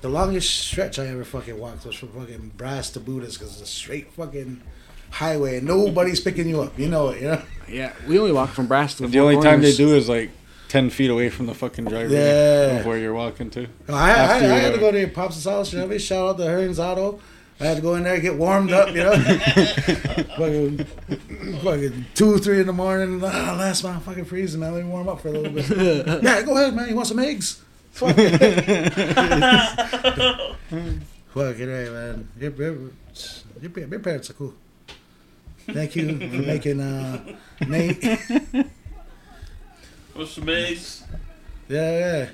A: The longest stretch I ever fucking walked was from fucking Brass to Buddha's because it's a straight fucking highway and nobody's picking you up. You know it, you know?
E: Yeah, we only walked from Brass to the,
B: The
E: Four
B: only time they
E: Corners.
B: do is like ten feet away from the fucking driver
A: Yeah.
B: of where you're walking to.
A: No, I, I, I
B: After you-
A: had to go to your pops' house, you know. We shout out to Hearns Auto. I had to go in there get warmed up, you know. fucking, fucking two, three in the morning. Ah, last man, I'm fucking freezing, man. Let me warm up for a little bit. yeah, go ahead, man. You want some eggs? Fuck. fucking right, man. Your, your, your, pa- your parents are cool. Thank you for making uh, Nate. Yeah,
D: What's some eggs?
A: yeah.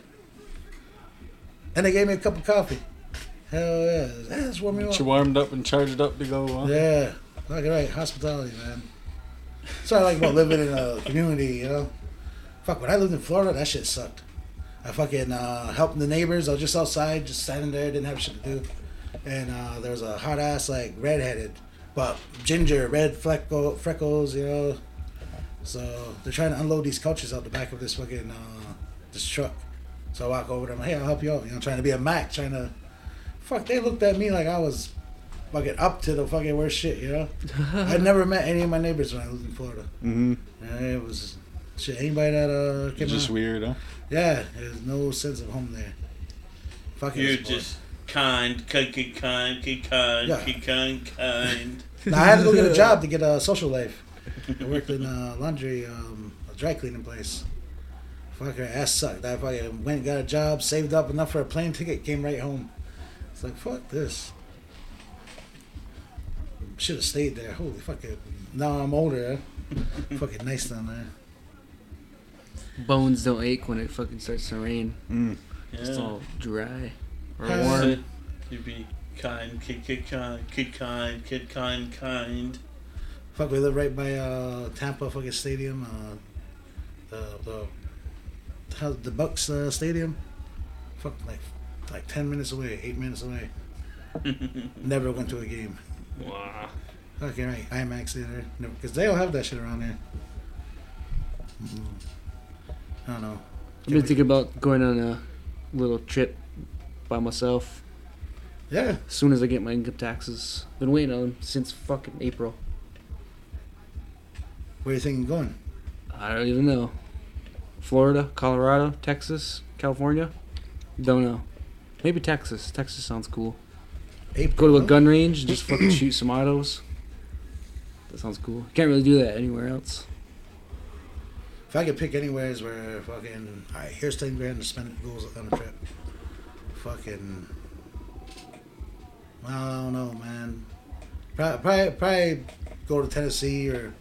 A: And they gave me a cup of coffee. Hell yeah. That's warming me up.
B: Get you warmed up and charged up to go. Huh?
A: Yeah, fucking right. Hospitality, man. That's what I like about living in a community, you know? Fuck, when I lived in Florida, that shit sucked. I fucking uh, helping the neighbors. I was just outside, just standing there, didn't have shit to do. And uh, there was a hot ass, like, redheaded, but ginger, red fleckle, freckles, you know? So they're trying to unload these couches out the back of this fucking uh, this truck. So I walk over to them, hey, I'll help you out. You know, trying to be a Mac, trying to. Fuck, they looked at me like I was fucking up to the fucking worst shit, you know? I never met any of my neighbors when I lived in Florida.
B: Mm-hmm.
A: And it was shit. Anybody that uh came
B: Just
A: out,
B: weird, huh?
A: yeah, there's no sense of home there. Fucking
D: You're just kind, kind, kind, kind, kind,
A: Yeah.
D: kind, kind, kind.
A: Now, I had to go get a job to get a social life. I worked in a laundry, um, a dry cleaning place. Fucking ass sucked. I fucking went and got a job, saved up enough for a plane ticket, came right home. It's like fuck this. Should have stayed there. Holy fucking. Now I'm older. fucking nice down there.
E: Bones don't ache when it fucking starts to rain.
B: Mm.
E: It's
D: Yeah.
E: all dry or
A: Yeah.
E: warm.
D: You be kind, kid, kid, kind, kid, kind, kid, kind, kind.
A: Fuck, we live right by uh, Tampa fucking stadium. Uh, the the how, the Bucks uh, stadium. Fuck, like like ten minutes away, eight minutes away. Never went to a game.
D: Wow.
A: Fucking right, IMAX theater. Because they don't have that shit around here. Mhm. I don't know.
E: I've been thinking about going on a little trip by myself
A: Yeah,
E: as soon as I get my income taxes. Been waiting on them since fucking April.
A: where you thinking going?
E: I don't even know. Florida, Colorado, Texas, California? Don't know. Maybe Texas. Texas sounds cool. Go
A: April.
E: to a
A: huh?
E: gun range and just fucking shoot some autos. That sounds cool. Can't really do that anywhere else.
A: If I could pick anywhere is where fucking all right, here's ten grand to spend it goes on a trip. Fucking, I don't know, man. Probably, probably, probably go to Tennessee or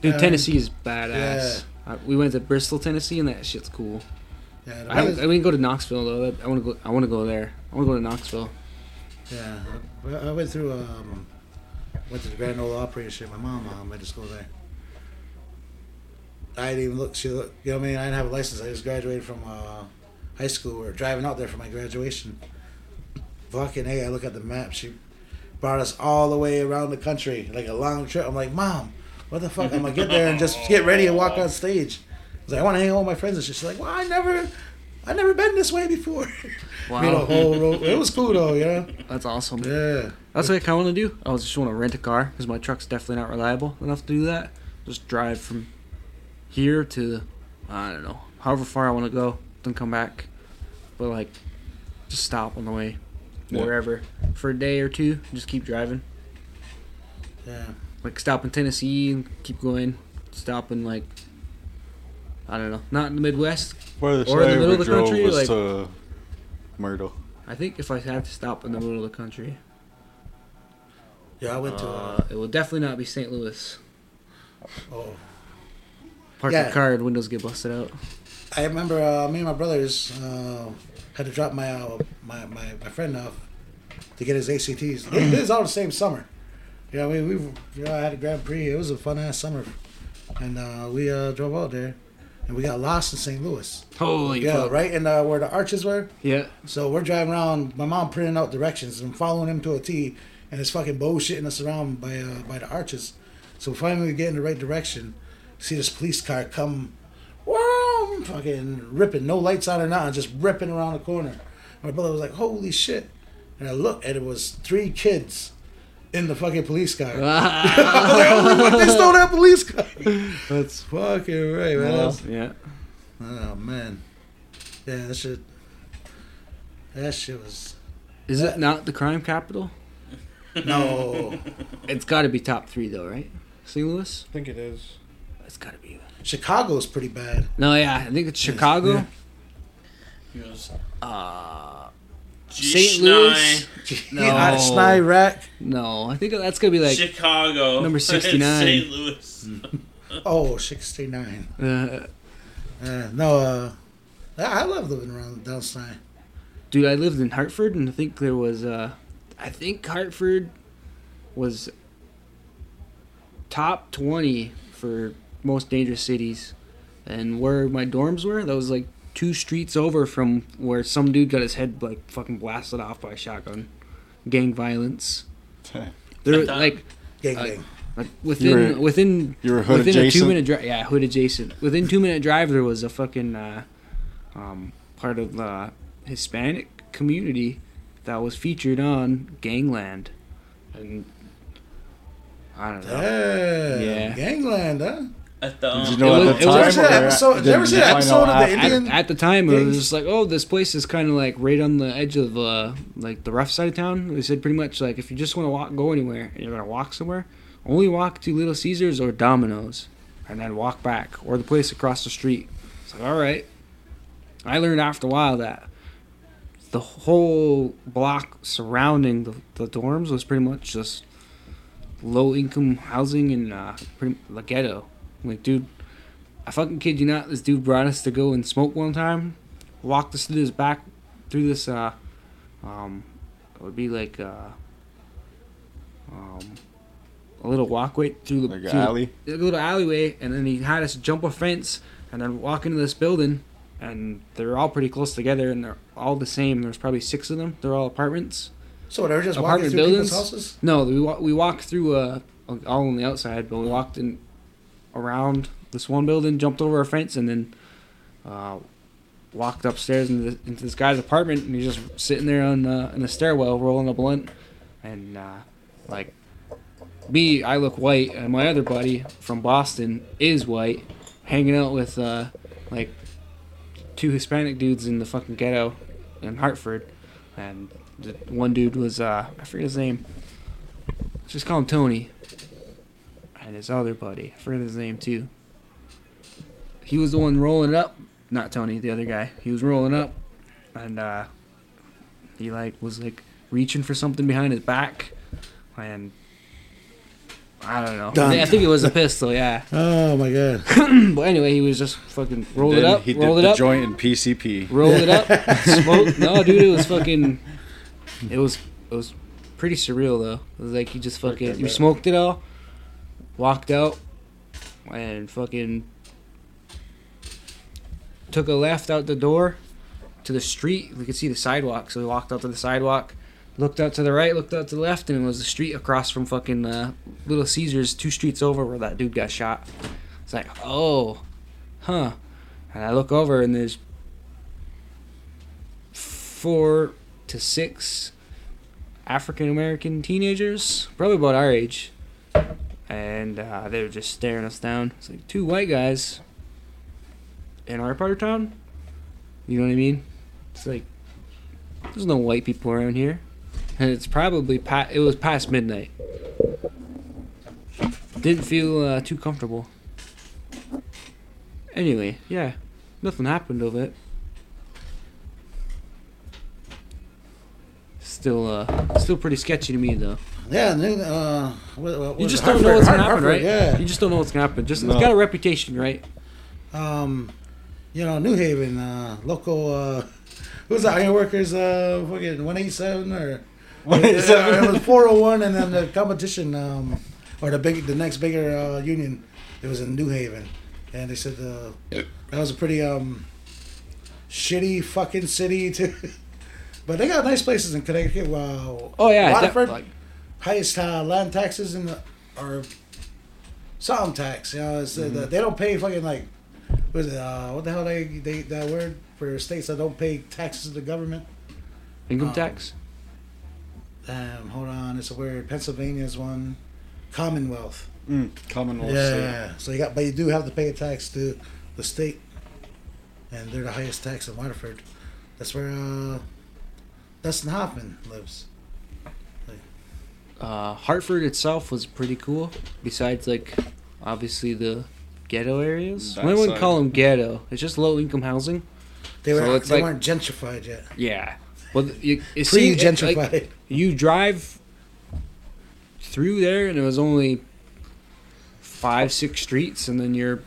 E: Dude,
A: Um,
E: Tennessee is badass. Uh, we went to Bristol, Tennessee, and that shit's cool.
A: yeah, the
E: I, haven't-
A: weather's-
E: I didn't go to Knoxville though. That- I want to go. I want to go there. I want to go to Knoxville.
A: yeah. I I went through um, went to the Grand Ole Opry and shit. My mom um, went to school there. I didn't even look. She looked. You know what I mean? I didn't have a license. I just graduated from uh, high school. We were driving out there for my graduation. Fucking hey, I look at the map. She brought us all the way around the country, like a long trip. I'm like, mom, what the fuck? I'm gonna get there and just get ready and walk on stage. I was like, I want to hang out with my friends and shit. She's like, well, I never, I never been this way before. Wow.
E: Wow.
A: whole road. It was cool though, you know.
E: That's awesome.
A: Yeah.
E: That's what I kind of want to do. I was just want to rent a car because my truck's definitely not reliable enough to do that. Just drive from here to I don't know, however far I want to go, then come back. But like, just stop on the way,
B: Yeah.
E: wherever, for a day or two. Just keep driving.
A: Yeah.
E: like stop in Tennessee and keep going. Stop in like I don't know, not in the Midwest.
B: Where the
E: Or in the middle of
B: driver
E: the
B: drove
E: country,
B: was
E: like-
B: to Myrtle.
E: I think if I have to stop in the middle of the country,
A: Yeah, I went to. Uh,
E: uh, it will definitely not be St. Louis.
A: oh,
E: Park
A: Yeah.
E: your car and windows get busted out.
A: I remember uh, me and my brothers uh, had to drop my, uh, my my my friend off to get his ACTs. It it was all the same summer. You know, we we you know I had a Grand Prix. It was a fun ass summer, and uh, we uh, drove out there, and we got lost in St. Louis.
E: Holy
A: Yeah, right in uh, where the arches were.
E: Yeah.
A: So we're driving around. My mom printing out directions. and following him to a T, and it's fucking bullshitting us around by uh, by the arches. So finally we get in the right direction. See this police car come, whoom, fucking ripping, no lights on or nothing, just ripping around the corner. My brother was like, "Holy shit!" And I looked, and it was three kids in the fucking police car. I was like, "Holy fuck, they stole that police car!" That's fucking right, man. That's-
E: Yeah.
A: Oh man, yeah, that shit. That shit was
E: Is it not the crime capital?
A: no.
E: It's got to be top three though, right? St. Louis.
H: I think it is.
E: It's got to be.
A: Chicago's pretty bad.
E: No, yeah, I think it's Chicago.
A: Yeah.
D: He goes,
E: Uh,
D: St.
E: St. Louis.
A: No. Iraq.
E: No, I think that's gonna be like
D: Chicago.
E: number Hmm. 69.
D: St. Louis.
A: Oh, 69.
E: Uh,
A: Uh, no, uh, I I love living around Dalstein.
E: dude, I lived in Hartford, and I think there was, uh, I think Hartford was top 20 for most dangerous cities. And where my dorms were, that was like two streets over from where some dude got his head like fucking blasted off by a shotgun. Gang violence. There, like,
A: Gang
E: Uh,
A: gang.
E: like within
B: You were-
E: within
B: you were hood
E: within a two
B: adjacent?
E: minute drive. Yeah, hood adjacent. Within two minute drive, there was a fucking uh, um, part of the Hispanic community that was featured on Gangland, and I don't know.
A: Damn.
E: Uh, Yeah.
A: Gangland, huh?
D: At the,
B: Did you
D: um,
B: know
E: It
B: at
E: was-
B: the
E: it was-
A: Did you ever
B: time?
A: see
B: or
A: that episode- did you ever see
B: did
A: that
B: you find out
A: episode of the
B: after?
A: Indian-
E: At, at the time, it was
A: gangs?
E: just like, oh, this place is kind of like right on the edge of uh, like the rough side of town. They said pretty much like if you just want to walk, go anywhere, and you're gonna walk somewhere, only walk to Little Caesars or Domino's, and then walk back or the place across the street. It's like, all right. I learned after a while that the whole block surrounding the, the dorms was pretty much just low income housing and uh, pretty the ghetto. Like, dude, I fucking kid you not. This dude brought us to go and smoke one time. Walked us through this back, through this. uh Um, it would be like uh, um, a little walkway through the
B: Like
E: through
B: an
E: the-
B: alley?
E: a little alleyway, and then he had us jump a fence and then walk into this building. And they're all pretty close together, and they're all the same. There's probably six of them. They're all apartments.
A: So they were just walking
E: apartment
A: through
E: buildings.
A: people's houses?
E: No, we wa- we walked through uh all on the outside, but we walked in around this one building, jumped over a fence, and then uh, walked upstairs into, the, into this guy's apartment, and he's just sitting there on uh, in the stairwell rolling a blunt, and uh, like me, I look white, and my other buddy from Boston is white, hanging out with uh, like two Hispanic dudes in the fucking ghetto in Hartford, and the one dude was uh, I forget his name. Let's just call him Tony. And his other buddy, I forget his name too. He was the one rolling it up, not Tony, the other guy. He was rolling up, and uh, he like was like reaching for something behind his back, and I don't know.
A: Done.
E: I think it was a pistol, yeah.
A: Oh my god.
E: but anyway, he was just fucking roll it
B: Then
E: up,
B: He did
E: roll it
B: the
E: up,
B: joint in PCP.
E: roll it up, smoke. No, dude, it was fucking. It was it was pretty surreal though. It was like you just fucking you smoked it all, walked out, and fucking took a left out the door to the street. We could see the sidewalk, so we walked out to the sidewalk. Looked out to the right, looked out to the left, and it was the street across from fucking uh, Little Caesars, two streets over where that dude got shot. It's like, oh, huh. And I look over, and there's four to six African American teenagers, probably about our age, and uh, they were just staring us down. It's like two white guys in our part of town. You know what I mean? It's like there's no white people around here, and it's probably pa- it was past midnight. Didn't feel uh, too comfortable. Anyway, yeah, nothing happened of it. Still, uh, still pretty sketchy to me though.
A: Yeah, and then, uh, what, what
E: You
A: was
E: just
A: it?
E: don't know
A: Hartford-
E: what's gonna
A: Har-
E: happen, right? You
A: Hartford,
E: just don't know what's gonna happen. Just
B: No.
E: it's got a reputation, right?
A: Yeah. Um, you know, New Haven, uh, local, uh, who's the iron workers, uh, fucking 187 or. Yeah, it was 401 and then the competition um, or the big the next bigger uh, union it was in New Haven and they said uh, that was a pretty um, shitty fucking city to but they got nice places in Connecticut wow
E: Oh yeah, def-
A: Waterford
E: like-
A: highest uh, land taxes in the or something tax you know it's, uh, they don't pay fucking like what, is it, uh, what the hell they, they that word for states that don't pay taxes to the government
E: Income
A: Um,
E: tax?
A: Damn, hold on, it's a word. Pennsylvania's one. Commonwealth.
B: Mm, Commonwealth state.
A: yeah. So you got, but you do have to pay a tax to the state, and they're the highest tax in Waterford. That's where uh, Dustin Hoffman lives.
E: Uh, Hartford itself was pretty cool. Besides, like, obviously the ghetto areas.
B: That
E: I wouldn't
B: side.
E: call them ghetto. It's just low income housing.
A: They were
E: So it's
A: they
E: like-
A: weren't gentrified yet.
E: Yeah. Well, th- you, you see,
A: Pre
E: it- like,
A: gentrified.
E: you drive through there, and it was only five, six streets, and then you're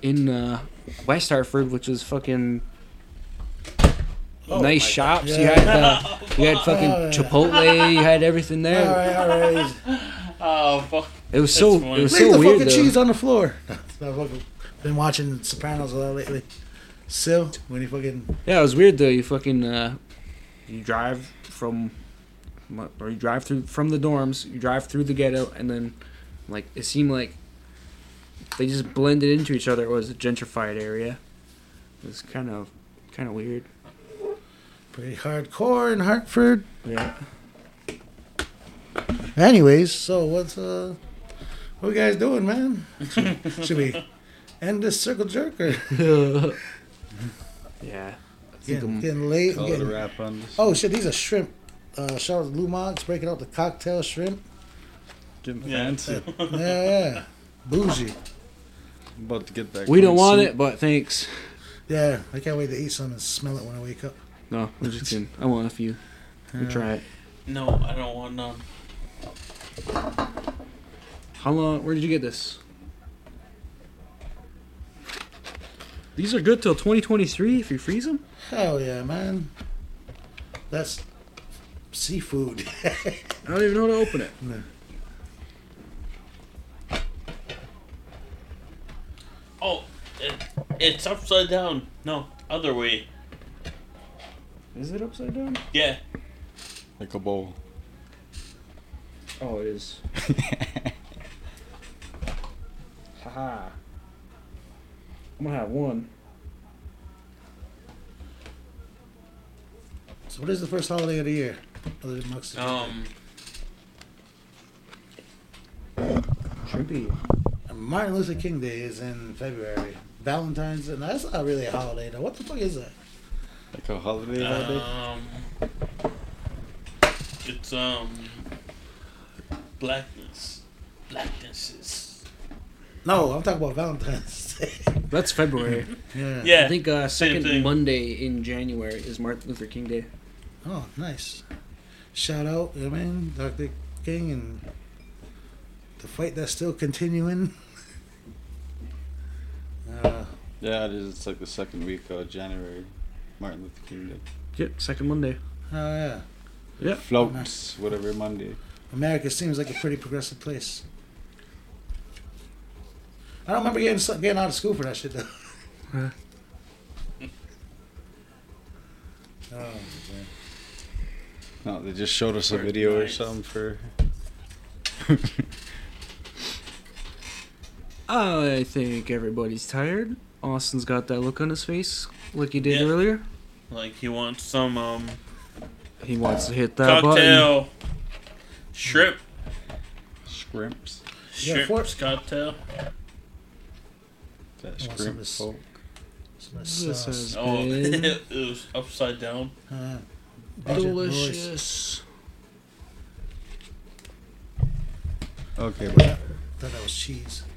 E: in uh, West Hartford, which was fucking nice shops. You
A: Yeah.
E: had uh, you had fucking
A: Oh, yeah.
E: Chipotle. You had everything
A: all
E: there.
A: right, all right.
D: Oh fuck!
E: It was so
D: That's
E: it was
D: funny.
E: so
A: Leave the
E: weird
A: fucking
E: though.
A: cheese on the floor. I've fucking been watching Sopranos a lot lately. Still, when he fucking
E: Yeah, it was weird though. You fucking uh, you drive from or you drive through from the dorms, you drive through the ghetto, and then like it seemed like they just blended into each other. It was a gentrified area. It was kind of kind of weird.
A: pretty hardcore in Hartford.
E: Yeah.
A: Anyways, so what's uh, what you guys doing, man? Should, should we end this circle jerk or
E: Yeah. I think
A: getting,
E: I'm-
A: getting late?
B: Call it a
A: getting-
B: wrap on this.
A: oh shit, these are shrimp. Uh, shout out to Lou Mox breaking out the cocktail shrimp.
B: Getting
D: Yeah.
B: fancy.
A: Yeah, yeah, bougie.
B: About to get that.
E: we don't
B: cold
E: want
B: soup.
E: it, but thanks.
A: Yeah, I can't wait to eat some and smell it when I wake up.
E: No, I'm just kidding. I want a few. We try it.
D: No, I don't want none.
E: How long? Where did you get this? These are good till 2023 if you freeze them.
A: Hell yeah, man. That's seafood.
E: I don't even know how to open it.
D: Oh, it, it's upside down. No, other way.
E: Is it upside down?
D: Yeah.
B: Like a bowl.
E: Oh, it is. Haha. I'm gonna have one.
A: so, what is the first holiday of the year? Other than Mexican.
D: Um.
E: Shrimpy.
A: Martin Luther King Day is in February. Valentine's, and that's not really a holiday. Though. What the fuck is that?
B: Like a holiday holiday.
D: Um. It's um. Blackness. Blacknesses.
A: No, I'm talking about Valentine's Day.
E: That's February.
A: yeah.
D: Yeah.
E: I think uh,
D: same
E: second
D: thing.
E: Monday in January is Martin Luther King Day.
A: Oh, nice. Shout out, you know what I mean, Dr. King and the fight that's still continuing. Uh,
B: Yeah, it is. It's like the second week of January. Martin Luther King Day.
E: Yep, second Monday.
A: oh, yeah.
B: Floats, whatever Monday.
A: America seems like a pretty progressive place. I don't remember getting getting out of school for that shit though.
E: Huh.
A: Oh, man.
B: No, they just showed us a
D: Or
B: video or
D: nice.
B: something for.
E: I think everybody's tired. Austin's got that look on his face, like he did
D: Yeah.
E: earlier.
D: Like he wants some um
E: He wants to hit that button.
D: cocktail. Shrimp.
B: Scrimps.
A: Yeah,
D: Shrimp
A: for-
D: cocktail.
B: That
A: I want some
B: scrimp
A: of this-
B: folk.
A: Some nice
E: This
A: sauce.
E: is
D: Oh,
E: been
D: it was upside down.
A: Uh, Budget Boys.
E: delicious.
B: Okay, but
A: Thought that was cheese.